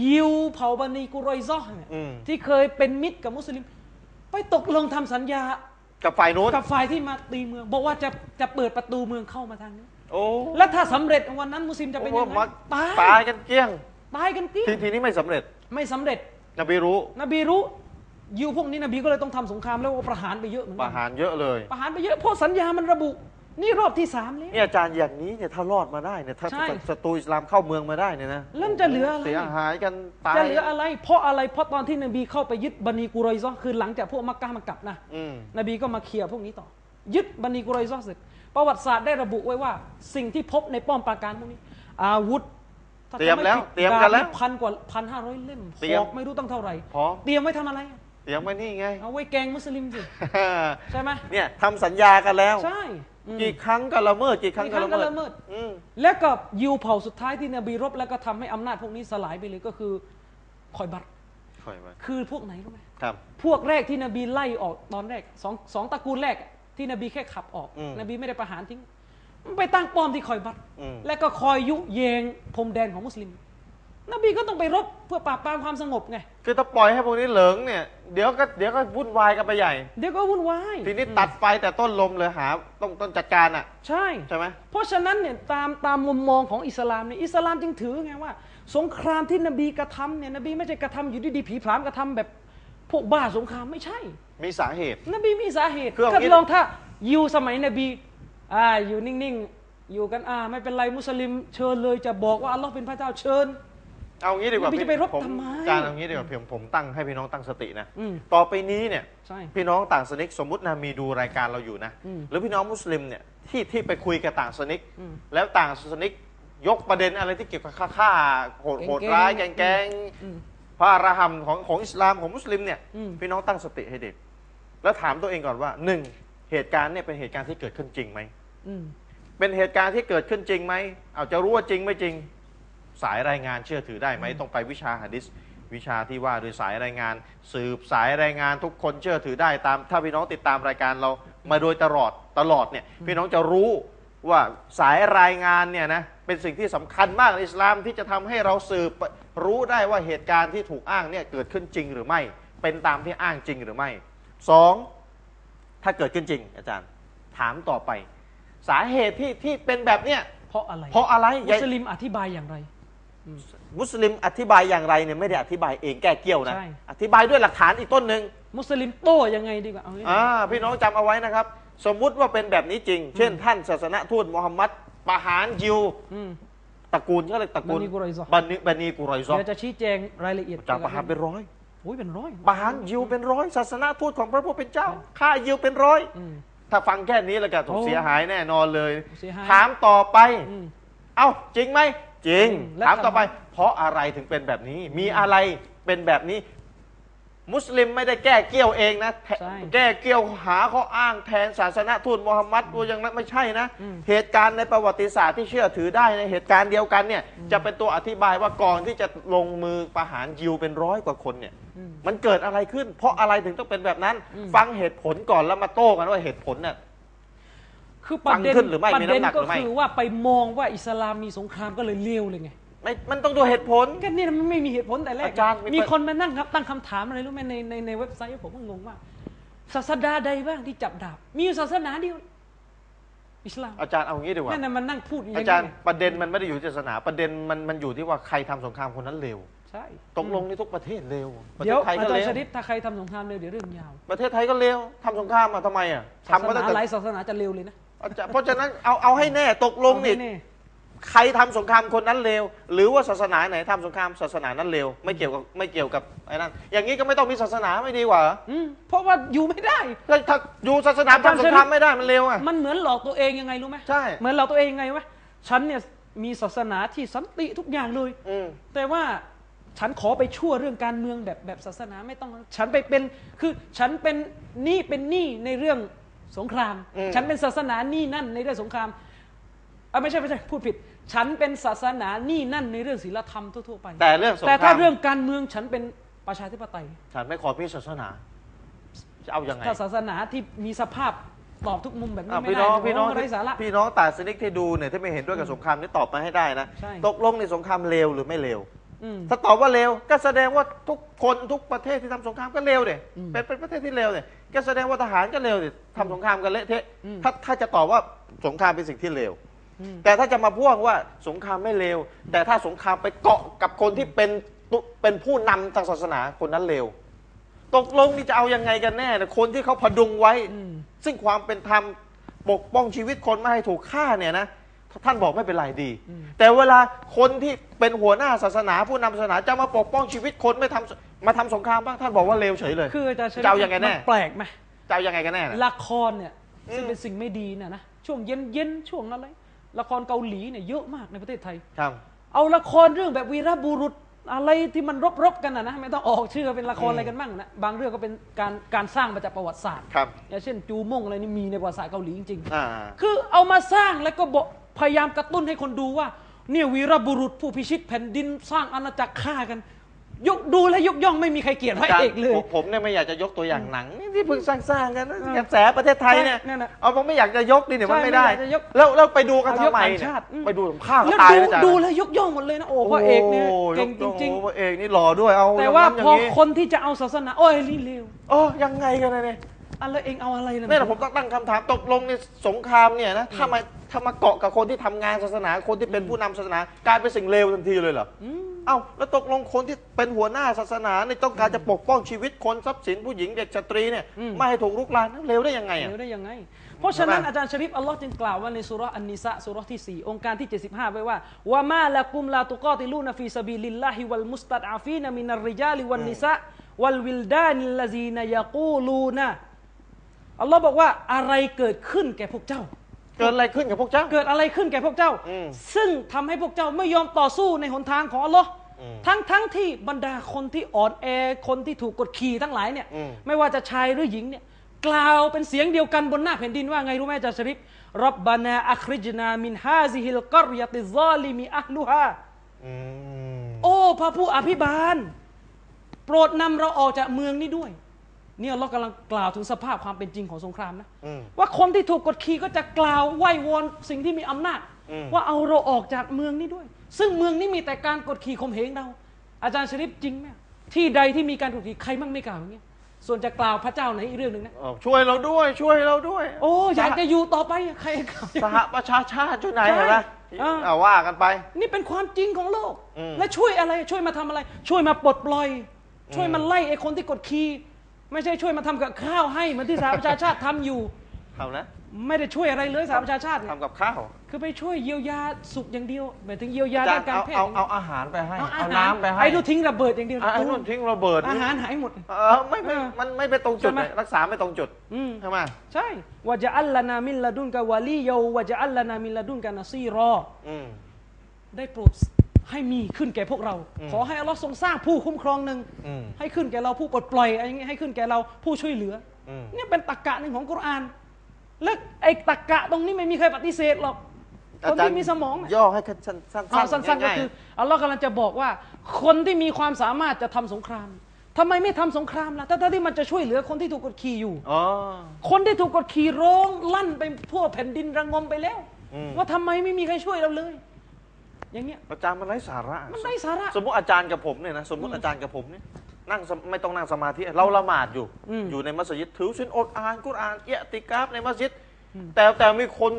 Speaker 3: ยิวเผ่าบันีกุรอยซอห์เนี่ย
Speaker 1: อืม
Speaker 3: ที่เคยเป็นมิตรกับมุสลิม ไปตกลงทำสัญญา
Speaker 1: กับฝ่ายนู้น
Speaker 3: กับฝ่ายที่มาตีเมือง บอกว่าจะจะเปิดประตูเมืองเข้ามาทางนี้
Speaker 1: โอ้
Speaker 3: และถ้าสำเร็จวันนั้นมุสลิมจะเป็นยัง
Speaker 1: โอ้
Speaker 3: ไง
Speaker 1: มัก
Speaker 3: ตาย
Speaker 1: ตายกันเกลี้ยง
Speaker 3: ตายกันเกลี้ย
Speaker 1: ที
Speaker 3: ง
Speaker 1: ทีนี้ไม่สำเร็จ
Speaker 3: ไม่สำเร็จ
Speaker 1: นบีรู้
Speaker 3: นบีรู้ยิวพวกนี้นบีก็เลยต้องทำสงครามแล้วก็ประหารไปเยอะเหมือน
Speaker 1: ป
Speaker 3: กั
Speaker 1: ระ
Speaker 3: น
Speaker 1: หารเยอะเลย
Speaker 3: ประหารไปเยอะเพราะสัญญามันระบุ นี่รอบที่สามแล้ว
Speaker 1: เนี่ยอาจารย์อย่างนี้เนี่ยถ้ารอดมาได้เนี่ยถ้า
Speaker 3: ใช่
Speaker 1: ศัตรูอิสลามเข้าเมืองมาได้เนี่ยนะ
Speaker 3: แล้วมันจะเหลืออะไร
Speaker 1: เสียหายกันตาย
Speaker 3: จะเหลืออะไร เพราะอะไร เพราะตอนที่นบีเข้าไปยึดบันีกุรอยซอคือหลังจากพวกมักกะมากลับนะ
Speaker 1: อืม
Speaker 3: นบีก็มาเคลียร์พวกนี้ต่อ ยึดบันีกุรอยซอเสร็จประวัติศาสตร์ได้ระบุไว้ว่า สิ่งที่พบในป้อมปราการพวกนี้ อาวุธถ้า
Speaker 1: เตรียม
Speaker 3: จำ
Speaker 1: แล้ว
Speaker 3: ไผิด
Speaker 1: เตรียมกันแล้ว
Speaker 3: ดาบพันกว่าพันห้าร้อยเล่ม
Speaker 1: เตรียม
Speaker 3: หอกไม่รู้ตั้งเท่าไหร่
Speaker 1: พร้อม
Speaker 3: เตรียมไว้ทำอะไร
Speaker 1: เตรียมไว้นี่ไง <laughs>
Speaker 3: เอาไว้แกงมุสลิมสิใช่ไหม
Speaker 1: เนี่ยทำสัญญากันแล้ว
Speaker 3: ใช่อืม
Speaker 1: กี่ครั้งก็ละเมิดกี่ครั้ง
Speaker 3: กี่
Speaker 1: ก็
Speaker 3: ครั้
Speaker 1: ละ
Speaker 3: งก็
Speaker 1: เมิด
Speaker 3: ละเมิด
Speaker 1: อืม
Speaker 3: และกับยิวเผ่าสุดท้ายที่นบีรบแล้วก็ทำให้อำนาจพวกนี้สลายไปเลยก็คือคอยบัตร
Speaker 1: คอยมา
Speaker 3: คือพวกไหนรู้ไหม
Speaker 1: ครับ
Speaker 3: พวกแรกที่นบีไล่ออกตอนแรกสองสองตระกูลแรกที่นบีแค่ขับออก
Speaker 1: อืม
Speaker 3: นบีไม่ได้ประหารทิ้งมันไปตั้งป้อมที่คอยบัตร
Speaker 1: อืม
Speaker 3: และก็คอยยุเยงพรมแดนของมุสลิม นบีก็ต้องไปรบเพื่อปราบปรามความสงบไง
Speaker 1: คือถ้าปล่อยให้พวกนี้เหลิงเนี่ยเดี๋ยวก็เดี๋ยวก็วุ่นวายกันไปใหญ่
Speaker 3: เดี๋ยวก็วุ่นวาย
Speaker 1: ทีนี้ตัดไฟแต่ต้นลมเลยหาต้องต้นจัดการอ่ะ
Speaker 3: ใช่
Speaker 1: ใช่ไหม
Speaker 3: เพราะฉะนั้นเนี่ยตามตามมุมมองของอิสลามเนี่ยอิสลามจึงถือไงว่า สงครามที่นบีกระทำเนี่ยนบีไม่ใช่กระทำอยู่ดีๆผีผลามกระทำแบบพวกบ้าสงครามไม่ใช่
Speaker 1: มีสาเหตุ
Speaker 3: นบีมีสาเหตุ
Speaker 1: คือเอา
Speaker 3: ก็
Speaker 1: งี้
Speaker 3: ลองถ้าอยู่สมัยนบีอ่าอยู่นิ่งๆ อยู่กันอ่าไม่เป็นไรมุสลิมเชิญเลยจะบอกว่าอัลลอฮ์เป็นพระเจ้าเชิญ
Speaker 1: เอางี้ดีกว่า
Speaker 3: แล้วพี่จะไปรบ
Speaker 1: ผม
Speaker 3: ทำไม
Speaker 1: จานเอางี้ดีกว่าผมผมตั้งให้พี่น้องตั้งสตินะ
Speaker 3: อืม
Speaker 1: ต่อไปนี้เนี่ย
Speaker 3: ใช่
Speaker 1: พี่น้องต่างสนิกสมมตินะมีดูรายการเราอยู่นะ
Speaker 3: อืม
Speaker 1: หรือพี่น้องมุสลิมเนี่ยที่ที่ไปคุยกับต่างสนิก
Speaker 3: อืม
Speaker 1: แล้วต่างสนิกยกประเด็นอะไรที่เกี่ยวกับค่าฆ่าโหด
Speaker 3: แก
Speaker 1: โหด
Speaker 3: งๆ
Speaker 1: ร้ายแกงแกง
Speaker 3: อืม
Speaker 1: พระอรหัมของของอิสลามของมุสลิมเนี่ย
Speaker 3: อืม
Speaker 1: พี่น้องตั้งสติให้ดีแล้วถามตัวเองก่อนว่าหนึ่งเหตุการณ์เนี่ยเป็นเหตุการณ์ที่เกิดขึ้นจริงไหม
Speaker 3: อืม
Speaker 1: เป็นเหตุการณ์ที่เกิดขึ้นจริงไหมเอาจะรู้ว่าจริงไม่จริง สายรายงานเชื่อถือได้ไหมต้องไปวิชาหะดิษวิชาที่ว่าโดยสายรายงาน สืบสายรายงานทุกคนเชื่อถือได้ตาม ถ้าพี่น้องติดตามรายการเรามาโดยตลอดตลอดเนี่ยพี่น้องจะรู้ว่าสายรายงานเนี่ยนะเป็นสิ่งที่สำคัญมากในอิสลามที่จะทำให้เราสืบรู้ได้ว่าเหตุการณ์ที่ถูกอ้างเนี่ยเกิดขึ้นจริงหรือไม่ เป็นตามที่อ้างจริงหรือไม่สองถ้าเกิดขึ้นจริง อาจารย์ถามต่อไป สาเหตุที่ที่เป็นแบบเนี้ย
Speaker 3: เพราะอะไร
Speaker 1: เพราะอะไร
Speaker 3: มุสลิมอธิบายอย่างไร
Speaker 1: มุสลิมอธิบายอย่างไรเนี่ยไม่ได้อธิบายเองแก้เกี้ยวนะ
Speaker 3: ใช่
Speaker 1: อธิบายด้วยหลักฐานอีกต้นหนึ่ง
Speaker 3: มุสลิมโต้ยังไงดีกว่าเอางี้
Speaker 1: อ่าพี่น้องจำเอาไว้นะครับ สมมุติว่าเป็นแบบนี้จริง เช่น ท่านศาสนทูตมูฮัมมัดประหารยิว
Speaker 3: อืม
Speaker 1: ตระกูลก็เลยกตระกูล
Speaker 3: บันิกุรอยซอ
Speaker 1: บันิบันีกุรอยซอ
Speaker 3: เดี๋ยวจะชี้แจงรายละเอียด
Speaker 1: จากประหารเป็นร้อย
Speaker 3: โอ้ยเป็นร้อย
Speaker 1: ประหารยิวเป็นร้อยศาสนทูตของพระผู้เป็นเจ้าฆ่ายิวเป็นร้อย
Speaker 3: อืม
Speaker 1: ถ้าฟังแค่นี้แล้วก็ถูก
Speaker 3: โอ้
Speaker 1: เสียหายแน่นอนเลย
Speaker 3: เสียหาย
Speaker 1: ถามต่อไป
Speaker 3: อืม
Speaker 1: เอ้าจริงไหมจริง
Speaker 3: จริงและ
Speaker 1: ถามต่อไป
Speaker 3: ทำไม
Speaker 1: เพราะอะไรถึงเป็นแบบนี้ มีอะไรเป็นแบบนี้ มุสลิมไม่ได้แก้เกี้ยวเองนะแท
Speaker 3: ใช่
Speaker 1: แก้เกี้ยวหาข้ออ้างแทนศาสนทูตมูฮัมมัดว่าอย่างนั้นไม่ใช่นะ
Speaker 3: อืม
Speaker 1: เหตุการณ์ในประวัติศาสตร์ที่เชื่อถือได้ในเหตุการณ์เดียวกันเนี่ย จะเป็นตัวอธิบายว่าก่อนที่จะลงมือประหารยิวเป็นร้อยกว่าคนเนี่ย
Speaker 3: อืม
Speaker 1: มันเกิดอะไรขึ้น เพราะอะไรถึงต้องเป็นแบบนั้น
Speaker 3: อืม
Speaker 1: ฟังเหตุผลก่อนแล้วมาโต้กันว่าเหตุผลเนี่ย
Speaker 3: คือประเด็น
Speaker 1: ฟังขึ้นหรือไม่
Speaker 3: ประเด็
Speaker 1: มี
Speaker 3: น
Speaker 1: น้ำหนักห
Speaker 3: ก็
Speaker 1: รือไม่
Speaker 3: คือว่าไปมองว่าอิสลามมีสงครามก็เลยเลวเลยไง
Speaker 1: ไม่มันต้องดูเหตุผล
Speaker 3: ก็นี่มันไม่มีเหตุผลแต่แรก
Speaker 1: อาจารย์มี
Speaker 3: มี
Speaker 1: ประ
Speaker 3: คนมานั่งครับตั้งคำถามอะไรรู้ไหมในในในเว็บไซต์ผมก็งงมากศาสดาใดบ้างที่จับดาบ มีอยู่ศาสนาเดียว อิสลาม
Speaker 1: อาจารย์เอางี้ดีกว่า
Speaker 3: นั่นน่ะมันนั่งพูดอย่าง
Speaker 1: อา
Speaker 3: นี้
Speaker 1: จารย์
Speaker 3: ไง
Speaker 1: ประเด็นมันไม่ได้อยู่ที่ศาสนาประเด็นมันมันอยู่ที่ว่าใครทำสงครามคนนั้นเลว
Speaker 3: ใช่
Speaker 1: ตกลงในทุกประเทศเลวประเท
Speaker 3: เดี๋ย
Speaker 1: ศ
Speaker 3: ว
Speaker 1: ไทย
Speaker 3: อา
Speaker 1: ก็
Speaker 3: จาร
Speaker 1: เล
Speaker 3: ย์
Speaker 1: ว
Speaker 3: ชริตถ้าใครทำสงครามเลยเดี๋ยวเรื่องยาว
Speaker 1: ประเทศไทยก็เลวทำสงครามมาทำไมอ่ะ
Speaker 3: ศา
Speaker 1: ทำ
Speaker 3: ส
Speaker 1: มา
Speaker 3: นา
Speaker 1: ตั้งแต่
Speaker 3: หลายศาสนาจะเลวเลยนะ
Speaker 1: อาจารย์เพราะฉะนั้นเอาเอาให้แน่ตกลงนี่
Speaker 3: เอาแน่
Speaker 1: ใครทำสงครามคนนั้นเลวหรือว่าศาสนาไหนทำสงครามศาสนานั้นเลวไม่เกี่ยวกับไม่เกี่ยวกับไอ้นั่นอย่างนี้ก็ไม่ต้องมีศาสนาไม่ดีกว่าเหรอ
Speaker 3: ๆอืมเพราะว่าอยู่ไม่ได้
Speaker 1: ถ้าถ้าอยู่ศาสนา
Speaker 3: อาจารย์
Speaker 1: ทำสงคราม
Speaker 3: ชลิด
Speaker 1: ไม่ได้มันเลวอ่ะ
Speaker 3: มันเหมือนหลอกตัวเองยังไงรู้ไหม
Speaker 1: ใช่
Speaker 3: เหมือนหลอกตัวเองยังไงวะฉันเนี่ยมีศาสนาที่สันติทุกอย่างเลย
Speaker 1: อืม
Speaker 3: แต่ว่าฉันขอไปชั่วเรื่องการเมืองแบบแบบศาสนาไม่ต้อง ฉันไปเป็นคือฉันเป็นหนี่เป็นหนี่ในเรื่องสงคราม
Speaker 1: อืม
Speaker 3: ฉันเป็นศาสนาหนี่นั่นในเรื่องสงครามอ่ะไม่ใช่ไม่ใช่พูดผิด ฉันเป็นศาสนาหนี่นั่นในเรื่องศีลธรรมทั่วๆไป
Speaker 1: แต่เรื่องสงคราม
Speaker 3: ถ้าเรื่องการเมืองฉันเป็นประชาธิปไตย
Speaker 1: ฉันไม่ขอพี่ศาสนา จะเอายังไง
Speaker 3: ถ้าศาสนาที่มีสภาพตอบทุกมุมแบบนี้
Speaker 1: อ่ะ
Speaker 3: ไม่
Speaker 1: พี่
Speaker 3: ได้
Speaker 1: น้อง
Speaker 3: โโห
Speaker 1: พี่น้อง
Speaker 3: มันไร้สาระ
Speaker 1: พี่น้องต่างสนิกที่ดูเนี่ยที่ไม่เห็นด้วยกับสงครามนี่ตอบมาให้ได้นะ
Speaker 3: ใช่
Speaker 1: ตกลงในสงครามเลวหรือไม่เลว
Speaker 3: อืม
Speaker 1: ถ้าตอบว่าเลวก็แสดงว่าทุกคนทุกประเทศที่ทำสงครามก็เลวเด็
Speaker 3: อืม
Speaker 1: เป็นเป็นประเทศที่เลวเด็ก็แสดงว่าทหารก็เลวเด็ทำสงครามกันเละเทะ
Speaker 3: อืม
Speaker 1: ถ้าถ้าจะตอบว่าสงครามเป็นสิ่งที่เลว
Speaker 3: อืม
Speaker 1: แต่ถ้าจะมาพ่วงว่าสงครามไม่เลว แต่ถ้าสงครามไปเกาะกับคนที่เป็นตุเป็นผู้นำทางศาสนาคนนั้นเลว ตกลงนี่จะเอายังไงกันแน่นะคนที่เขาพดุงไว้
Speaker 3: อืม
Speaker 1: ซึ่งความเป็นธรรมปกป้องชีวิตคนไม่ให้ถูกฆ่าเนี่ยนะท่านบอกไม่เป็นไรดี
Speaker 3: อืม
Speaker 1: แต่เวลาคนที่เป็นหัวหน้าศาสนาผู้นำศาสนาจะมาปกป้องชีวิตคนไม่ทำมาทำสงครามบ้างท่านบอกว่าเลวเฉยเลย
Speaker 3: คืออาจารย์ชลิด
Speaker 1: จะเอายังไงแน่
Speaker 3: มัแปลกไหม
Speaker 1: จะเอายังไงกันแน่นะ
Speaker 3: ละครเนี่ยซึ่งเป็นสิ่งไม่ดีนะนะช่วงเย็นเย็นๆช่วงอะไร ละครเกาหลีเนี่ยเยอะมากในประเทศไทย
Speaker 1: ครับ
Speaker 3: เอาละครเรื่องแบบวีรบุรุษอะไรที่มันรบๆกันนะนะไม่ต้องออกชื่อเป็นละครอะไรกันบ้างนะบางเรื่องก็เป็นการการสร้างมาจากประวัติศาสตร์
Speaker 1: ครับ
Speaker 3: อย่างเช่นจูมงอะไรนี่มีในประวัติศาสตร์เกาหลีจริง
Speaker 1: อ่า
Speaker 3: ๆ คือเอามาสร้างแล้วก็บอกพยายามกระตุ้นให้คนดูว่าเนี่ยวีรบุรุษผู้พิชิตแผ่นดินสร้างอาณาจักรฆ่ากันยกดูและยกย่องไม่มีใครเกลียดพระเอกเลย
Speaker 1: ผมผมเนี่ยไม่อยากจะยกตัวอย่างหนังที่เพิ่งสร้างๆกันนะ
Speaker 3: เออก
Speaker 1: ระแสประเทศไทยเนี่ย
Speaker 3: นั่นน่ะ
Speaker 1: เอาผมไม่อยากจะยกดิเนี่ยมัน
Speaker 3: ใช่
Speaker 1: ไม่ได้
Speaker 3: ไม่อยากจะยก
Speaker 1: แล้วแล้วไปดูกัน
Speaker 3: เอาย
Speaker 1: ทำ
Speaker 3: ก
Speaker 1: ไม
Speaker 3: ต่าง
Speaker 1: เนี่ย
Speaker 3: ชาติอืม
Speaker 1: ไปดูข้าว
Speaker 3: แล้ว
Speaker 1: ตาย
Speaker 3: ดู
Speaker 1: นะจ๊ะ
Speaker 3: ดูแล้วยกย่องหมดเลยนะโอ้พระเอกเนี่ยเก่งจริง ๆ
Speaker 1: พระเอกนี่หล่อด้วยเอา
Speaker 3: แต่ว่า
Speaker 1: อย่ง
Speaker 3: พอ
Speaker 1: นี้
Speaker 3: คนที่จะเอาศาสนา โอ้ยนี่เร็ว
Speaker 1: โอ้ยังไงกันนะเนี่ย
Speaker 3: อะไรเองเอาอะไรเลย
Speaker 1: นี่แหละผมต้องตั้งคำถามตกลงในสงครามเนี่ยนะถ้ามา ถ้ามาเกาะกับคนที่ทำงานศาสนาคนที่เป็นผู้นำศาสนากลายเป็นสิ่งเลวทันทีเลยเหรออเอ้าแล้วตกลงคนที่เป็นหัวหน้าศาสนาในยต้องการจะปกป้องชีวิตคนทรัพย์สินผู้หญิงเด็กสตรีเนี่ยไม่ให้ถูกลุกลานนั่นเลวได้ยังไงอะ
Speaker 3: เร็วได้ยังไง เพราะฉะนั้นอาจารย์ชริฟอัลลอฮ์จึงกล่าวว่าในสุราะห์อันนิสะสุราะห์ที่ 4 องค์การที่ 75 ไว้ว่าวามาละกุมลาตุกอติลูนฟีซาบิลิลลาฮิวัลมุสตัดอาฟีนมินัรริยาลิวันนิสะวัลวิลดานิลลาซีนยากูลูนะอัลลอฮ์บอกว่าอะไรเกิดขึ้นแก่พวกเจ้า
Speaker 1: เกิดอะไรขึ้นกับพวกเจ้า
Speaker 3: เกิดอะไรขึ้นแก่พวกเจ้า
Speaker 1: อืม
Speaker 3: ซึ่งทำให้พวกเจ้าไม่ยอมต่อสู้ในหนทางของอัลลอฮ์ทั้งทั้งที่บรรดาคนที่อ่อนแอคนที่ถูกกดขี่ทั้งหลายเนี่ย
Speaker 1: อืม
Speaker 3: ไม่ว่าจะชายหรือหญิงเนี่ย กล่าวเป็นเสียงเดียวกันบนหน้าแผ่นดินว่าไงรู้ไหมอาจารย์ชริฟรับบานาอัคริจนามินฮาซิฮิลกอรยะติซาลิมีอัฮลูฮา
Speaker 1: อืม
Speaker 3: โอ้พระผู้อภิบาล โปรดนำเราออกจากเมืองนี้ด้วย เนี่ยเรากำลังกล่าวถึงสภาพความเป็นจริงของสงครามนะ
Speaker 1: อืม
Speaker 3: ว่าคนที่ถูกกดขี่ก็จะกล่าวไหว้วอนสิ่งที่มีอำนาจ
Speaker 1: อืม
Speaker 3: ว่าเอาเราออกจากเมืองนี้ด้วย ซึ่งเมืองนี้มีแต่การกดขี่ข่มเหงเรา อาจารย์ชริปจริงไหมที่ใดที่มีการกดขี่ใครมั่งไม่กล่าวอย่างเงี้ยส่วนจะกล่าวพระเจ้าไหนอีกเรื่องหนึ่งนะ
Speaker 1: เออช่วยเราด้วยช่วยเราด้วย
Speaker 3: โอ้อยากจะอยู่ต่อไปใครกล่าวอย่าง
Speaker 1: ส
Speaker 3: นั้น
Speaker 1: หประชาชาติช่วยไหนเหรอนะ
Speaker 3: ใช่อ่า
Speaker 1: เอาว่ากันไป
Speaker 3: นี่เป็นความจริงของโลก
Speaker 1: อืม
Speaker 3: และช่วยอะไรช่วยมาทำอะไร ช่วยมาปลดปล่อย ช่วยมาไล่ไอ้คนที่กดขี่ไม่ใช่ช่วยมาทำกับข้าวให้เหมือนที่สหประชาชาติทำอยู่
Speaker 1: ทำนะ
Speaker 3: ไม่ได้ช่วยอะไรเลยสหประชาชาติเนี่ย
Speaker 1: ทำกับข้าว
Speaker 3: คือไปช่วยเยียวยาสุขอย่างเดียวหมายถึงเยียวยา
Speaker 1: อาจา
Speaker 3: ด้าร น
Speaker 1: ย์
Speaker 3: การ
Speaker 1: เอา
Speaker 3: แพทย์
Speaker 1: เอาเอาอาหารไปให้
Speaker 3: เอา
Speaker 1: เอา
Speaker 3: หร
Speaker 1: น้ำไปให้
Speaker 3: ไอ้นู่นทิ้งระเบิดอย่างเดียว
Speaker 1: อ่ะไอ้นู่นทิ้งระเบิด
Speaker 3: อาหารหายหมด
Speaker 1: เออไม่ไม่
Speaker 3: เออ
Speaker 1: มันไม่ไปตรงจุด
Speaker 3: ใช่ไหม
Speaker 1: เลยรักษาไม่ตรงจุด
Speaker 3: อืม
Speaker 1: ใช่ไหม
Speaker 3: ใช่วะจะอัลลานามินละดุนกะวาลีเยาวะจะอัลลานามินละดุนกะนาซีรอ
Speaker 1: อืม
Speaker 3: ได้โปรดให้มีขึ้นแก่พวกเรา
Speaker 1: อืม
Speaker 3: ขอให้อัลลอฮ์ทรงสร้างผู้คุ้มครองหนึ่ง
Speaker 1: อืม
Speaker 3: ให้ขึ้นแก่เราผู้ปลดปล่อยอะไรอย่างเงี้ยให้ขึ้นแก่เราผู้ช่วยเหลือ
Speaker 1: อืม
Speaker 3: เนี่ยเป็นตรรกะหนึ่งของกุรอานและไอ้ตรรกะตรงนี้ไม่มีใครปฏิเสธหรอกคนที่มีสมองเนี่ย
Speaker 1: ย่อให้สั้นสั้น
Speaker 3: เอาสั้นๆก็
Speaker 1: ง่ายๆ
Speaker 3: คืออัลลอฮ์กำลังจะบอกว่า คนที่มีความสามารถจะทำสงครามทำไมไม่ทำสงครามล่ะถ้าที่มันจะช่วยเหลือคนที่ถูกกดขี่อยู่
Speaker 1: อ๋อ
Speaker 3: คนที่ถูกกดขี่ร้องลั่นไปทั่วแผ่นดินระงมไปแล้ว
Speaker 1: อืม
Speaker 3: ว่าทำไมไม่มีใครช่วยเราเลย อย่างเงี้ย
Speaker 1: อาจารย์มันไร้สาระ
Speaker 3: มันไร้สาระ
Speaker 1: <laughs> สมมติอาจารย์กับผมเนี่ยนะสมมติอาจารย์กับผมเนี่ยนั่งสมไม่ต้องนั่งสมาธิเราละหมาดอยู่
Speaker 3: อืม
Speaker 1: อยู่ในมัสยิดถือศีลอดอ่านกุรอานเอะติกราฟในมัสยิดแต่แต่มีคน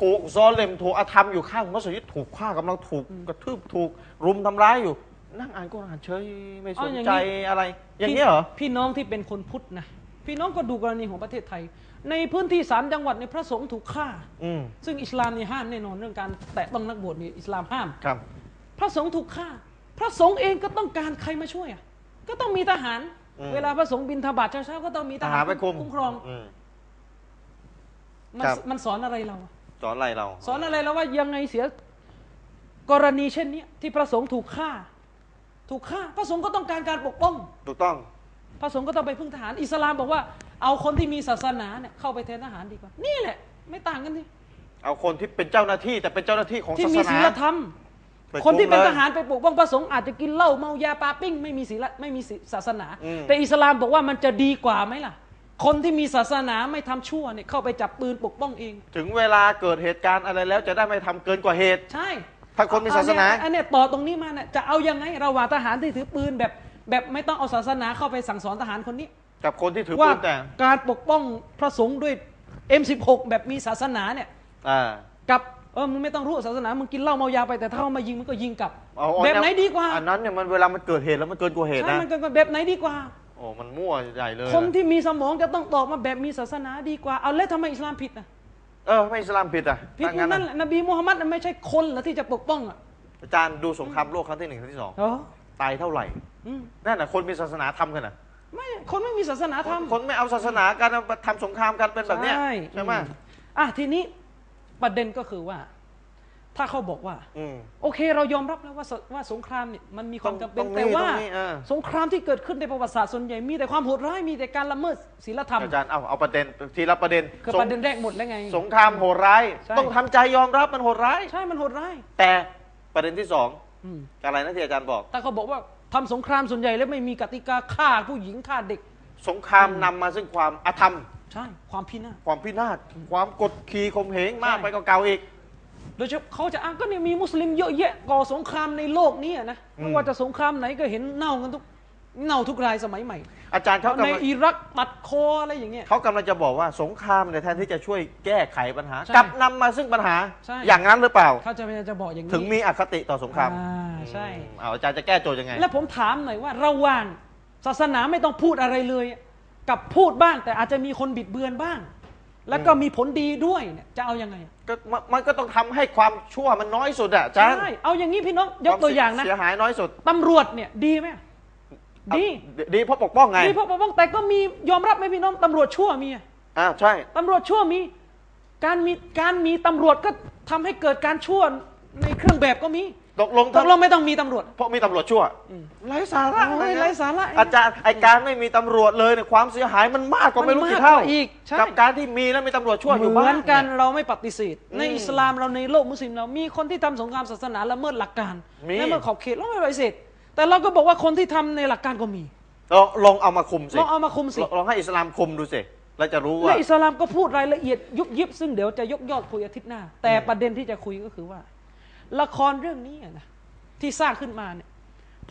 Speaker 1: ถูกซอเลมถูกอาธรรมอยู่ข้างมัสยิดถูกฆ่ากำลังถูกกระทืบถูกรุมทำร้ายอยู่ นั่งอ่านกุรอานเฉยไม่สนใจอะไร อย่างนี้ยเหรอ
Speaker 3: พี่พี่น้องที่เป็นคนพุทธนะพี่น้องก็ดูกรณีของประเทศไทย ในพื้นที่สามจังหวัดในยพระสงฆ์ถูกฆ่า
Speaker 1: อืม
Speaker 3: ซึ่งอิสลามเนี่ยห้ามแน่นอนเรื่องการแตะต้องนักบวชเนี่ยอิสลามห้าม
Speaker 1: ครับ
Speaker 3: พระสงฆ์ถูกฆ่า พระสงฆ์เองก็ต้องการใครมาช่วยอ่ะ ก็ต้องมีทหาร
Speaker 1: อืม
Speaker 3: เวลาพระสงฆ์บินทบาทเช้าๆก็ต้องมีท
Speaker 1: ท
Speaker 3: หา
Speaker 1: หาร รไปคุม
Speaker 3: คุ้มครอง
Speaker 1: ม
Speaker 3: มัน
Speaker 1: ครับ
Speaker 3: มันสอนอะไรเราอะ
Speaker 1: สอนอะไรเรา
Speaker 3: สอนอะไรเราว่ายังไงเสียกรณีเช่นเนี้ยที่พระสงฆ์ถูกฆ่า ถูกฆ่า พระสงฆ์ก็ต้องการการปกป้อง
Speaker 1: ถูกต้อง
Speaker 3: พระสงฆ์ก็ต้องไปพึ่งทหาร อิสลามบอกว่า เอาคนที่มีศาสนาเนี่ยเข้าไปแทนทหารดีกว่า นี่แหละ ไม่ต่างกันที่
Speaker 1: เอาคนที่เป็นเจ้าหน้าที่แต่เป็นเจ้าหน้าที่ของ
Speaker 3: ที่
Speaker 1: ศาส
Speaker 3: มีศี
Speaker 1: นา
Speaker 3: ลธรรม
Speaker 1: ไคุม
Speaker 3: คนที่เป็น
Speaker 1: ลย
Speaker 3: ทหารไปปกป้องพระสงฆ์อาจจะกินเหล้าเมายาปาปิ้งไม่มีศีลไม่มีศีลศาสนา
Speaker 1: อืม
Speaker 3: แต่อิสลามบอกว่ามันจะดีกว่าไหมล่ะ คนที่มีศาสนาไม่ทำชั่วเนี่ยเข้าไปจับปืนปกป้องเอง
Speaker 1: ถึงเวลาเกิดเหตุการณ์อะไรแล้วจะได้ไม่ทำเกินกว่าเหตุ
Speaker 3: ใช่
Speaker 1: ถ้าคนมีศาสนา
Speaker 3: เอเยอันเนี้ยต่อตรงนี้มาเนี่ยจะเอายังไงระหว่างทหารที่ถือปืนแบบ แบบไม่ต้องเอาศาสนาเข้าไปสั่งสอนทหารคนนี้
Speaker 1: กับคนที่ถือ
Speaker 3: ว่า
Speaker 1: ปืนแต่ง
Speaker 3: การปกป้องพระสงฆ์ด้วย M16 แบบมีศาสนาเนี่ย
Speaker 1: อ่า
Speaker 3: กับเออมึงไม่ต้องรู้ศาสนามึงกินเหล้าเมายาไปแต่ถ้าเอามายิงมึงก็ยิงกลับ
Speaker 1: เอาเอา
Speaker 3: แบบไหน
Speaker 1: แว
Speaker 3: ดีกว่า
Speaker 1: อันนั้นเนี่ยมันเวลามันเกิดเหตุแล้วมันเกินกว่าเหตุ
Speaker 3: ใช่
Speaker 1: นะ
Speaker 3: มันก็แบบไหนดีกว่า
Speaker 1: โอ้มันมั่วใหญ่เลย
Speaker 3: คน
Speaker 1: นะ
Speaker 3: ที่มีสมองจะต้องตอบมาแบบมีศาสนาดีกว่า เอาแล้วทำไมอิสลามผิดนะ
Speaker 1: เออไม่อิสลามผิดอ่ะ
Speaker 3: ผิด
Speaker 1: ถ้างั้
Speaker 3: นั่นแหละนบีมูฮัมมัดน่ะไม่ใช่คนแล้วที่จะปกป้องอ่ะ
Speaker 1: อาจารย์ดูสงครามโลกครั้งที่หนึ่งครั้งที่สอง
Speaker 3: เหรอ
Speaker 1: ตายเท่าไหร่
Speaker 3: อืม
Speaker 1: นั่นน่ะคนมีศาสนาทำกันน่ะ
Speaker 3: ไม่คนไม่มีศาสนาทำ
Speaker 1: คนไม่เอาศาสนากันเอามาทำสงครามกันเป็นแบบเนี้ย
Speaker 3: ใช่
Speaker 1: ใช่ไหม
Speaker 3: อือ่ะทีนี้ประเด็นก็คือว่า ถ้าเขาบอกว่า
Speaker 1: อืม
Speaker 3: โอเค เรายอมรับแล้วว่าสว่าสงครามเนี่ยมันมีความ
Speaker 1: ต้
Speaker 3: จำ
Speaker 1: อง
Speaker 3: เป็น
Speaker 1: ต้องมี
Speaker 3: แต่ว่า
Speaker 1: ต้องมีเออ
Speaker 3: สงครามที่เกิดขึ้นในประวัติศาสตร์ส่วนใหญ่มีแต่ความโหดร้ายมีแต่การละเมิดศีลธรรม
Speaker 1: อาจารย์เอาเอาประเด็นทีละประเด็น
Speaker 3: คือ
Speaker 1: สง
Speaker 3: ประเด็นแรกหมดแล้วไง
Speaker 1: สงครามโหดร้าย
Speaker 3: ใช่
Speaker 1: ต้องทำใจยอมรับมันโหดร้าย
Speaker 3: ใช่มันโหดร้าย
Speaker 1: แต่ประเด็นที่สอง
Speaker 3: อืม
Speaker 1: อะไรนะที่อาจารย์บอก
Speaker 3: แต่เขาบอกว่าทำสงครามส่วนใหญ่แล้วไม่มีกติกาฆ่าผู้หญิงฆ่าเด็ก
Speaker 1: สงครามนำมาซึ่งความอธรรม
Speaker 3: ใช่ ความพินาศ
Speaker 1: ความพินาศความกดขี่ข่มเหงมากไปกว่าเก่าอีก
Speaker 3: โดยเฉพาะเขาจะอ้างก็เนี่ยมีมุสลิมเยอะแยะก่อสงครามในโลกนี้อะนะไม่ว่าจะสงครามไหนก็เห็นเน่ากันทุก เน่าทุกรายสมัยใหม่
Speaker 1: อาจารย์เขากำ
Speaker 3: ใน
Speaker 1: ลัง
Speaker 3: อิรักตัดคออะไรอย่างเงี้ย
Speaker 1: เขากำลังจะบอกว่าสงครามเนี่ยแทนที่จะช่วยแก้ไขปัญหา
Speaker 3: ใช่
Speaker 1: กลับนำมาซึ่งปัญหา
Speaker 3: ใช่
Speaker 1: อย่างนั้นหรือเปล่า
Speaker 3: เขาจะพยายามจะบอกอย่างนี้
Speaker 1: ถึงมีอคติต่อสงคราม
Speaker 3: อ่าใช่
Speaker 1: อืมเอาอาจารย์จะแก้โจทย์ยังไง
Speaker 3: แล้วผมถามหน่อยว่าระหว่างศาสนาไม่ต้องพูดอะไรเลย กับพูดบ้าง แต่อาจจะมีคนบิดเบือนบ้าง แล้วก็
Speaker 1: อืม
Speaker 3: มีผลดีด้วยเนี่ยจะเอายังไง
Speaker 1: ก็มมันก็ต้องทำให้ความชั่วมันน้อยสุดอะอาจารย์
Speaker 3: ใช่เอาอย่างนี้พี่น้องยกตัวอย่างนะ
Speaker 1: ควมเสีเสียหายน้อยสุด
Speaker 3: ตำรวจเนี่ยดีไหม
Speaker 1: เอา
Speaker 3: ดี
Speaker 1: ดีเพราะปกป้องไง
Speaker 3: ดีเพราะปกป้องแต่ก็มียอมรับไหมพี่น้องตำรวจชั่วมีอะ
Speaker 1: อ่าใช่
Speaker 3: ตำรวจชั่วมี การมีการมีตำรวจก็ทำให้เกิดการชั่วในเครื่องแบบก็มี
Speaker 1: ตกลง
Speaker 3: ตกลงไม่ต้องมีตำรวจ
Speaker 1: เพราะมีตำรวจชั่วไร้สาระ
Speaker 3: โอ้ย
Speaker 1: นะ
Speaker 3: ไร้สาระ
Speaker 1: อาจารย์ไอการไม่มีตำรวจเลยเนี่ยความเสียหายมันมากกว่าไม่รู้
Speaker 3: มันมาก
Speaker 1: กี่เท่าก
Speaker 3: ว่าอีกใช่
Speaker 1: กับการที่มีแล้วมีตำรวจชั่วอยู่
Speaker 3: เหมื
Speaker 1: บ้า
Speaker 3: อน นกัน
Speaker 1: เย
Speaker 3: เราไม่ปฏิเสธ ใน
Speaker 1: อืม
Speaker 3: อิสลามเราในโลกมุสลิมเรามีคนที่ทำสงครามศาสนาละเมิดหลักการ
Speaker 1: มี
Speaker 3: ละเมิดขอบเขตเราไม่ปฏิเสธแต่เราก็บอกว่าคนที่ทำในหลักการก็มี
Speaker 1: ลองลองเอามาคุมสิ
Speaker 3: เราเอามาคุมสิ
Speaker 1: ลองลองให้อิสลามคุมดูสิเราจะรู้ว่า
Speaker 3: และอิสลามก็พูดรายละเอียดยุบยิบซึ่งเดี๋ยวจะยกยอดคุยอาทิตย์หน้า แต่ประเด็นที่จะคุยก็คือว่า ละครเรื่องนี้อะนะที่สร้างขึ้นมาเนี่ย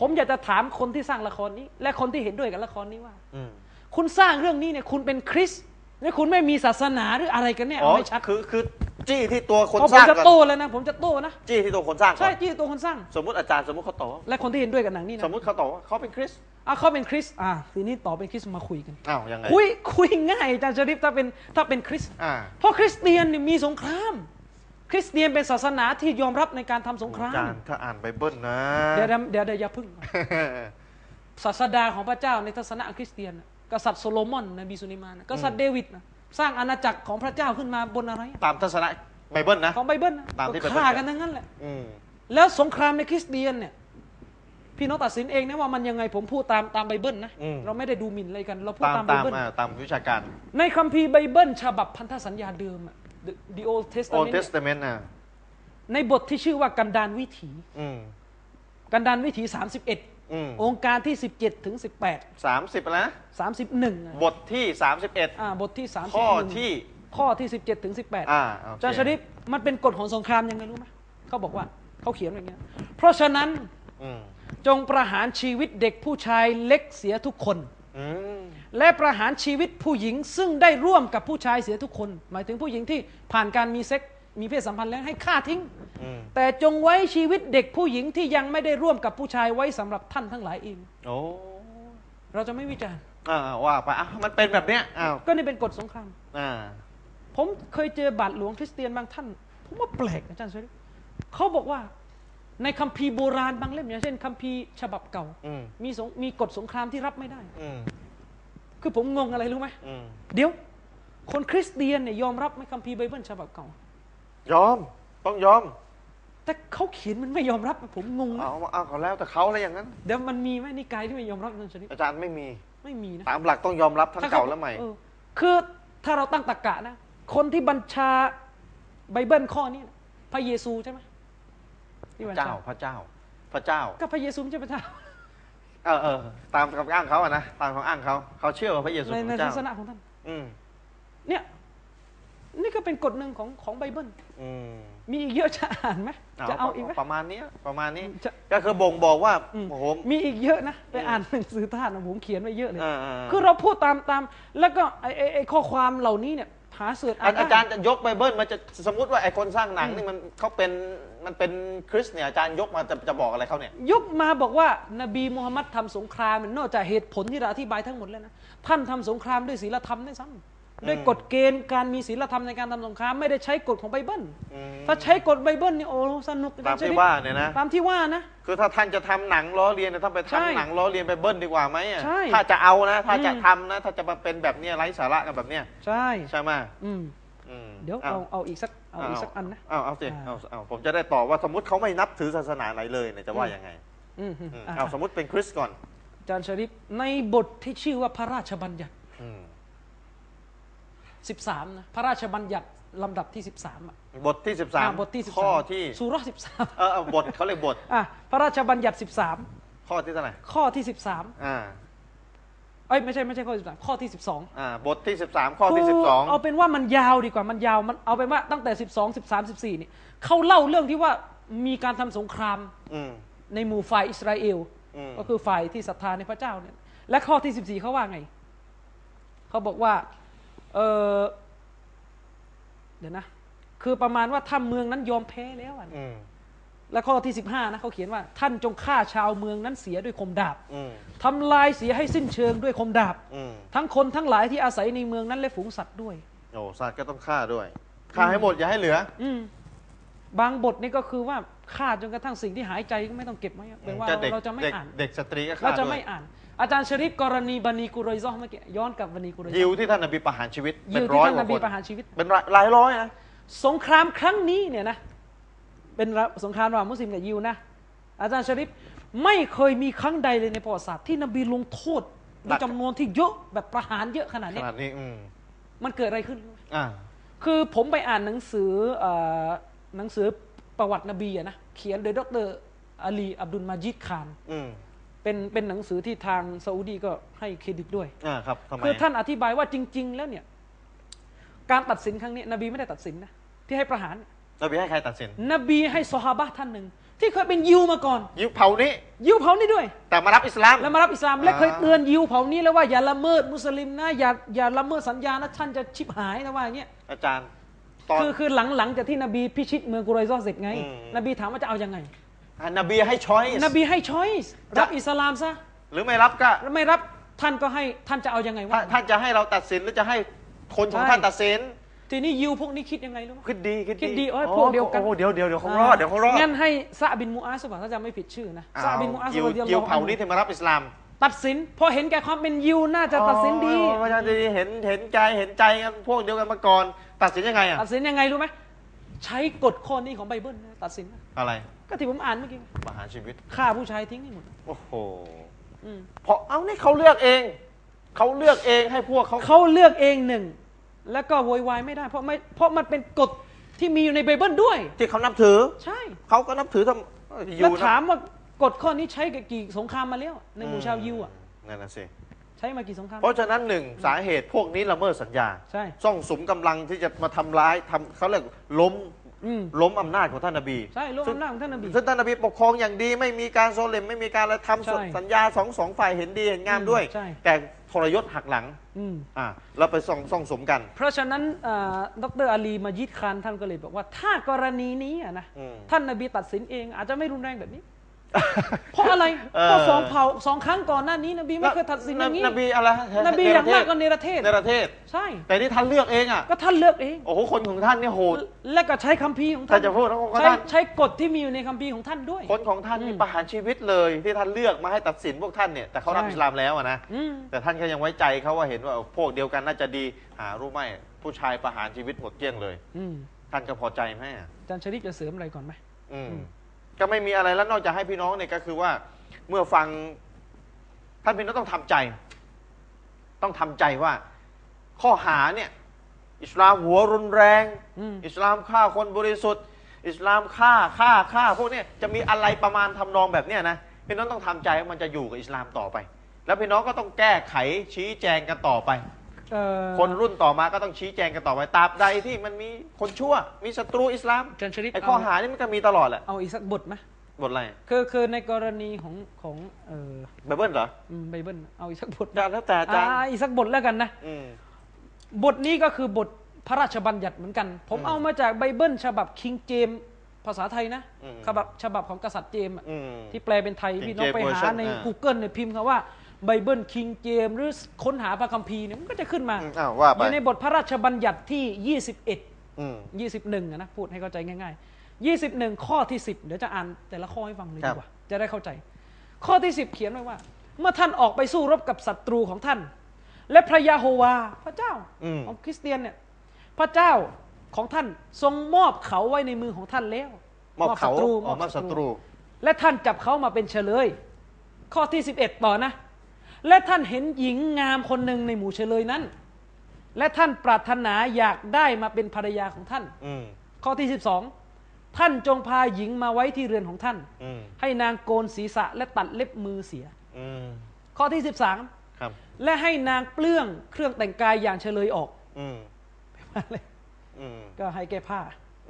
Speaker 3: ผมอยากจะถามคนที่สร้างละครนี้ และคนที่เห็นด้วยกับละครนี้ว่า
Speaker 1: อืม
Speaker 3: คุณสร้างเรื่องนี้เนี่ยคุณเป็นคริสต์และคุณไม่มีศาสนาหรืออะไรกันแน่
Speaker 1: อ๋อ
Speaker 3: เอาไม่ชัด
Speaker 1: คือคือจี้ที่ตัวคน
Speaker 3: เพราะ
Speaker 1: ส
Speaker 3: ผม
Speaker 1: ร้าง
Speaker 3: จะ
Speaker 1: ก่อน
Speaker 3: โต้แล้วนะ ผมจะโต้นะ
Speaker 1: จี้ที่ตัวคนสร้างก่
Speaker 3: ใช่
Speaker 1: อน
Speaker 3: ที่ตัวคนสร้าง
Speaker 1: สมมติอาจารย์สมมติเขาตอบ
Speaker 3: และคนที่เห็นด้วยกับหนังนี่นะ
Speaker 1: สมมติเขาตอบว่าเขาเป็นคริสต์
Speaker 3: อ่ะเขาเป็นคริสต์อ่ะทีนี้ต่อเป็นคริสต์มาคุยกัน
Speaker 1: อ้าวยังไง
Speaker 3: คุยคุยง่ายอาจารย์ชริฟถ้าเป็นถ้าเป็นคริสต์
Speaker 1: อ่า
Speaker 3: เพราะคริสเตียนเนี่ยมีสงคราม คริสเตียนเป็นศาสนาที่ยอมรับในการทำสงครา
Speaker 1: อาจาม รย์ถ้าอ่านไบเบิลนะ
Speaker 3: เดี๋ยวเดี๋ยวเดี๋ยวเดี๋ยวอย่าพึ่ง ศาสดาของพระเจ้าในทัศนะคริสเตียนน่ะกษัตริย์โซโลมอนนบีสุนิมานน่ะกษัตริย์เดวิดน่ะสร้างอาณาจักรของพระเจ้าขึ้นมาบนอะไรอ่ะ
Speaker 1: ตามทัศนะไบเบิลนะ
Speaker 3: ของไบเบิลน่ะ
Speaker 1: ตามที่
Speaker 3: ก็
Speaker 1: ไบเบิล
Speaker 3: ฆ่ากันทั้งนั้นแหละ
Speaker 1: อืม
Speaker 3: แล้วสงครามในคริสเตียนเนี่ยพี่น้องตัดสินเองนะว่ามันยังไงผมพูดตามตามไบเบิลนะ
Speaker 1: อืม
Speaker 3: เราไม่ได้ดูหมิ่นอะไรกัน เราพูด
Speaker 1: ตาม
Speaker 3: ตาม
Speaker 1: ตาม
Speaker 3: ไบเบิล
Speaker 1: อ่าตามวิชาการ
Speaker 3: ในคัมภีร์ไบเบิลฉบับพันธสัญญาเดิมอะ The- The Old
Speaker 1: โอ
Speaker 3: Testament
Speaker 1: เทส
Speaker 3: เนี่ย
Speaker 1: เตเมนต์นะ
Speaker 3: ในบทที่ชื่อว่ากันดานวิถี
Speaker 1: อืม
Speaker 3: กันดานวิถี
Speaker 1: อืม
Speaker 3: 31 องค์การที่ 17 ถึง 18
Speaker 1: สามสิบแล้วนะ
Speaker 3: 31อะ
Speaker 1: บทที่สามสิบเอ็ด
Speaker 3: อ่าบทที่31
Speaker 1: ข้อที่
Speaker 3: ข้อที่ 17 ถึง 18
Speaker 1: อ่าโอเค
Speaker 3: จารย์ชริปมันเป็นกฎของสงครามยังไงรู้ไหมเขาบอกว่าเขาเขียนอย่างเงี้ยเพราะฉะนั้น
Speaker 1: อืม
Speaker 3: จงประหารชีวิตเด็กผู้ชายเล็กเสียทุกคน
Speaker 1: อืม
Speaker 3: และประหารชีวิตผู้หญิงซึ่งได้ร่วมกับผู้ชายเสียทุกคน หมายถึงผู้หญิงที่ผ่านการมีเซ็กซ์มีเพศสัมพันธ์แล้วให้ฆ่าทิ้ง
Speaker 1: อืม
Speaker 3: แต่จงไว้ชีวิตเด็กผู้หญิงที่ยังไม่ได้ร่วมกับผู้ชายไว้สำหรับท่านทั้งหลายเอง
Speaker 1: โอ้
Speaker 3: เราจะไม่วิจารณ์
Speaker 1: อ่าว่าไปอ่ะมันเป็นแบบเนี้ยอ้าว
Speaker 3: ก็นี่เป็นกฎสงคราม
Speaker 1: อ่า
Speaker 3: ผมเคยเจอบาทหลวงคริสเตียนบางท่าน ผมว่าแปลกนะอาจารย์เสรีเขาบอกว่าในคัมภีร์โบราณบางเล่มอย่างเช่นคัมภีร์ฉบับเก่า
Speaker 1: อืม
Speaker 3: มีสงมีกฎสงครามที่รับไม่ได้
Speaker 1: อืม
Speaker 3: คือผมงงอะไรรู้ไหม
Speaker 1: อืม
Speaker 3: เดี๋ยว คนคริสเตียนเนี่ยยอมรับไหมคัมภีร์ไบเบิลฉบับเก่า
Speaker 1: ยอม ต้องยอม
Speaker 3: แต่เขาเขียนมันไม่ยอมรับผมงงนะ
Speaker 1: เอาเอาเขาแล้วแต่เขาอะไรอย่างนั้น
Speaker 3: เดี๋ยวมันมีไหมนิกายที่ไม่ยอมรับอาจารย์เสรี
Speaker 1: อาจารย์ไม่มี
Speaker 3: ไม่มีนะ
Speaker 1: ตามหลักต้องยอมรับทั้ง
Speaker 3: ถ้ข
Speaker 1: เก่าและใหม่
Speaker 3: เออคือถ้าเราตั้งตรรกะนะ คนที่บัญชาไบเบิลข้อนี้นะพระเยซูใช่ไหมที่บัญช
Speaker 1: เจ้าพระเจ้า พระเจ้า
Speaker 3: ก็พระเยซูไม่ใช่พระเจ้า
Speaker 1: เออเออตามคำอ้างเขาอะนะตามคำอ้างเขาเขาเชื่อว่าพระเยซู
Speaker 3: ใน
Speaker 1: เป็น
Speaker 3: ใน
Speaker 1: พระเจ้า
Speaker 3: ศาสนาของท่าน
Speaker 1: อืม
Speaker 3: เนี่ยนี่ก็เป็นกฎหนึ่งของของไบเบิล
Speaker 1: อืม
Speaker 3: มีอีกเยอะจะอ่านไหมจะเอาอีกไหม
Speaker 1: ประมาณเนี้ยประมาณนี้
Speaker 3: จะ
Speaker 1: ก็คือบ่งบอกว่า
Speaker 3: อืม
Speaker 1: โอ้โห
Speaker 3: มีอีกเยอะนะ ไปอ่านหนังสือทานนะผมเขียนไว้เยอะเลย
Speaker 1: เอ่อเอ่อ
Speaker 3: คือเราพูดตามตามแล้วก็ไอไอ้ไอ้ข้อความเหล่านี้เนี่ยหาเสิร์ชอ่า
Speaker 1: อาน อา
Speaker 3: ได้
Speaker 1: จารย์จะยกไบเบิลมาจะสมมติว่าไอคนสร้างหนังนี่มันเขาเป็นมันเป็นคริสต์เนี่ยอาจารย์ยกมาจะจะบอกอะไรเขาเนี่ย
Speaker 3: ยุคมาบอกว่านบีมูฮัมมัดทำสงครามนอกจากเหตุผลที่เราอธิบายทั้งหมดแล้วนะท่านทำสงครามด้วยศีลธรรมด้วยซ้ำด้วยกฎเกณฑ์การมีศีลธรรมในการทำสงครามไม่ได้ใช้กฎของไบเบิล
Speaker 1: อืม
Speaker 3: ถ้าใช้กฎไบเบิลนี่โอ้สนุก
Speaker 1: ตาม
Speaker 3: จะ
Speaker 1: ที่
Speaker 3: ได้
Speaker 1: ว่าเนี่ยนะ
Speaker 3: ตามที่ว่านะ
Speaker 1: คือถ้าท่านจะทำหนังล้อเลียนเนี่ยท่านไป
Speaker 3: ใช่
Speaker 1: ทำหนังล้อเลียนไบเบิลดีกว่าไหมอะ
Speaker 3: ใช่
Speaker 1: ถ้าจะเอานะ ถ้าจะ
Speaker 3: อืม
Speaker 1: ทำนะ ถ้าจะมาเป็นแบบเนี้ยไร้สาระกันแบบเนี้ย
Speaker 3: ใช่
Speaker 1: ใช่ไหม
Speaker 3: อืม
Speaker 1: อืม
Speaker 3: เดี๋ยว
Speaker 1: อ้
Speaker 3: เอาเอาอีกสักเอาอีกสักอันนะ
Speaker 1: เอาเอาสิ
Speaker 3: อ่า
Speaker 1: เอาเอาผมจะได้ตอบว่าสมมติเขาไม่นับถือศาสนาไหนเลยเนี่ยจะว่ายังไง
Speaker 3: อืมอืม
Speaker 1: อืม
Speaker 3: อ่ะ
Speaker 1: เอาสมมติเป็นคริสต์ก่อน
Speaker 3: อาจารย์ชริปในบทที่ชื่อว่าพระราชบัญญัติ
Speaker 1: อืม
Speaker 3: 13 นะ พระราชบัญญัติลำดับที่ 13อ่ะ
Speaker 1: บทที่สิบสา
Speaker 3: อ่ะ
Speaker 1: ม
Speaker 3: บทที่ 13
Speaker 1: ข้อที่
Speaker 3: สุราะห์13
Speaker 1: เออเออบทเขาเรียกบท
Speaker 3: อ่ะพระราชบัญญัติ
Speaker 1: ข้อที่เท่าไหร่
Speaker 3: 13 ข้อที่
Speaker 1: อ่า
Speaker 3: 13เอ้ยไม่ใช่ไม่ใช่ข้อ13ข้อที่ 12
Speaker 1: อ่าบทที่ 13 ข้อที่
Speaker 3: คื
Speaker 1: 12
Speaker 3: เอาเป็นว่ามันยาวดีกว่ามันยาวมันเอาเป็นว่าตั้งแต่ 12 13 14นี่เขาเล่าเรื่องที่ว่ามีการทำสงคราม
Speaker 1: อืม
Speaker 3: ในหมู่ฝ่ายอิสราเอล
Speaker 1: อืม
Speaker 3: ก็คือฝ่ายที่ศรัทธาในพระเจ้าเนี่ยและข้อที่ 14เขาว่าไง เขาบอกว่าเออเดี๋ยวนะ คือประมาณว่าถ้าเมืองนั้นยอมแพ้แล้วอะนะ
Speaker 1: อืม
Speaker 3: และข้อที่ 15นะเขาเขียนว่า ท่านจงฆ่าชาวเมืองนั้นเสียด้วยคมดาบ
Speaker 1: อืม
Speaker 3: ทำลายเสียให้สิ้นเชิงด้วยคมดาบ
Speaker 1: อืม
Speaker 3: ทั้งคนทั้งหลายที่อาศัยในเมืองนั้นและฝูงสัตว์ด้วย
Speaker 1: โอ้สัตว์ก็ต้องฆ่าด้วยฆ่าให้หมดอย่าให้เหลือ
Speaker 3: อืมบางบทนี่ก็คือว่าฆ่าจนกระทั่งสิ่งที่หายใจก็ไม่ต้องเก็บไว้อะแปลว่า
Speaker 1: จะ
Speaker 3: เรา
Speaker 1: เด็ก
Speaker 3: เราจะไม่
Speaker 1: เด็ก
Speaker 3: อ่าน
Speaker 1: เด็กสตรีก็ฆ่า
Speaker 3: เราจะ
Speaker 1: ด้ว
Speaker 3: ไม่
Speaker 1: ย
Speaker 3: อ่าน อาจารย์ชริฟกรณีบันีกุรอยซอฮ์เมื่อกี้ย้อนกลับบันีกุรอยซอฮ์
Speaker 1: ยิวที่ท่านนบีประหารชีวิต
Speaker 3: ยิ
Speaker 1: เป็น
Speaker 3: วที่
Speaker 1: ร้อย
Speaker 3: ท่าน
Speaker 1: ก
Speaker 3: น
Speaker 1: ว่าค
Speaker 3: บี
Speaker 1: น
Speaker 3: ประหารชีวิต
Speaker 1: เป็นหลายหลายร้อยนะ
Speaker 3: สงครามครั้งนี้เนี่ยนะ เป็นสงครามระหว่างมุสลิมกับยิวนะ อาจารย์ชริฟไม่เคยมีครั้งใดเลยในประวัติศาสตร์ที่นบีลงโทษด้วยจำนวนที่เยอะแบบประหารเยอะขนาด
Speaker 1: ข
Speaker 3: เนี้ย
Speaker 1: นาดนี้อืม
Speaker 3: มันเกิดอะไรขึ้นรู้ไหม
Speaker 1: อ่า
Speaker 3: คือผมไปอ่านหนังสือเออหนังสือประวัตินบีอะนะเขียนโดยดรอาลีอับดุลมาจิดคาน
Speaker 1: อืม
Speaker 3: เป็นเป็นหนังสือที่ทางซาอุดีก็ให้เครดิตด้วย
Speaker 1: อ่าครับทำไม
Speaker 3: คือท่านอธิบายว่าจริง ๆ แล้วเนี่ย การตัดสินครั้งนี้ นบีไม่ได้ตัดสินนะที่ให้ประหาร
Speaker 1: นบีให้ใครตัดสิน
Speaker 3: นบีให้ซอฮาบะห์ท่านหนึ่ง ที่เคยเป็นยิวมาก่อน
Speaker 1: ยิวเผ่านี้
Speaker 3: ยิวเผานี่ด้วย
Speaker 1: แต่มารับอิสลาม
Speaker 3: แล้วมารับอิสลามและ
Speaker 1: อ่า
Speaker 3: เคยเตือนยิวเผานี้แล้วว่าอย่าละเมิดมุสลิมนะอย่าอย่าละเมิดสัญญานะท่านจะชิบหายนะว่าอย่างเงี้ย
Speaker 1: อาจารย์ ตอน
Speaker 3: คือคือหลังๆจากที่นบีพิชิตเมืองกุไรซอเสร็จไง
Speaker 1: อืม
Speaker 3: นบีถามว่าจะเอายังไง
Speaker 1: อ่ะนบีให้ช้อยส์
Speaker 3: นบีให้ช้อยส์รับอิสลามซะ
Speaker 1: หรือไม่รับก็
Speaker 3: แล้วไม่รับท่านก็ให้ท่านจะเอายังไง
Speaker 1: ถ้าว
Speaker 3: ะ
Speaker 1: ท่านจะให้เราตัดสินหรือจะให้คนของ
Speaker 3: ใช่
Speaker 1: ท่านตัดสิน
Speaker 3: ทีนี้ยิวพวกนี้คิดยังไงรู้ไหม
Speaker 1: คิดดี
Speaker 3: คิดดีเอ้ยพวกเดียวกัน
Speaker 1: โอ้เดี๋ยวเดี๋ยวเดี๋ยวเขารอดเดี๋ยวเขารอด
Speaker 3: งั้นให้ซะบินมูอาสบ่าถ้าจะไม่ผิดชื่อนะซะบินมูอาส
Speaker 1: ยิว
Speaker 3: บะเดียว
Speaker 1: ยิว
Speaker 3: เรา
Speaker 1: เผ่านี้ที่มารับอิสลาม
Speaker 3: ตัดสิน พอเห็นแก่ความเป็นยิวน่าจะตัดสินดี
Speaker 1: อ๋อประชาชนดีเห็นเห็นใจเห็นใจกันพวกเดียวกันมาก่อนตัดสินยังไงอ่ะ
Speaker 3: ตัดสินยังไงรู้ไหมใช้กฎข้อนี้ของไบเบิลนะตัดสินนะ
Speaker 1: อะไร
Speaker 3: ก็ที่ผมอ่านเมื่อกี้
Speaker 1: ประหารชีวิต
Speaker 3: ฆ่าผู้ชายทิ้งให้หมด
Speaker 1: โอ้โห
Speaker 3: อืม
Speaker 1: เพราะเอานี่เขาเลือกเองเขาเลือกเองให้พวกเขา
Speaker 3: เขาเลือกเองหนึ่งแล้วก็โวยวายไม่ได้ เพราะไม่เพราะมันเป็นกฎที่มีอยู่ในไบเบิลด้วย
Speaker 1: ที่เขานับถือ
Speaker 3: ใช่
Speaker 1: เขาก็นับถือทำ
Speaker 3: แล้ว
Speaker 1: นะ
Speaker 3: ถามว่ากฎข้อนี้ใช้กับกี่สงครามมาแล้วในหมู่ชาวยิวอ่ะ
Speaker 1: นั่นน่ะสิ
Speaker 3: ใช้มากี่สงคราม
Speaker 1: เพราะฉะนั้นหนึ่งสาเหตุพวกนี้ละเมิดสัญญา
Speaker 3: ใช่
Speaker 1: ซ่องสุมกำลังที่จะมาทำร้ายทำเขาเรียกล้ม
Speaker 3: อืม
Speaker 1: ล้มอำนาจของท่านนบี
Speaker 3: ใช่ลบอำนาจของท่านนบี
Speaker 1: ซึ่งท่านนบีปกครองอย่างดี ไม่มีการโซเลมไม่มีการอะไรทำ
Speaker 3: ใช่
Speaker 1: สัญญาสองสองฝ่ายเห็นดีเห็นงามด้วย
Speaker 3: อืมใช่
Speaker 1: แต่ทรยศหักหลัง
Speaker 3: อืม
Speaker 1: อ่าแล้วไปซ่องซ่องสมกัน
Speaker 3: เพราะฉะนั้นเอ่อดรอาลีมายิดคานท่านก็เลยบอกว่า ถ้ากรณีนี้อะนะ
Speaker 1: อืม
Speaker 3: ท่านนบีตัดสินเองอาจจะไม่รุนแรงแบบนี้
Speaker 1: <laughs>
Speaker 3: เพราะอะไร
Speaker 1: เออ
Speaker 3: เพราะสองเผ่าสองครั้งก่อนหน้านี้ นบีไม่เคยตัดสินอย่างนี้
Speaker 1: นบีอะไร
Speaker 3: นบีอย่างมากก็
Speaker 1: ใน
Speaker 3: เนรเทศ
Speaker 1: ในประเทศ
Speaker 3: ใช่
Speaker 1: แต่นี่ท่านเลือกเองอ่ะ
Speaker 3: ก็ท่านเลือกเอง
Speaker 1: โอ้โหคนของท่านนี่โหด
Speaker 3: และก็ใช้คัมภีร์ของท่าน
Speaker 1: แต่จะพูดแล้วก็
Speaker 3: ใช้
Speaker 1: ท่าน
Speaker 3: ใช้กฎที่มีอยู่ในคัมภีร์ของท่านด้วย
Speaker 1: คนของท่านนี่ประหารชีวิตเลยที่ท่านเลือกมาให้ตัดสินพวกท่านเนี่ยแต่เขารับ
Speaker 3: ใช่
Speaker 1: อิสลามแล้วอะนะ
Speaker 3: อืม
Speaker 1: แต่ท่านก็ยังไว้ใจเขาว่าเห็นว่าพวกเดียวกันน่าจะดีหารู้ไหมผู้ชายประหารชีวิตหมดเกลี้ยงเลย
Speaker 3: อืม
Speaker 1: ท่านก็พอใจไหมอ่ะ
Speaker 3: อาจารย์ชริฟจะเสริมอะไรก่อนไหม
Speaker 1: อืมก็ไม่มีอะไรแล้วนอกจากให้พี่น้องเนี่ยก็คือว่า เมื่อฟัง ท่านพี่น้องต้องทำใจ ต้องทำใจว่า ข้อหาเนี่ย อิสลามหัวรุนแรง
Speaker 3: อืม
Speaker 1: อิสลามฆ่าคนบริสุทธิ์ อิสลามฆ่าฆ่าฆ่าพวกเนี้ยจะมีอะไรประมาณทำนองแบบเนี้ยนะพี่น้องต้องทำใจว่ามันจะอยู่กับอิสลามต่อไป แล้วพี่น้องก็ต้องแก้ไขชี้แจงกันต่อไป
Speaker 3: เอ่อ
Speaker 1: คนรุ่นต่อมาก็ต้องชี้แจงกันต่อไปตราบใดที่มันมีคนชั่ว มีศัตรูอิสลาม
Speaker 3: อาจารย์ชริฟ
Speaker 1: ไอ้ข้อ
Speaker 3: เา
Speaker 1: หานี่มันก็มีตลอดแหละ
Speaker 3: เอาอีกสักบทไหม
Speaker 1: บทอะไร
Speaker 3: คือคือในกรณีของของเอ่อ
Speaker 1: ไบเบิลเหรอ
Speaker 3: อืมไบเบิลเอาอีกสักบท
Speaker 1: อาจารย์แล้วแต่อาจารย์
Speaker 3: อ่าอีกสักบทแล้วกันนะ
Speaker 1: อืม
Speaker 3: บทนี้ก็คือบทพระราชบัญญัติเหมือนกัน ผม
Speaker 1: อืม
Speaker 3: เอามาจากไบเบิลฉบับคิงเจมภาษาไทยนะ
Speaker 1: อืม
Speaker 3: ฉบับฉบับของกษัตริย์เจมส์อะ
Speaker 1: อืม
Speaker 3: ที่แปลเป็นไทย
Speaker 1: King
Speaker 3: พี่น้อง
Speaker 1: James
Speaker 3: ไปหา
Speaker 1: version
Speaker 3: ใน
Speaker 1: อ่า
Speaker 3: Google เนี่ยพิมพ์คำว่าไบเบิลคิงเจมหรือค้นหาพระคัมภีร์เนี่ยมันก็จะขึ้นมา
Speaker 1: อืมอ้าวว่า
Speaker 3: อ
Speaker 1: ไป
Speaker 3: ยู่ในบทพระราชบัญญัติที่ 21
Speaker 1: อืม
Speaker 3: 21อะนะพูดให้เข้าใจง่ายๆ 21 ข้อที่ 10 เดี๋ยวจะอ่านแต่ละข้อให้ฟังเลย
Speaker 1: ครั
Speaker 3: ดี
Speaker 1: บ
Speaker 3: กว่า จะได้เข้าใจ ข้อที่ 10 เขียนไว้ว่า เมื่อท่านออกไปสู้รบกับศัตรูของท่าน และพระยาโฮวาพระเจ้า
Speaker 1: อืม
Speaker 3: ของคริสเตียนเนี่ยพระเจ้าของท่านทรงมอบเขาไว้ในมือของท่านแล้ว
Speaker 1: มอบเขา
Speaker 3: ศัตรู
Speaker 1: ออกมอบศัตรู
Speaker 3: และท่านจับเขามาเป็นเฉลย ข้อที่ 11 ต่อนะ และท่านเห็นหญิงงามคนหนึ่งในหมู่เฉลยนั้น และท่านปรารถนาอยากได้มาเป็นภรรยาของท่าน
Speaker 1: อืม
Speaker 3: ข้อที่ 12 ท่านจงพาหญิงมาไว้ที่เรือนของท่าน
Speaker 1: อืม
Speaker 3: ให้นางโกนศีรษะและตัดเล็บมือเสีย
Speaker 1: อืม
Speaker 3: ข้อที่
Speaker 1: ครับ
Speaker 3: 13 และให้นางเปลื้องเครื่องแต่งกายอย่างเฉลยออก <laughs>
Speaker 1: อืมอืม
Speaker 3: ก็ให้แก้ผ้า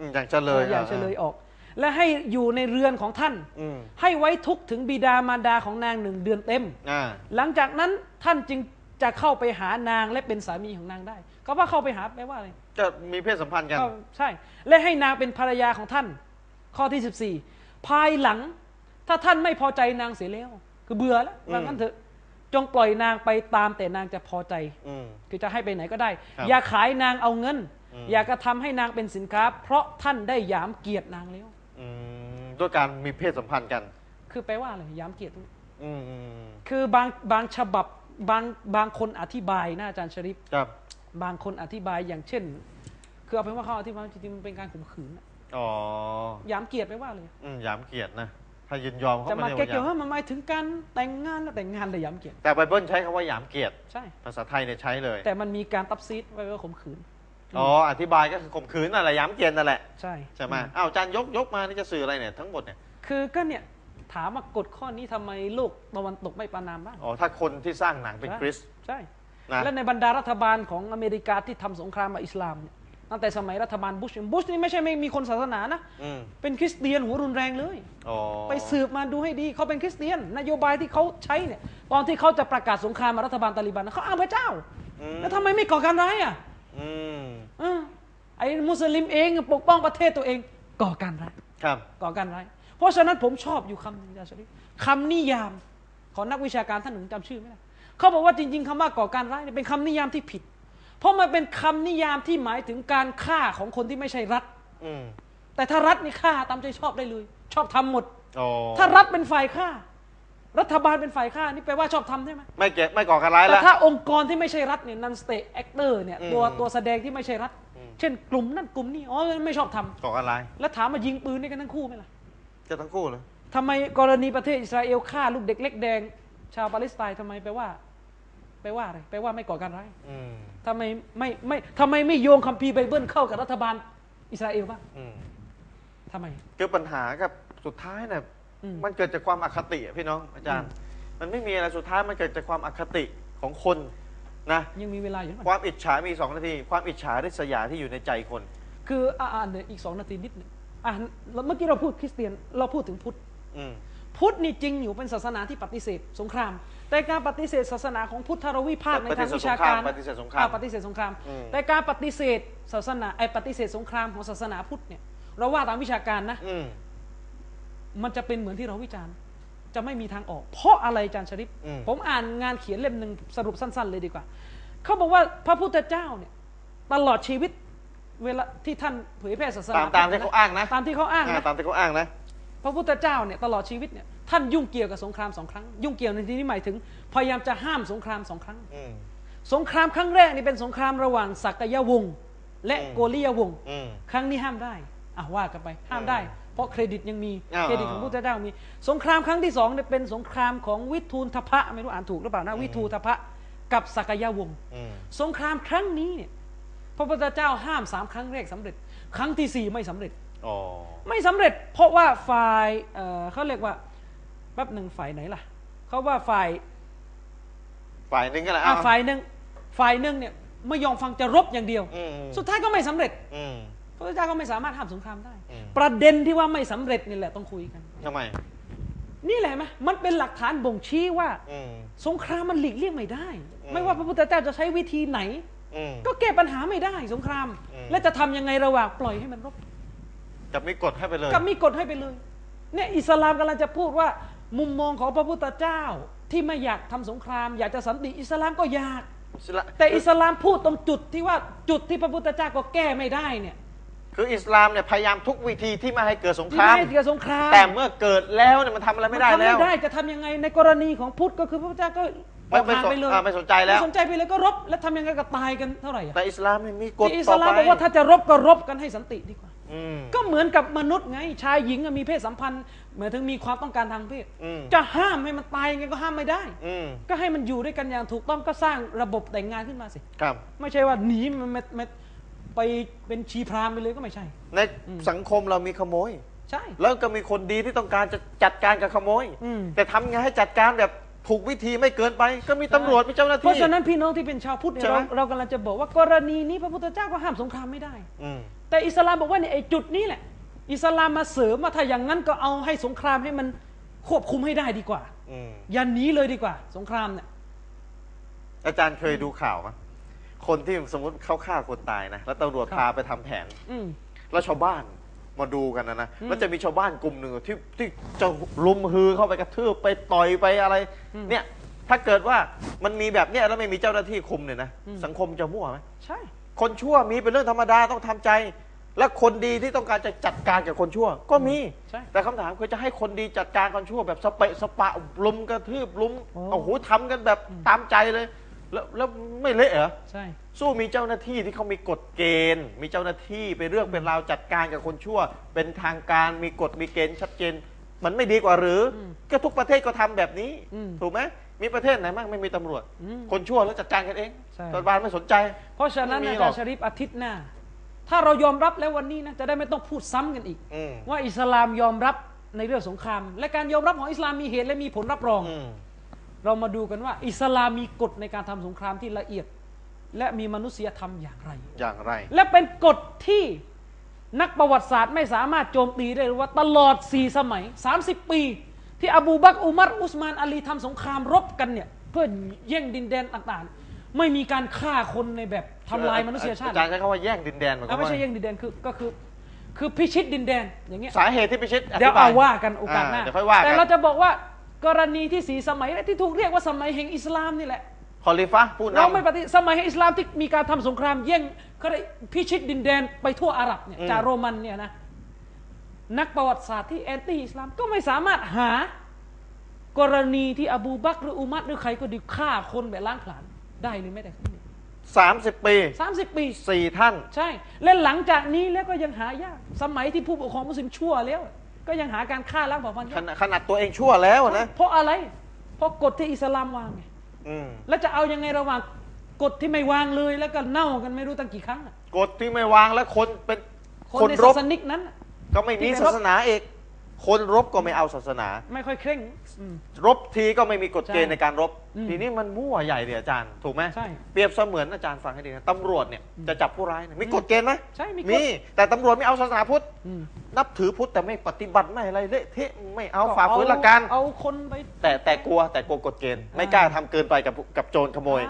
Speaker 1: อืมอย่างเฉลย
Speaker 3: อย่างเฉลย
Speaker 1: อ่ะ
Speaker 3: ออก และให้อยู่ในเรือนของท่าน
Speaker 1: อืม
Speaker 3: ให้ไว้ทุกข์ถึงบิดามารดาของนางหนึ่งเดือนเต็ม
Speaker 1: อ่า
Speaker 3: หลังจากนั้นท่านจึงจะเข้าไปหานางและเป็นสามีของนางได้ ก็ว่าเข้าไปหาแปลว่าอะไร
Speaker 1: จะมีเพศสัมพันธ์กัน
Speaker 3: เข้าใช่ และให้นางเป็นภรรยาของท่าน ข้อที่ 14 ภายหลังถ้าท่านไม่พอใจนางเสียแล้ว คือเบื่อแล้วว่างั้นเถอะจงปล่อยนางไปตามแต่นางจะพอใจ
Speaker 1: อืม
Speaker 3: คือจะให้ไปไหนก็ได้
Speaker 1: ครับ
Speaker 3: อย่าขายนางเอาเงิน
Speaker 1: อืม
Speaker 3: อย่ากระทำให้นางเป็นสินค้า เพราะท่านได้หยามเกียรตินางแล้ว
Speaker 1: อืมด้วยการมีเพศสัมพันธ์กัน
Speaker 3: คือแปลว่าอะไรหยามเกียรติ
Speaker 1: อืมอืม
Speaker 3: คือบางบางฉบับบางบางคนอธิบายนะอาจารย์ชริฟ
Speaker 1: ครับ
Speaker 3: บางคนอธิบายอย่างเช่น คือเอาเป็นว่าเขาอธิบายจริงๆมันเป็นการข่มขืนอะ
Speaker 1: อ๋อ
Speaker 3: หยามเกียรติแปลว่าอะไร
Speaker 1: อืมหยามเกียรตินะ ถ้ายินยอมเขา
Speaker 3: จะ
Speaker 1: ไม่
Speaker 3: มา
Speaker 1: ได้ว่าห
Speaker 3: แก้เกี่ย
Speaker 1: ยาว ม
Speaker 3: ว่ามันหมายถึงการแต่งงานแล้วแต่งงานแต่หยามเกียรติ
Speaker 1: แต่ไบเบิลใช้คำว่าหยามเกียรติ
Speaker 3: ใช่
Speaker 1: ภาษาไทยเนี่ยใช้เลย
Speaker 3: แต่มันมีการตับซีดไว้ว่าข่มขืน
Speaker 1: อ๋อ อธิบายก็คือข่มขืนนั่นแหละหยามเกียรตินั่นแหละ
Speaker 3: ใช่
Speaker 1: ใช่ไหมอ้าวอาจารย์ยกยกมา นี่จะสื่ออะไรเนี่ยทั้งหมดเนี่ย
Speaker 3: คือก็เนี่ยถามมากฎข้อนี้ทำไมโลกตะวันตกไม่ประนามบ้าง
Speaker 1: อ๋อ ถ้าคนที่สร้างหนังเป็นคริสต์
Speaker 3: ใช่
Speaker 1: นะ
Speaker 3: และในบรรดารัฐบาลของอเมริกาที่ทำสงครามกับอิสลามเนี่ยตั้งแต่สมัยรัฐบาลบุชบุชนี่ไม่ใช่ไม่มีคนศาสนานะ
Speaker 1: อืม
Speaker 3: เป็นคริสเตียนหัวรุนแรงเลย
Speaker 1: อ๋อ
Speaker 3: ไปสืบมาดูให้ดีเขาเป็นคริสเตียน นโยบายที่เขาใช้เนี่ยตอนที่เขาจะประกาศสงครามกับรัฐบาลตาลิบันนะเขาอ้างพระเจ้า
Speaker 1: อืม
Speaker 3: แล้วทำไมไม่ก่อการร้ายอ่ะ
Speaker 1: อืม
Speaker 3: เออไอ้มุสลิมเองปกป้องประเทศตัวเองก่อการร้าย
Speaker 1: ครับ
Speaker 3: ก่อการร้ายเพราะฉะนั้นผมชอบอยู่คำหนึงอาจารย์ชลิดคำนิยามของนักวิชาการท่านหนึ่งจำชื่อไม่ได้เขาบอกว่าจริง ๆคำว่าก่อการร้ายเนี่ยเป็นคำนิยามที่ผิด เพราะมันเป็นคำนิยามที่หมายถึงการฆ่าของคนที่ไม่ใช่รัฐ
Speaker 1: อืม
Speaker 3: แต่ถ้ารัฐนี่ฆ่าตามใจชอบได้เลย ชอบทำหมด
Speaker 1: อ๋อ
Speaker 3: ถ้ารัฐเป็นฝ่ายฆ่า รัฐบาลเป็นฝ่ายฆ่านี่แปลว่าชอบทำใช่ไหม
Speaker 1: ไม่เกะไม่ก่อการร้าย
Speaker 3: แต่
Speaker 1: แล้ว
Speaker 3: ถ้าองค์กรที่ไม่ใช่รัฐเนี่ยนันสเต t แอคเตอร์เนี่ย
Speaker 1: อืม
Speaker 3: ตัวตัวแสดงที่ไม่ใช่รัฐ
Speaker 1: อืม
Speaker 3: เช่นกลุ่มนั่นกลุ่มนี่อ๋อไม่ชอบทำ
Speaker 1: ก่อการร้าย
Speaker 3: แล้วถามมายิงปืนด้วยกันทั้งคู่ไหมล่ะ
Speaker 1: จะทั้งคู่เลย
Speaker 3: ทำไมกรณีประเทศอิสราเอลฆ่าลูกเด็กเล็กแดง ชาวปาเลสไตน์ทำไมแปลว่าแปลว่าอะไรแปลว่าไม่ก่อการร้าย
Speaker 1: อืม
Speaker 3: ทำไมไม่ไม่ทำไมไม่โยงคัมภีร์ไบเบิลเข้ากับรัฐบาลอิสราเอลบ้าง
Speaker 1: อืม
Speaker 3: ทำไม
Speaker 1: คือปัญหากับสุดท้ายเนี่ย
Speaker 3: อืม
Speaker 1: มันเกิดจากความอคติอะพี่น้องอาจารย์
Speaker 3: อื
Speaker 1: มันไม่มีอะไรสุดท้ายมันเกิดจากความอคติของคนนะ
Speaker 3: ยังมีเวลาอยู่หรือเปล่าว
Speaker 1: คามอิจฉามีสองนาที ความอิจฉาริษยาที่อยู่ในใจคน
Speaker 3: คืออ่ะอ่านเดี๋ยวอีกสองนาทีนิดหนึงอ่ะแล้วเมื่อกี้เราพูดคริสเตียนเราพูดถึงพุทธ
Speaker 1: อืม
Speaker 3: พุทธนี่จริงอยู่เป็นศาสนาที่ปฏิเสธสงคราม แต่การปฏิเสธศาสนาของพุทธเราวิพากษ์ในทางวิชาการ
Speaker 1: ปฏิเสธสงครา
Speaker 3: อ่าม ปฏิเสธสงคราม
Speaker 1: อืม
Speaker 3: แต่การปฏิเสธศาสนาไอ้ปฏิเสธสงครามของศาสนาพุทธเนี่ยเราว่าตามวิชาการนะ
Speaker 1: อืม
Speaker 3: มันจะเป็นเหมือนที่เราวิจารณ์จะไม่มีทางออก เพราะอะไรอาจารย์ชริป
Speaker 1: อืม
Speaker 3: ผมอ่านงานเขียนเล่มหนึ่งสรุปสั้น ๆ เลยดีกว่าเขาบอกว่าพระพุทธเจ้าเนี่ยตลอดชีวิตเวลาที่ท่านเผยแพร่ศาสนา
Speaker 1: ตามตามที่เขาอ้างนะ
Speaker 3: ตามที่เขาอ้าง
Speaker 1: อ่า
Speaker 3: นะ
Speaker 1: ตามที่เขาอ้างนะ
Speaker 3: พระพุทธเจ้าเนี่ยตลอดชีวิตเนี่ยท่านยุ่งเกี่ยวกับสงครามสองครั้ง ยุ่งเกี่ยวในที่นี้หมายถึง พยายามจะห้ามสงครามสองครั้ง
Speaker 1: อืม
Speaker 3: สงครามครั้งแรกนี่เป็นสงครามระหว่างศักยวงศ์และ
Speaker 1: อืม
Speaker 3: โกริยวงศ์
Speaker 1: อืม
Speaker 3: ครั้งนี้ห้ามได้อ่ะว่ากันไปห้ามได้ เพราะเครดิตยังมี
Speaker 1: อ่า
Speaker 3: เครดิตของพระพุทธเจ้ามี สงครามครั้งที่สองเนี่ยเป็นสงครามของวิทูลทพะไม่รู้อ่านถูกหรือเปล่านะวิทูลทพะกับศักยวงศ์
Speaker 1: อืม
Speaker 3: สงครามครั้งนี้เนี่ยพระพุทธเจ้าห้ามสามครั้งแรกสำเร็จ ครั้งที่สี่ไม่สำเร็จ
Speaker 1: อ๋อ
Speaker 3: ไม่สำเร็จเพราะว่าฝ่ายเอ่อเขาเรียกว่าแป๊บหนึ่งฝ่ายไหนล่ะเขาว่าฝ่าย
Speaker 1: ฝ่ายหนึ่งก็แหละ
Speaker 3: อ่ะ
Speaker 1: เ
Speaker 3: ฝ่ายหนึ่งฝ่ายหนึ่งเนี่ยไม่ยอมฟังจะรบอย่างเดียว
Speaker 1: อืม
Speaker 3: สุดท้ายก็ไม่สำเร็จ
Speaker 1: อืม
Speaker 3: พระพุทธเจ้าก็ไม่สามารถห้ามสงครามได้
Speaker 1: อืม
Speaker 3: ประเด็นที่ว่าไม่สำเร็จนี่แหละต้องคุยกัน
Speaker 1: ทำไม
Speaker 3: นี่แหละไหมมันเป็นหลักฐานบ่งชี้ว่า
Speaker 1: อืม
Speaker 3: สงครามมันหลีกเลี่ยงไม่ได้
Speaker 1: อืม
Speaker 3: ไม่ว่าพระพุทธเจ้าจะใช้วิธีไหน
Speaker 1: อืม
Speaker 3: ก็แก้ปัญหาไม่ได้สงคราม
Speaker 1: อืม
Speaker 3: และจะทำยังไงระหว่างปล่อยให้มันรบ
Speaker 1: จะไม่กดให้ไปเลย
Speaker 3: กับมีกฎให้ไปเลย เนี่ยอิสลามกำลังจะพูดว่า มุมมองของพระพุทธเจ้าที่ไม่อยากทำสงคราม อยากจะสันติอิสลามก็อยาก แต่อิสลามพูดตรงจุดที่ว่าจุดที่พระพุทธเจ้าก็แก้ไม่ได้เนี่ย
Speaker 1: คืออิสลามเนี่ยพยายามทุกวิธีที่ไม่ให้เกิดสงค
Speaker 3: ที่
Speaker 1: ราม
Speaker 3: ไม่ให้เกิดสงคราม
Speaker 1: แต่เมื่อเกิดแล้วเนี่ยมันทำอะไรไม่ได้
Speaker 3: นทำ
Speaker 1: แล้ว
Speaker 3: ไม่ได้จะทำยังไงในกรณีของพุทธก็คือพระพุทธเจ้าก็
Speaker 1: ไม่ไม่สน
Speaker 3: ออกห่างเลย
Speaker 1: อ่าไม่สนใจแล้ว
Speaker 3: ไม่สนใจไปเลยก็รบ แล้วทำยังไงก็ตายกันเท่าไหร่อะ
Speaker 1: แต่อิสลามเนี่ยมีกฎ
Speaker 3: ที่อิส
Speaker 1: ต่อ
Speaker 3: ลาม
Speaker 1: ไป
Speaker 3: บอกว่าถ้าจะรบก็รบกันให้สันติดีกว่า
Speaker 1: อืม
Speaker 3: ก็เหมือนกับมนุษย์ไงชายหญิงอะมีเพศสัมพันธ์หมายถึงมีความต้องการทางเพศ
Speaker 1: อืม
Speaker 3: จะห้ามให้มันตายยังไงก็ห้ามไม่ได้
Speaker 1: อืม
Speaker 3: ก็ให้มันอยู่ด้วยกันอย่างถูกต้องก็สร้างระบบแต่งงานขึ้นมาสิ
Speaker 1: ครับ
Speaker 3: ไม่ใช่ว่าหนีมันมันมันไปเป็นชีพราหมณ์ไปเลยก็ไม่ใช่
Speaker 1: ในสังคมเรามีขโมย
Speaker 3: ใช่
Speaker 1: แล้วก็มีคนดีที่ต้องการจะจัดการกับขโมย
Speaker 3: อืม
Speaker 1: แต่ทำไงให้จัดการแบบถูกวิธีไม่เกินไป ก็มีตำรวจมีเจ้าหน้า
Speaker 3: เพ
Speaker 1: ที่
Speaker 3: ราะฉะนั้นพี่น้องที่เป็นชาวพุทธเนี่ย
Speaker 1: ใช่ไหม
Speaker 3: เราเรากำลังจะบอกว่ากรณีนี้พระพุทธเจ้าก็ห้ามสงครามไม่ได้
Speaker 1: อืม
Speaker 3: แต่อิสลามบอกว่าเนี่ยไอ้จุดนี้แหละ อิสลามมาเสริมว่าถ้าอย่างนั้นก็เอาให้สงครามให้มันควบคุมให้ได้ดีกว่า
Speaker 1: อืม
Speaker 3: อย่าหนีเลยดีกว่า สงครามเนี่ย
Speaker 1: อาจารย์เคยดูข่าวไหมคนที่สมมติเขาฆ่าคนตายนะแล้วตำรวจ
Speaker 3: ครับ
Speaker 1: พาไปทำแผน
Speaker 3: อืม
Speaker 1: แล้วชาวบ้านมาดูกันนะนะ
Speaker 3: อืม
Speaker 1: แล้วจะมีชาวบ้านกลุ่มหนึ่งที่ที่จะลุมฮือเข้าไปกระทืบไปต่อยไปอะไร
Speaker 3: อืม
Speaker 1: เนี่ยถ้าเกิดว่ามันมีแบบเนี้ยแล้วไม่มีเจ้าหน้าที่คุมเนี่ยนะ
Speaker 3: อืม
Speaker 1: สังคมจะมั่วไหม
Speaker 3: ใช่
Speaker 1: คนชั่วมีเป็นเรื่องธรรมดาต้องทำใจ และคนดีที่ต้องการจะจัดการกับคนชั่ว ก็มี
Speaker 3: ใช่
Speaker 1: แต่คำถามคือจะให้คนดีจัดการคนชั่วแบบสเปะสปะลุมกระทืบลุม
Speaker 3: โอ้
Speaker 1: โอ้โหทำกันแบบตามใจเลย แล้วแล้วไม่เละเหรอ
Speaker 3: ใช่
Speaker 1: สู้มีเจ้าหน้าที่ที่เขามีกฎเกณฑ์ มีเจ้าหน้าที่ไปเรื่องเป็นราวจัดการกับคนชั่ว เป็นทางการมีกฎมีเกณฑ์ชัดเจน มันไม่ดีกว่าหรืออก็ทุกประเทศก็ทำแบบนี้ ถูกไหมมีประเทศไหนบ้างไม่มีตำรวจ
Speaker 3: อืม
Speaker 1: คนชั่วแล้วจัดการกันเอง
Speaker 3: ใช่
Speaker 1: รัฐบาลไม่สนใจ
Speaker 3: เพราะฉะนั้น
Speaker 1: ไม่มี
Speaker 3: อา
Speaker 1: หรอ
Speaker 3: จาร
Speaker 1: ก
Speaker 3: ย์ชริปอาทิตย์หน้า ถ้าเรายอมรับแล้ววันนี้นะจะได้ไม่ต้องพูดซ้ำกันอีก
Speaker 1: อืม
Speaker 3: ว่าอิสลามยอมรับในเรื่องสงคราม และการยอมรับของอิสลามมีเหตุและมีผลรับรอง
Speaker 1: อืม
Speaker 3: เรามาดูกันว่า อิสลามมีกฎในการทำสงครามที่ละเอียด และมีมนุษยธรรมอย่างไร
Speaker 1: อย่างไร
Speaker 3: และเป็นกฎที่นักประวัติศาสตร์ไม่สามารถโจมตีได้เลยว่าตลอด 4 สมัย 30 ปี ที่อบูบักรอุมัรอุสมานอาลีทำสงครามรบกันเนี่ย เพื่อแย่งดินแดนต่างๆ ไม่มีการฆ่าคนในแบบทำลายมนุษยชาติ
Speaker 1: อาจารย์ใช้คำว่าแย่งดินแดนหมายความ
Speaker 3: อ่ะไม่
Speaker 1: ว่า
Speaker 3: ใช่แย่งดินแดนคือก็คือ คือพิชิตดินแดนอย่างเงี้ย
Speaker 1: สาเหตุที่พิชิตอธิบ
Speaker 3: เดี๋ยวเอาว่ากันโอกาสหน้า
Speaker 1: เดี๋ยวค่อยว่า
Speaker 3: แต่
Speaker 1: กัน
Speaker 3: เราจะบอกว่ากรณีที่สีสมัยแรกที่ถูกเรียกว่าสมัยแห่งอิสลามนี่แหละ
Speaker 1: คอลิฟะผู้นำ
Speaker 3: เราไม่ปฏิสมัยแห่งอิสลามที่มีการทำสงครามแย่งเขาได้พิชิตดินแดนไปทั่วอาหรับเนี่ย
Speaker 1: อืม
Speaker 3: จากโรมันเนี่ยนะนักประวัติศาสตร์ที่แอนตี้อิสลามก็ไม่สามารถหากรณีที่อบูบักรหรืออุมัรหรือใครก็ดีฆ่าคนแบบล้างผลาญได้หรือไม่ได้ครับ
Speaker 1: สามสิบปี
Speaker 3: สามสิบปี
Speaker 1: สี่ท่าน
Speaker 3: ใช่ และหลังจากนี้แล้วก็ยังหายาก สมัยที่ผู้ปกครองมุสลิมชั่วแล้ว ก็ยังหาการฆ่าล้างเผ่าพัน
Speaker 1: ข
Speaker 3: ธุ์ยาก
Speaker 1: นาดขนาดตัวเองชั่วแล้วนะ
Speaker 3: เพราะอะไร เพราะกฎที่อิสลามวางไง
Speaker 1: อืม
Speaker 3: แล้วจะเอายังไงระหว่างกฎที่ไม่วางเลยแล้วก็เน่ากันไม่รู้ตั้งกี่ครั้งอะ
Speaker 1: กฎที่ไม่วางและคนเป็น
Speaker 3: คนใน
Speaker 1: ร
Speaker 3: ศา
Speaker 1: บ
Speaker 3: สนิกนั้นอะ
Speaker 1: ก็ไม่มีศาสนาเอกคนรบก็ไม่เอาศาสนา
Speaker 3: ไม่ค่อยเคร่งอืม
Speaker 1: รบทีก็ไม่มีกฎเกณฑ์
Speaker 3: ใช่
Speaker 1: ในการรบ
Speaker 3: อืม
Speaker 1: ทีนี้มันมั่วใหญ่เดียอาจารย์ ถูกไหม
Speaker 3: ใช่
Speaker 1: เปรียบเสมือนอาจารย์ฟังให้ดีนะตำรวจเนี่ยจะจับผู้ร้ายเนี่ยมีกฎเกณฑ์ไหม
Speaker 3: ใช่มีกฎ
Speaker 1: มี แต่ตำรวจไม่เอาศาสนาพุทธ
Speaker 3: อืม
Speaker 1: นับถือพุทธแต่ไม่ปฏิบัติไม่อะไรเละเทะไม่เอา
Speaker 3: ก็
Speaker 1: ฝ่าฝืนหลักการ
Speaker 3: เอาคนไป
Speaker 1: แต่แต่กลัวแต่กลัวกฎเกณฑ์ไม่
Speaker 3: อ่าก
Speaker 1: ล้าทำเกินไปกับกับโจรขโมย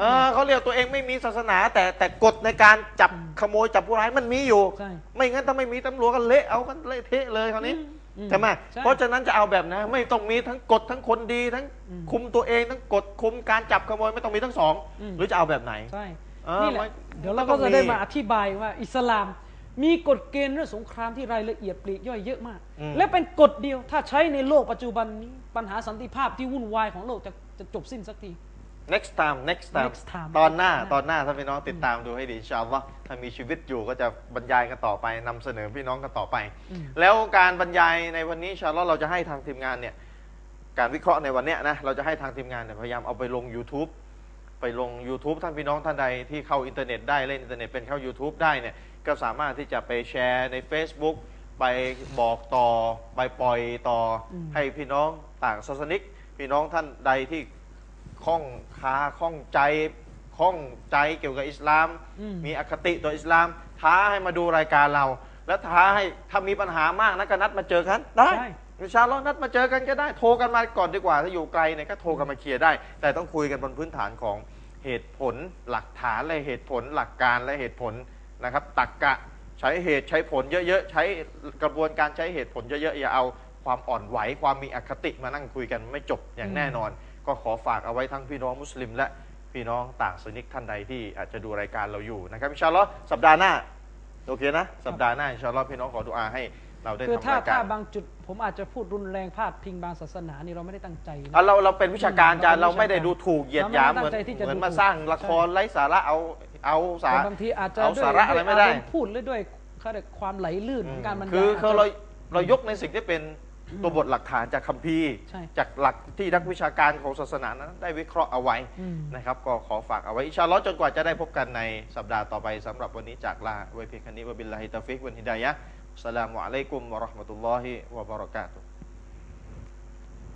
Speaker 3: อ่า
Speaker 1: เออเขาเรียกตัวเองไม่มีศาสนา แต่แต่กฎในการจับขโมยจับผู้ร้ายมันมีอยู่
Speaker 3: ใช่
Speaker 1: ไม่งั้นถ้าไม่มีตำรวจก็เละเอากันเละเทะเลยคราวนี้
Speaker 3: อืม
Speaker 1: ใช่ไหม
Speaker 3: ใช่
Speaker 1: เพราะฉะนั้นจะเอาแบบนะไม่ต้องมีทั้งกฎทั้งคนดีทั้ง
Speaker 3: อืม
Speaker 1: คุมตัวเองทั้งกฎคุมการจับขโมยไม่ต้องมีทั้งสอง
Speaker 3: อืม
Speaker 1: หรือจะเอาแบบไหน
Speaker 3: ใช่
Speaker 1: เออ
Speaker 3: นี่แหละ
Speaker 1: มัน
Speaker 3: เดี๋ยวเรา
Speaker 1: มันต้
Speaker 3: ก็
Speaker 1: อง
Speaker 3: จะได้
Speaker 1: มี
Speaker 3: มาอธิบายว่าอิสลาม มีกฎเกณฑ์เรื่องสงครามที่รายละเอียดปลีกย่อยเยอะมาก
Speaker 1: อืม
Speaker 3: และเป็นกฎเดียวถ้าใช้ในโลกปัจจุบันนี้ปัญหาสันติภาพที่วุ่นวายของโลกจะจะจบสิ้นสักที
Speaker 1: next time next time
Speaker 3: Next time
Speaker 1: ตอนหน้า
Speaker 3: อืม
Speaker 1: ตอนหน้าถ้าพี่น้องติดตามดูให้ดีอินชาวว่าถ้ามีชีวิตอยู่ก็จะบรรยายกันต่อไปนำเสนอพี่น้องกันต่อไป แล้วการบรรยายในวันนี้อินชาวว่าเราจะให้ทางทีมงานเนี่ยการวิเคราะห์ในวันเนี้ยนะเราจะให้ทางทีมงานเนี่ยพยายามเอาไปลง YouTube ไปลง YouTube ท่านพี่น้องท่านใดที่เข้าอินเทอร์เน็ตได้เล่นอินเทอร์เน็ตเป็นเข้า YouTube ได้เนี่ยก็สามารถที่จะไปแชร์ใน Facebook ไปบอกต่อไปปล่อยต่ออให้พี่น้องต่างศาสนิก พี่น้องท่านใดที่ข้องคาข้องใจข้องใจเกี่ยวกับอิสลาม มีอคติต่ออิสลาม ท้าให้มาดูรายการเรา และท้าให้ถ้ามีปัญหามากนะก็นัดมาเจอกันได้
Speaker 3: ใช่
Speaker 1: อินชาอัลลอฮ์นัดมาเจอกันก็ได้โทรกันมาก่อนดีกว่าถ้าอยู่ไกลเนี่ยก็โทรกันมาเคลียร์ได้ แต่ต้องคุยกันบนพื้นฐานของเหตุผลหลักฐานและเหตุผลหลักการและเหตุผลนะครับตรกกะใช้เหตุใช้ผลเยอะๆใช้กระบวนการใช้เหตุผลเยอะๆอย่าเอาความอ่อนไหวความมีอคติมานั่งคุยกันไม่จบอย่างแน่นอน ก็ขอฝากเอาไว้ทั้งพี่น้องมุสลิม และพี่น้องต่างศาสนิกท่านใดที่อาจจะดูรายการเราอยู่นะครับอินชาอัลลอฮ์สัปดาห์หน้าโอเคนะสัปดาห์หน้าอินชาอัลลอฮ์พี่น้องขอดุอาให้เราได้
Speaker 3: คือถ้าร
Speaker 1: ทำาย
Speaker 3: ถ้า
Speaker 1: การ
Speaker 3: บางจุดผมอาจจะพูดรุนแรงพาดพิงบางศาสนานี่เราไม่ได้ตั้งใจนะ
Speaker 1: อ่ะเราเราเป็นวิชาการอาจารย์เรา
Speaker 3: เราเป็นวิชาการ
Speaker 1: ไม่ได้ดูถูกเหยียดหยามเห
Speaker 3: เรา
Speaker 1: มื
Speaker 3: ไม่
Speaker 1: อน
Speaker 3: ได้ตั้งใจที่จะ
Speaker 1: เหมือน
Speaker 3: ดู
Speaker 1: มา
Speaker 3: ถูก
Speaker 1: สร้างละครไร้สาระเอาเอาสา
Speaker 3: แต่บางทีอาจจะ
Speaker 1: เอา
Speaker 3: ด้วย
Speaker 1: สาระอะไรไม่ได้
Speaker 3: าณ์พูดหรือด้วยเขาเรียกความไหลลื่นของการบรรยาย
Speaker 1: คือคือ
Speaker 3: จจะ
Speaker 1: เราเรายกในสิ่งที่เป็นตัวบทหลักฐานจากคัมภีร์
Speaker 3: ใช่
Speaker 1: จากหลักที่นักวิชาการของศาสนานั้นได้วิเคราะห์เอาไว้
Speaker 3: อืม
Speaker 1: นะครับก็ขอฝากเอาไว้อินชาอัลลอฮ์จนกว่าจะได้พบกันในสัปดาห์ต่อไปสำหรับวันนี้จากลาไว้เพียงแค่นี้วะบิลลาฮิตาฟิกวันฮิดายะอัสสลามุอะลัยกุมวะเราะห์มะตุลลอฮิวะบะเราะกาตุฮ์